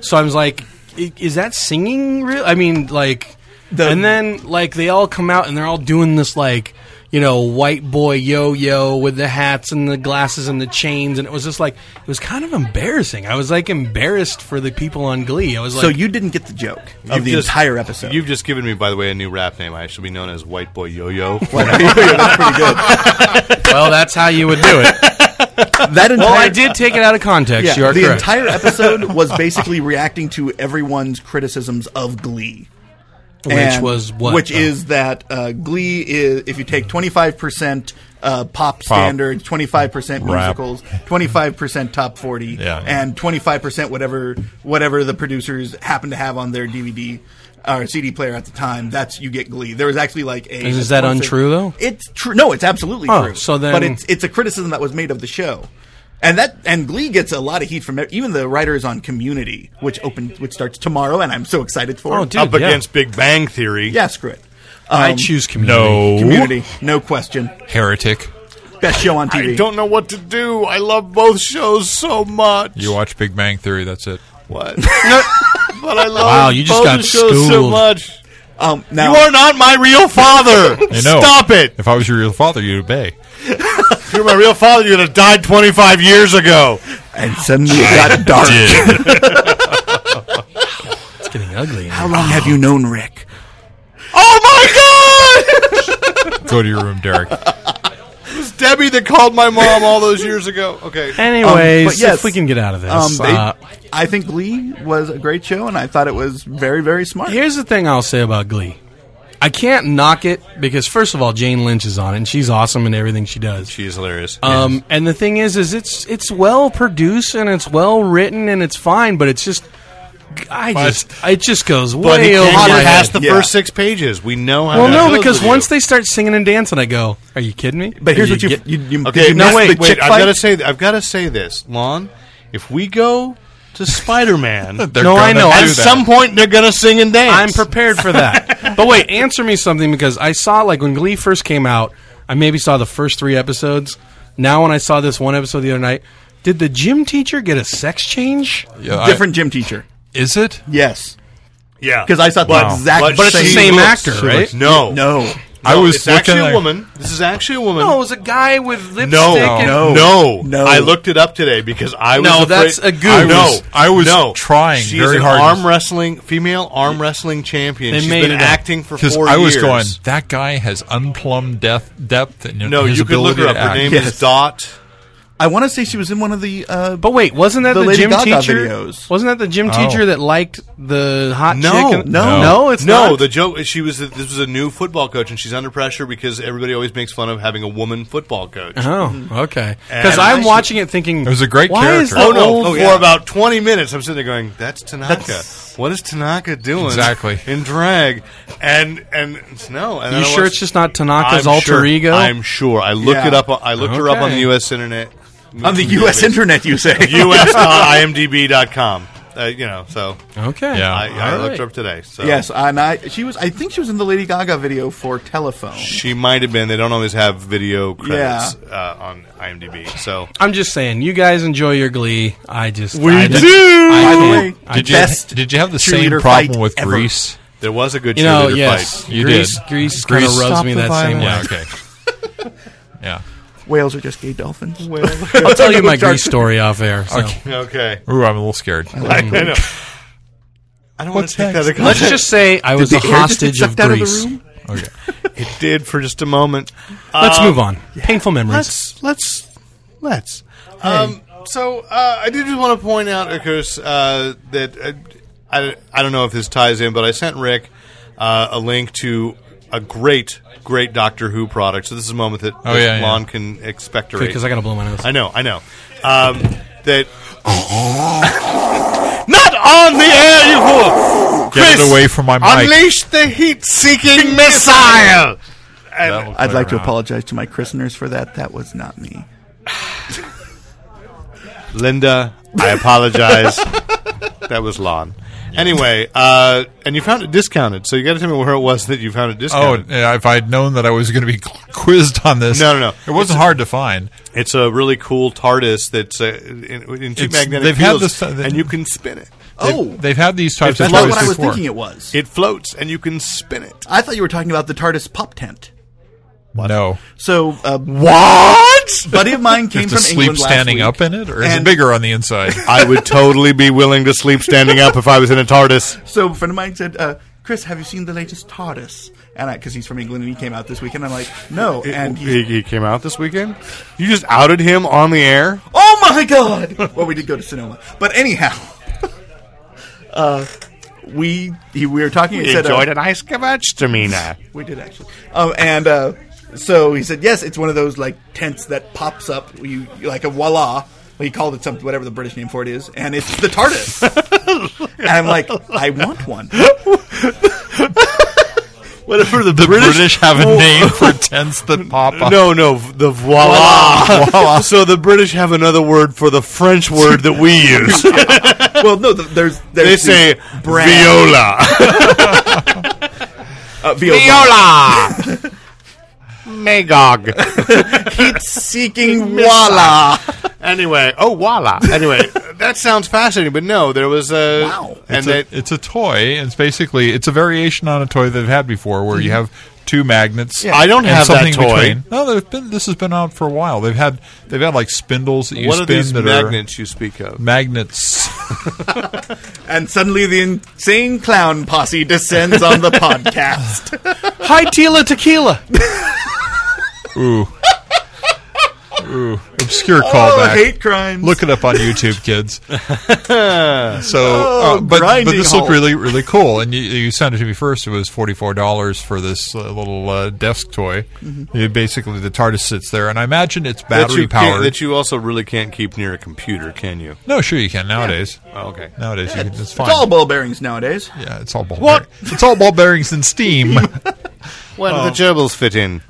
B: So I was like, i- is that singing real? I mean, like,
E: The-
B: and then like they all come out and they're all doing this like, you know, white boy yo yo with the hats and the glasses and the chains, and it was just like it was kind of embarrassing. I was like embarrassed for the people on Glee. I was like,
E: so you didn't get the joke of
D: You've
E: the
D: just-
E: entire episode.
D: You've just given me, by the way, a new rap name. I should be known as White Boy Yo Yo.
E: That's pretty good.
B: well, that's how you would do it.
E: (laughs) That entire
B: well, I did take it out of context.
E: Yeah,
B: you are
E: the
B: correct.
E: entire episode
B: (laughs)
E: was basically reacting to everyone's criticisms of Glee,
B: Which was what,
E: Which
B: though?
E: is that uh, Glee is if you take twenty five percent uh, pop standards, twenty five percent
F: Rap.
E: musicals, twenty five percent top forty,
F: Yeah.
E: and twenty five percent whatever whatever the producers happen to have on their DVD. uh, Or CD player at the time. That's you get Glee. There was actually like a.
B: Is that untrue, though?
E: It's true. No, it's absolutely
B: Oh,
E: true.
B: so then-
E: but it's it's a criticism that was made of the show. And that and Glee gets a lot of heat from e- even the writers on Community, which opens which starts tomorrow, and I'm so excited for.
B: Oh,
E: it.
B: dude,
D: Up
B: yeah.
D: against Big Bang Theory.
E: yeah, screw it.
B: I
E: Um,
B: choose community.
F: No.
E: Community, no question,
F: Heretic.
E: best show on TV.
D: I don't know what to do. I love both shows so much.
F: You watch Big Bang Theory. That's it.
D: what? but I love
B: Wow, you just
D: both
B: got
D: shows so
B: schooled.
D: much.
E: um, now
D: You are not my real father.
F: I know.
D: Stop
F: (laughs)
D: it.
F: If I was your real father, you'd obey.
D: If you're my real father, you'd have died 25 years ago.
E: and suddenly it got dark.
B: It's getting ugly.
E: How long have you known Rick?
D: Oh my
F: (laughs)
D: God! (laughs)
F: Go to your room, Derek.
D: It's Debbie that called my mom all those years ago. Okay.
B: (laughs) Anyways,
E: Um, but yes.
B: if we can get out of this.
E: Um, they-
B: uh,
E: I think Glee was a great show, and I thought it was very very smart.
B: here's the thing I'll say about Glee. I can't knock it because first of all, Jane Lynch is on it, and she's awesome in everything she does.
D: She's hilarious.
B: Um, and the thing is, is it's it's well produced and it's well written and it's fine, but it's just I
F: But-
B: just it just goes
D: but he
B: way over
D: can't
B: my
D: get past
B: head.
D: the
E: Yeah.
D: first six pages. We know how.
B: Well,
D: that
B: no,
D: goes
B: because
D: with you.
B: once they start singing and dancing, I go, "Are you kidding me?"
E: But here's what you
B: get-
E: you, you,
D: Okay,
E: you
D: no,
E: missed
D: wait,
E: the
D: wait.
E: chick
D: I've
E: fight.
D: got to say, I've got to say this, Lon. If we go to Spider Man,
F: They're
B: No, I
F: gonna
B: know.
F: do
D: at
B: do
F: that.
D: some point they're gonna sing and dance.
B: I'm prepared for that. but wait, answer me something because I saw like when Glee first came out, I maybe saw the first three episodes. Now, when I saw this one episode the other night, did the gym teacher get a sex change?
F: Yeah, I-
E: Different gym teacher.
F: is it?
E: Yes.
D: Yeah,
E: Because I saw the
F: Wow.
E: exact
D: But- but it's the
E: same-
B: Same
D: looks-
B: actor,
D: she
B: right?
D: no,
E: No.
F: I was
D: it's actually
F: looking
D: a
F: at-
D: woman. This is actually a woman.
B: No, it was a guy with lipstick.
D: No,
B: and-
D: no, no,
E: No. No.
D: I looked it up today because I was.
B: No,
D: afraid-
B: that's a goof.
D: I
F: I
D: no,
F: was- I was
D: no.
F: trying
D: She's
F: very
D: an
F: hard.
D: Arm wrestling, female arm wrestling champion.
B: They
D: She's
B: made
D: been
B: it up.
D: acting for
F: Because
D: four
F: I was
D: years.
F: going, that guy has unplumbed death,
B: (laughs)
F: depth and
D: No,
F: his
D: you could look
F: ability
D: her up.
F: to
D: Her
F: act.
D: name is
E: Yes.
D: Dot.
E: I want to say she was in one of the. Uh,
B: But wait, wasn't that
E: The
B: the,
E: Lady
B: gym
E: Gaga
B: teacher?
E: videos.
B: Wasn't that the gym
F: Oh.
B: teacher that liked the hot
D: No,
B: chick? in-
E: no.
B: no, (laughs) it's
D: no,
B: not.
D: the joke. She was. This was a new football coach, and she's under pressure because everybody always makes fun of having a woman football coach.
B: Oh, okay. Because
D: And
B: I'm
D: I-
B: watching it thinking, it
F: was a great
B: why Is
F: character.
B: the
D: Oh no!
B: old-
D: for about twenty minutes, I'm sitting there going, "That's Tanaka. what is Tanaka doing
F: Exactly.
D: in drag?" And and it's- no, and
B: You
D: then I
B: sure
D: watched-
B: it's just not Tanaka's
D: I'm
B: alter
D: sure.
B: ego?
D: I'm sure. I looked
E: Yeah.
D: it up. on- I looked her up on the
B: Okay.
D: U.S. internet.
E: on the U.S. internet, you say. (laughs)
D: U.S.imdb.com. Uh, you know, so
B: okay.
F: Yeah.
D: I, I
B: Oh, All
D: looked
B: right.
D: her up today. So
E: yes, and I. She was. I think she was in the Lady Gaga video for Telephone.
D: she might have been. They don't always have video credits
E: Yeah.
D: uh, on IMDb. So
B: I'm just saying, you guys enjoy your glee. I just
E: We
B: I just-
E: do!
B: I
E: By the
B: can't-
E: way,
B: I
F: Did
B: just-
F: you,
E: Best
F: did you have the same
E: cheerleader
F: problem
E: fight
F: with
E: ever.
F: Grease?
D: there was a good
B: you know,
D: cheerleader
B: yes,
D: fight.
F: You
B: Grease,
F: did.
B: Grease kind
F: Grease,
B: of rubs
F: stop
B: me
F: the
B: that same way.
F: Yeah, okay. yeah.
E: Whales are just gay dolphins. (laughs)
B: I'll tell you my Grease story off air. So.
D: Okay.
F: Ooh, I'm a little scared.
D: I know. I don't want to
F: What's
D: take that
F: next?
D: as
B: Let's
D: a compliment.
B: just say I was a
E: The air just
B: hostage
E: gets
B: of
E: sucked out
B: Grease.
E: the room?
F: Okay.
D: It did for just a moment.
B: Let's move on. Painful memories.
D: Let's let's let's. Um, so uh, I did just want to point out, of course, uh, that uh, I, I don't know if this ties in, but I sent Rick uh, a link to a great great Doctor Who product. So this is a moment that
F: Oh,
D: that
F: yeah, yeah.
D: Lon can expectorate.
B: Because I gotta blow my nose.
D: I know, I know. Um, that. (laughs) Not on the air, you fool!
F: Get it
D: Chris,
F: away from my mic.
D: Unleash the (laughs) heat-seeking missile.
F: That will
E: I'd
F: clear
E: like to
F: out.
E: apologize to my christeners for that. That was not me.
D: Linda, I apologize. (laughs) that was Lon. Anyway, uh, and you found it discounted, so you got to tell me where it was that you found it
F: Oh,
D: discounted.
F: yeah, if I'd known that I was going to be (laughs) quizzed on this,
D: No, no, no.
F: it wasn't hard to find.
D: It's a really cool TARDIS that's uh, in, in two
F: It's-
D: magnetic
F: they've had
D: fields,
F: this, uh, they-
D: and you can spin it.
F: They've-
E: Oh.
F: they've, had these types of
E: That's not
F: toys
E: what I was
F: before.
E: thinking it was.
D: It floats, and you can spin it.
E: I thought you were talking about the TARDIS pop tent.
F: No,
E: So, uh,
D: What?
E: buddy of mine came
F: Is
E: from
F: to sleep
E: England last
F: standing
E: week,
F: up in it, or is it
E: and-
F: bigger on the inside?
D: I would totally be willing to sleep standing up if I was in a TARDIS.
E: So a friend of mine said, uh, "Chris, have you seen the latest TARDIS?" And because he's from England and he came out this weekend, I'm like, "No." And
D: He,
E: he,
D: he came out this weekend. You just outed him on the air.
E: "Oh my god!" (laughs) well, we did go to Sonoma, but anyhow, (laughs) uh, we he, we were talking. He said, uh,
D: an ice kebabs to me now.
E: We did actually. Um, and uh, so he said, "Yes, it's one of those like tents that pops up. You like a voila." Well, he called it something, whatever the British name for it is, and it's the TARDIS. and I'm like, I want one.
D: Whatever the,
F: British, have a name for tents that pop up.
D: Oh. No, no, v- the voila. (laughs) so the British have another word for the French word that we (laughs) use.
E: Well, no, th there's, there's
D: they
E: the
D: say
E: brand-
D: viola.
E: uh, viola.
D: Viola. (laughs) Magog.
E: seeking voila.
D: Anyway, oh voila. Anyway, (laughs) that sounds fascinating, but no, there was a
E: Wow.
D: and
F: It's,
D: that
F: a, it's a toy, and it's basically it's a variation on a toy they've had before, where you have two magnets.
D: I don't
F: and
D: have that
F: something
D: toy.
F: between. No, there's been this has been out for a while. They've had they've had like spindles that you
D: what
F: spin
D: are these
F: that
D: magnets you speak
F: are
D: of?
F: magnets.
E: And suddenly the insane clown posse descends
F: (laughs)
E: on the podcast.
B: Hi, Tila Tequila.
F: Ooh, ooh, obscure
E: Oh,
F: callback.
E: hate crimes.
F: Look it up on YouTube, kids. so, uh, but but
E: grinding
F: this
E: halt.
F: looked really really cool, and you, you sent it to me first. It was forty four dollars for this uh, little uh, desk toy. You- basically, the TARDIS sits there, and I imagine it's
D: That you,
F: battery
D: can't,
F: powered.
D: that you also really can't keep near a computer, can you?
F: no, sure you can nowadays.
D: Oh, okay.
F: Nowadays, you can, it's
E: it's
F: fine.
E: all ball bearings nowadays.
F: yeah, it's all ball. bear- It's all ball bearings and steam.
D: Where
F: Oh.
D: do the gerbils fit in?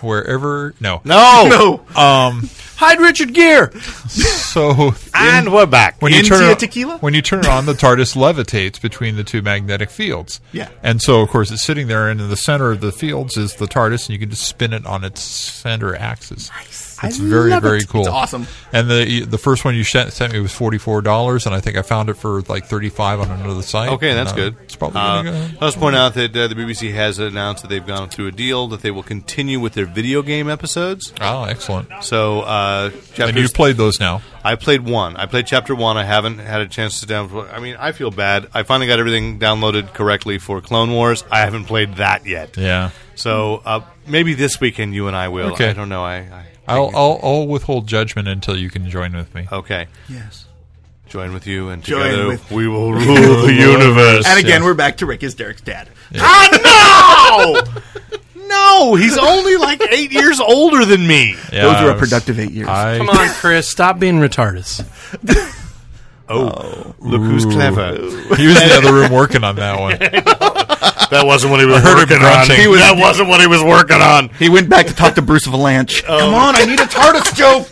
F: Wherever, no.
D: (laughs) No,
E: No.
F: Um,
B: Hide Richard Gere.
F: (laughs) so
D: And we're back.
F: when you
E: Into
F: turn
E: your
F: it-
E: tequila?
F: when you turn it on, the TARDIS levitates between the two magnetic fields.
E: Yeah.
F: and so of course it's sitting there, and in the center of the fields is the TARDIS, and you can just spin it on its center axis. Nice. It's
E: It's,
F: very very cool.
E: It's awesome.
F: And the the first one you sent, sent me was forty four dollars, and I think I found it for like thirty five on another site.
D: Okay,
F: And,
D: that's
F: uh,
D: good.
F: It's probably
D: Uh,
F: gonna
D: I'll just point out that uh, the BBC has announced that they've gone through a deal that they will continue with their video game episodes.
F: go. Oh, excellent.
D: So, uh,
F: And you
D: chapters,
F: played those now.
D: I played one. I played chapter one. I haven't had a chance to sit down. for- I mean, I feel bad. I finally got everything downloaded correctly for Clone Wars. I haven't played that yet.
F: Yeah.
D: So uh, maybe this weekend you and I will.
F: Okay.
D: I don't know. I, I
F: I'll, I'll I'll withhold judgment until you can join with me.
D: okay.
E: Yes.
D: Join with you and
E: Join
D: together
E: with-
D: we (laughs) will rule the universe.
E: And again,
F: Yeah.
E: we're back to Rick as Derek's dad.
D: Ah no! No, he's only like eight years older than me.
F: Yeah, I
E: Those were a
F: was-
E: productive eight years.
F: I-
B: Come on, Chris, stop being retarded.
D: Look who's clever.
F: he was in the other room working on that
D: (laughs)
F: one.
D: That wasn't what he was
F: heard him
D: working on.
F: grunting. He was-
D: that wasn't what he was working on.
E: He went back to talk to Bruce Valanche.
F: Oh.
E: Come on, I need a TARDIS joke.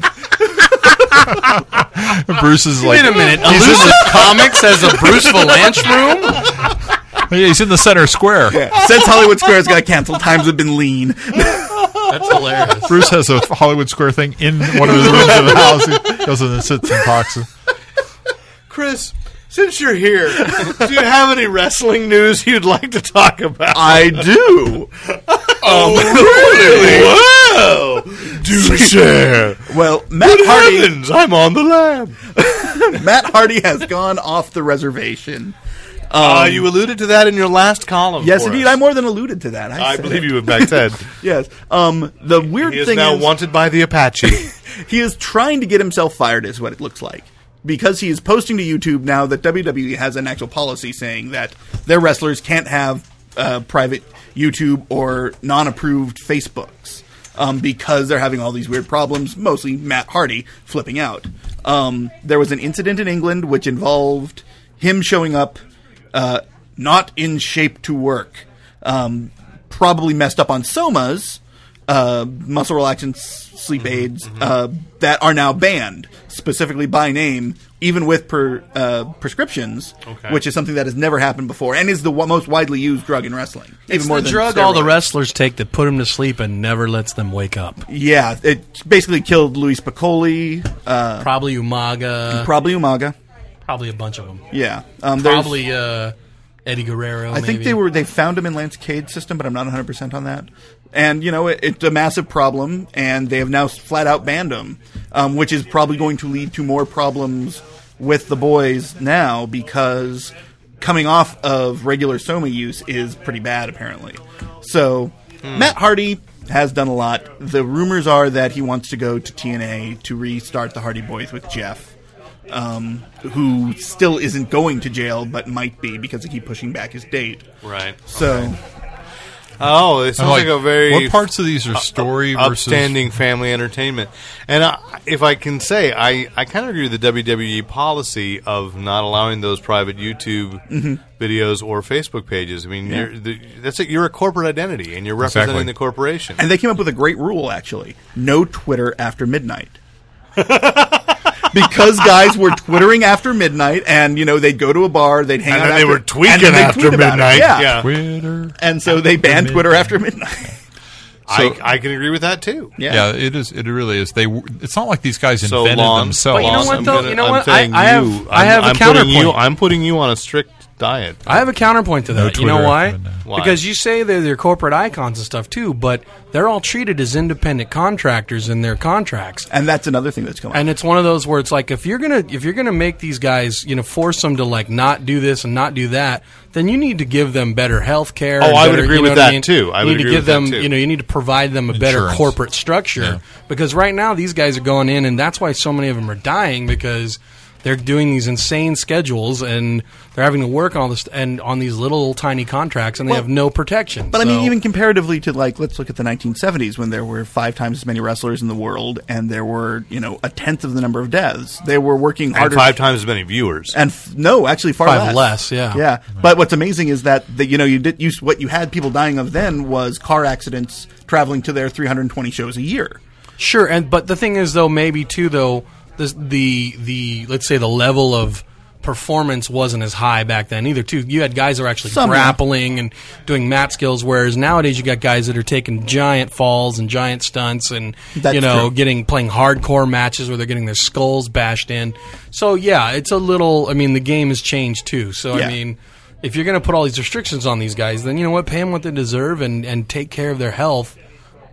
F: Bruce is like,
B: Illusive
D: (laughs)
B: Comics has a Bruce Valanche room?
F: (laughs) Yeah, he's in the center square.
E: Since Hollywood Square's got canceled, times have been lean.
B: That's hilarious.
F: Bruce has a Hollywood Square thing in one of the rooms of
D: (laughs)
F: the house. He goes in and sits and talks.
D: Chris, since you're here, (laughs) do you have any wrestling news you'd like to talk about? Oh,
E: I do.
D: (laughs) Wow! Do share.
E: Well, Matt Hardy.
D: I'm on the lam.
E: Matt Hardy has gone off the reservation.
D: Uh, you alluded to that in your last column.
E: Yes,
D: for
E: indeed.
D: us.
E: I more than alluded to that. I,
D: I
E: said
D: believe
E: it.
D: you have back said.
E: Yes. Um, the weird
D: (laughs) He is
E: thing
D: now
E: is
D: wanted by the Apache.
E: he is trying to get himself fired, is what it looks like. Because he is posting to YouTube now that WWE has an actual policy saying that their wrestlers can't have uh, private YouTube or non approved Facebooks um, because they're having all these weird problems, mostly Matt Hardy flipping out. Um, there was an incident in England which involved him showing up uh, not in shape to work, um, probably messed up on somas, uh, muscle relaxants, sleep
B: Mm-hmm.
E: aids uh, that are now banned specifically by name, even with per, uh, prescriptions,
D: Okay.
E: which is something that has never happened before and is the w- most widely used drug in wrestling. even
B: It's
E: more
B: the
E: than
B: drug all the
E: steroids.
B: wrestlers take that put them to sleep and never lets them wake up.
E: Yeah, it basically killed Luis Piccoli, uh,
B: Probably Umaga.
E: probably Umaga.
B: Probably a bunch of them.
E: Yeah, um, there's-
B: Probably uh, Eddie Guerrero.
E: I think
B: maybe.
E: they were they found him in Lance Cade's system, but I'm not 100 percent on that. And you know it, it's a massive problem, and they have now flat out banned him, um, which is probably going to lead to more problems with the boys now because coming off of regular soma use is pretty bad apparently. So Matt Hardy has done a lot. The rumors are that he wants to go to TNA to restart the Hardy Boys with Jeff um, who still isn't going to jail but might be because they keep pushing back his date.
D: (laughs) right.
E: So
D: Oh, it sounds like, a very
F: what parts of these are story versus
D: upstanding family entertainment. And I, if I can say, I, I kind of agree with the WWE policy of not allowing those private YouTube videos or Facebook pages. I mean, you're, the, that's it. You're a corporate identity, and you're representing
F: Exactly.
D: the corporation.
E: and they came up with a great rule actually. No Twitter after
D: (laughs)
E: midnight. because guys were twittering after midnight and you know they'd go to a bar, they'd hang
D: And
E: out
D: then they
E: after-
D: were tweaking
E: and then they'd
D: after
E: tweet about it.
D: midnight.
E: Yeah.
D: Yeah.
F: Twitter?
E: And so they banned Twitter after midnight. (laughs)
D: I, I can agree with that too.
F: Yeah. it is. It really is. They. w- It's not like these guys
D: So
F: invented
D: long,
F: themselves.
B: But you know
D: long,
B: what,
D: I'm
B: though?
D: gonna-
B: You know
D: I'm
B: what?
D: saying
B: I- I have-
D: you-
B: I
D: I'm-
B: have a
D: I'm putting you-
B: counterpoint.
D: I'm putting you on a strict diet.
B: I have a counterpoint to that. you know
F: Twitter
B: why?
F: after midnight.
D: Why?
B: Because you say they're their corporate icons and stuff too, but they're all treated as independent contractors in their contracts.
E: And that's another thing that's coming.
B: And it's one of those where it's like if you're gonna if you're gonna make these guys you know force them to like not do this and not do that, then you need to give them better health care.
D: Oh,
B: and
D: I would
B: better-
D: agree
B: you
D: with
B: know what
D: that,
B: mean?
D: too. I
B: you
D: would
B: need to
D: agree
B: give
D: with that,
B: them
D: too.
B: you know you need to provide them a better
F: Insurance.
B: corporate structure
F: Yeah.
B: because right now these guys are going in and that's why so many of them are dying because they're doing these insane schedules and they're having to work on all this and on these little tiny contracts and they
E: Well,
B: have no protection.
E: But I
B: So-
E: mean, even comparatively to like, let's look at the 1970s when there were five times as many wrestlers in the world, and there were you know a tenth of the number of deaths. They were working
D: And
E: harder.
D: five times as many viewers.
E: and f- no, actually far
B: Five
E: less.
B: less, yeah.
E: yeah. But what's amazing is that the, you know you did you, s- what you had people dying of then was car accidents traveling to their 320 shows a year.
B: Sure, and but the thing is, though, maybe too, though, this, the the let's say the level of performance wasn't as high back then either. Too, you had guys that were actually
E: Some-
B: grappling and doing mat skills, whereas nowadays you got guys that are taking giant falls and giant stunts, and
E: That's
B: you know,
E: true.
B: getting playing hardcore matches where they're getting their skulls bashed in. So yeah, it's a little. I mean, the game has changed too. So I
E: Yeah.
B: mean. If you're going to put all these restrictions on these guys, then you know what? Pay them what they deserve and, and take care of their health.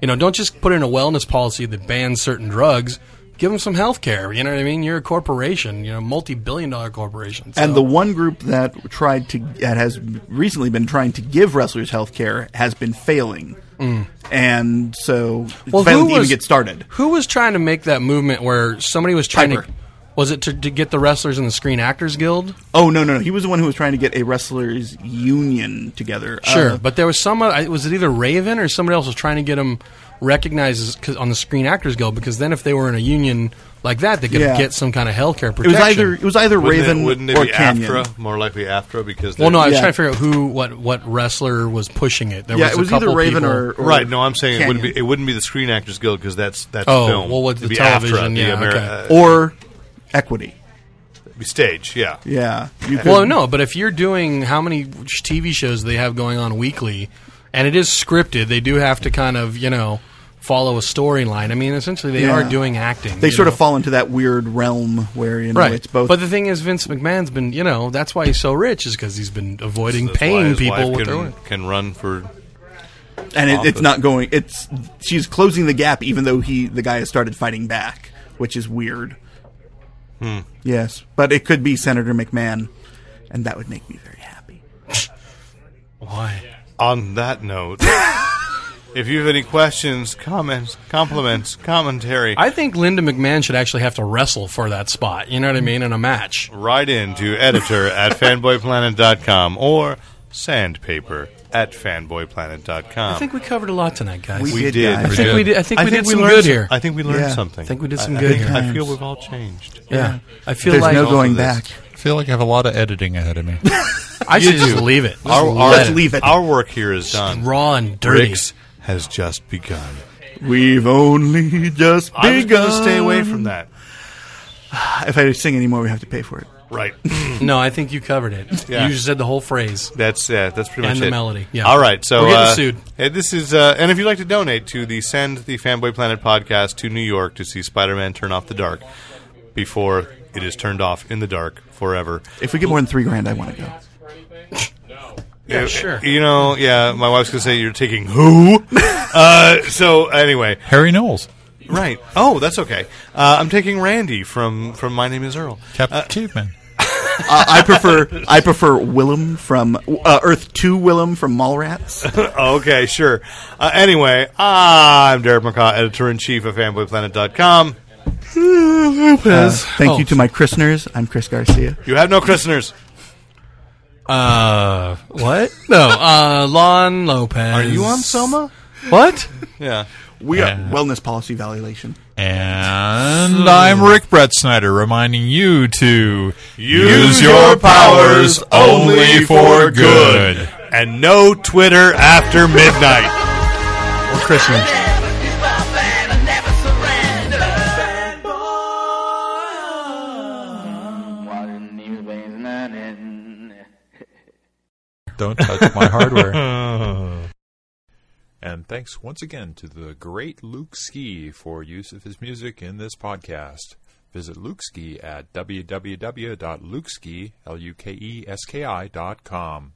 B: You know, don't just put in a wellness policy that bans certain drugs. Give them some health care. You know what I mean? You're a corporation, you know, multi billion dollar corporation. So-
E: And the one group that tried to that has recently been trying to give wrestlers health care has been failing, and so failing to even get started.
B: Who was trying to make that movement where somebody was trying to.
E: Piper.
B: Was it to, to get the wrestlers in the Screen Actors Guild?
E: Oh no, no, no! He was the one who was trying to get a wrestlers union together.
B: Sure,
E: Uh,
B: but there was some. uh, Was it either Raven or somebody else was trying to get them recognized as, 'cause- on the Screen Actors Guild? Because then, if they were in a union like that, they could
E: Yeah.
B: get some kind of health care
E: it was
B: protection.
E: either it was either
D: Wouldn't
E: Raven
D: it, wouldn't it
E: or
D: be
E: Canyon.
D: AFTRA? More likely AFTRA because
B: well, no, I
D: they're-
B: was
E: Yeah.
B: trying to figure out who, what, what wrestler was pushing it. There
E: Yeah,
B: was
E: it
B: a
E: was either
B: couple
E: Raven
B: people-
E: or, or
D: Right, no, I'm saying it wouldn't
E: Canyon.
D: be it wouldn't be the Screen Actors Guild because that's that's
B: Oh,
D: film.
B: well, with the
D: It'd be
B: television,
D: AFTRA, the
B: yeah,
D: Ameri-
B: okay.
D: uh,
E: or equity.
D: it'd be stage, yeah.
E: Yeah, you could,
B: Well, no, but if you're doing how many sh- TV shows they have going on weekly, and it is scripted, they do have to kind of you know follow a storyline. I mean, essentially they
E: Yeah.
B: are doing acting.
E: They
B: you
E: sort
B: know?
E: of fall into that weird realm where you know
B: right.
E: it's both.
B: But the thing is, Vince McMahon's been you know that's why he's so rich is because he's been avoiding
D: That's why
B: paying
D: his wife
B: people with their
D: can,
B: work.
D: can run for
E: and it,
D: office.
E: it's not going. It's she's closing the gap, even though he the guy has started fighting back, which is weird. Yes, but it could be Senator McMahon, and that would make me very happy.
B: Why?
D: On that note, (laughs) if you have any questions, comments,
B: (laughs)
D: compliments, commentary,
B: I think Linda McMahon should actually have to wrestle for that spot. You know what I mean? In a match.
D: write in to editor at fanboyplanet.com or sandpaper at fanboyplanet.com.
B: I think we covered a lot tonight, guys.
E: We
D: we
E: did,
D: did.
E: guys. I
B: I think
D: We did.
B: we did. I think
D: I
B: we
D: think
B: did some
D: learned
B: good
D: some-
B: here.
D: I think we learned
E: Yeah.
D: something.
B: I think we did
D: I-
B: some
D: I
B: good
D: think-
B: here.
D: I feel we've all changed.
B: yeah. I feel
E: There's
B: like
E: no
D: all
E: going
D: of this.
E: back.
F: I feel like I have a lot of editing ahead of me.
B: I should just leave it.
D: Our,
B: Just
D: our-
B: let it.
E: leave it.
D: Our work here is done.
B: raw and dirty.
D: Rick's has just begun.
E: We've only just
D: I was
E: begun.
D: going to stay away from that.
E: If I sing anymore, we have to pay for it.
D: Right.
B: (laughs) No, I think you covered it.
D: Yeah.
B: You just said the whole phrase.
D: (laughs) That's uh, that's pretty
B: And
D: much
B: the
D: it.
B: melody, yeah.
D: All right. So
B: We're getting
D: uh,
B: sued.
D: hey, this is uh, and if you'd like to donate to the Send the Fanboy Planet podcast to New York to see Spider-Man turn off the dark before it is turned off in the dark forever.
E: If we get more than three grand, I want to go.
D: Yeah,
B: sure.
D: Uh, You know, yeah. My wife's gonna say you're
B: (laughs)
D: taking who? uh, so anyway,
F: Harry Knowles.
D: right? Oh, that's okay. Uh, I'm taking Randy from from My Name Is Earl.
F: Captain Caveman.
E: Uh, I prefer I prefer Willem from uh, Earth Two. Willem from Mallrats.
D: okay, sure. Uh, anyway, I'm Derek McCaw, editor in chief of FanboyPlanet.com.
E: Lopez. Uh, thank
B: Oh.
E: you to my christeners. I'm Chris Garcia.
D: You have no christeners.
B: Uh, what? (laughs) No, uh, Lon Lopez.
D: Are you on Soma?
B: What?
D: Yeah.
E: We are
F: Yeah.
E: wellness policy violation.
F: And I'm Rick Brett Snyder reminding you to
D: Use your powers only for good. And no Twitter after midnight.
F: Or Christmas. Don't touch my hardware. And thanks once again to the great Luke Ski for use of his music in this podcast. Visit Luke E Ski at www.lukeski.com.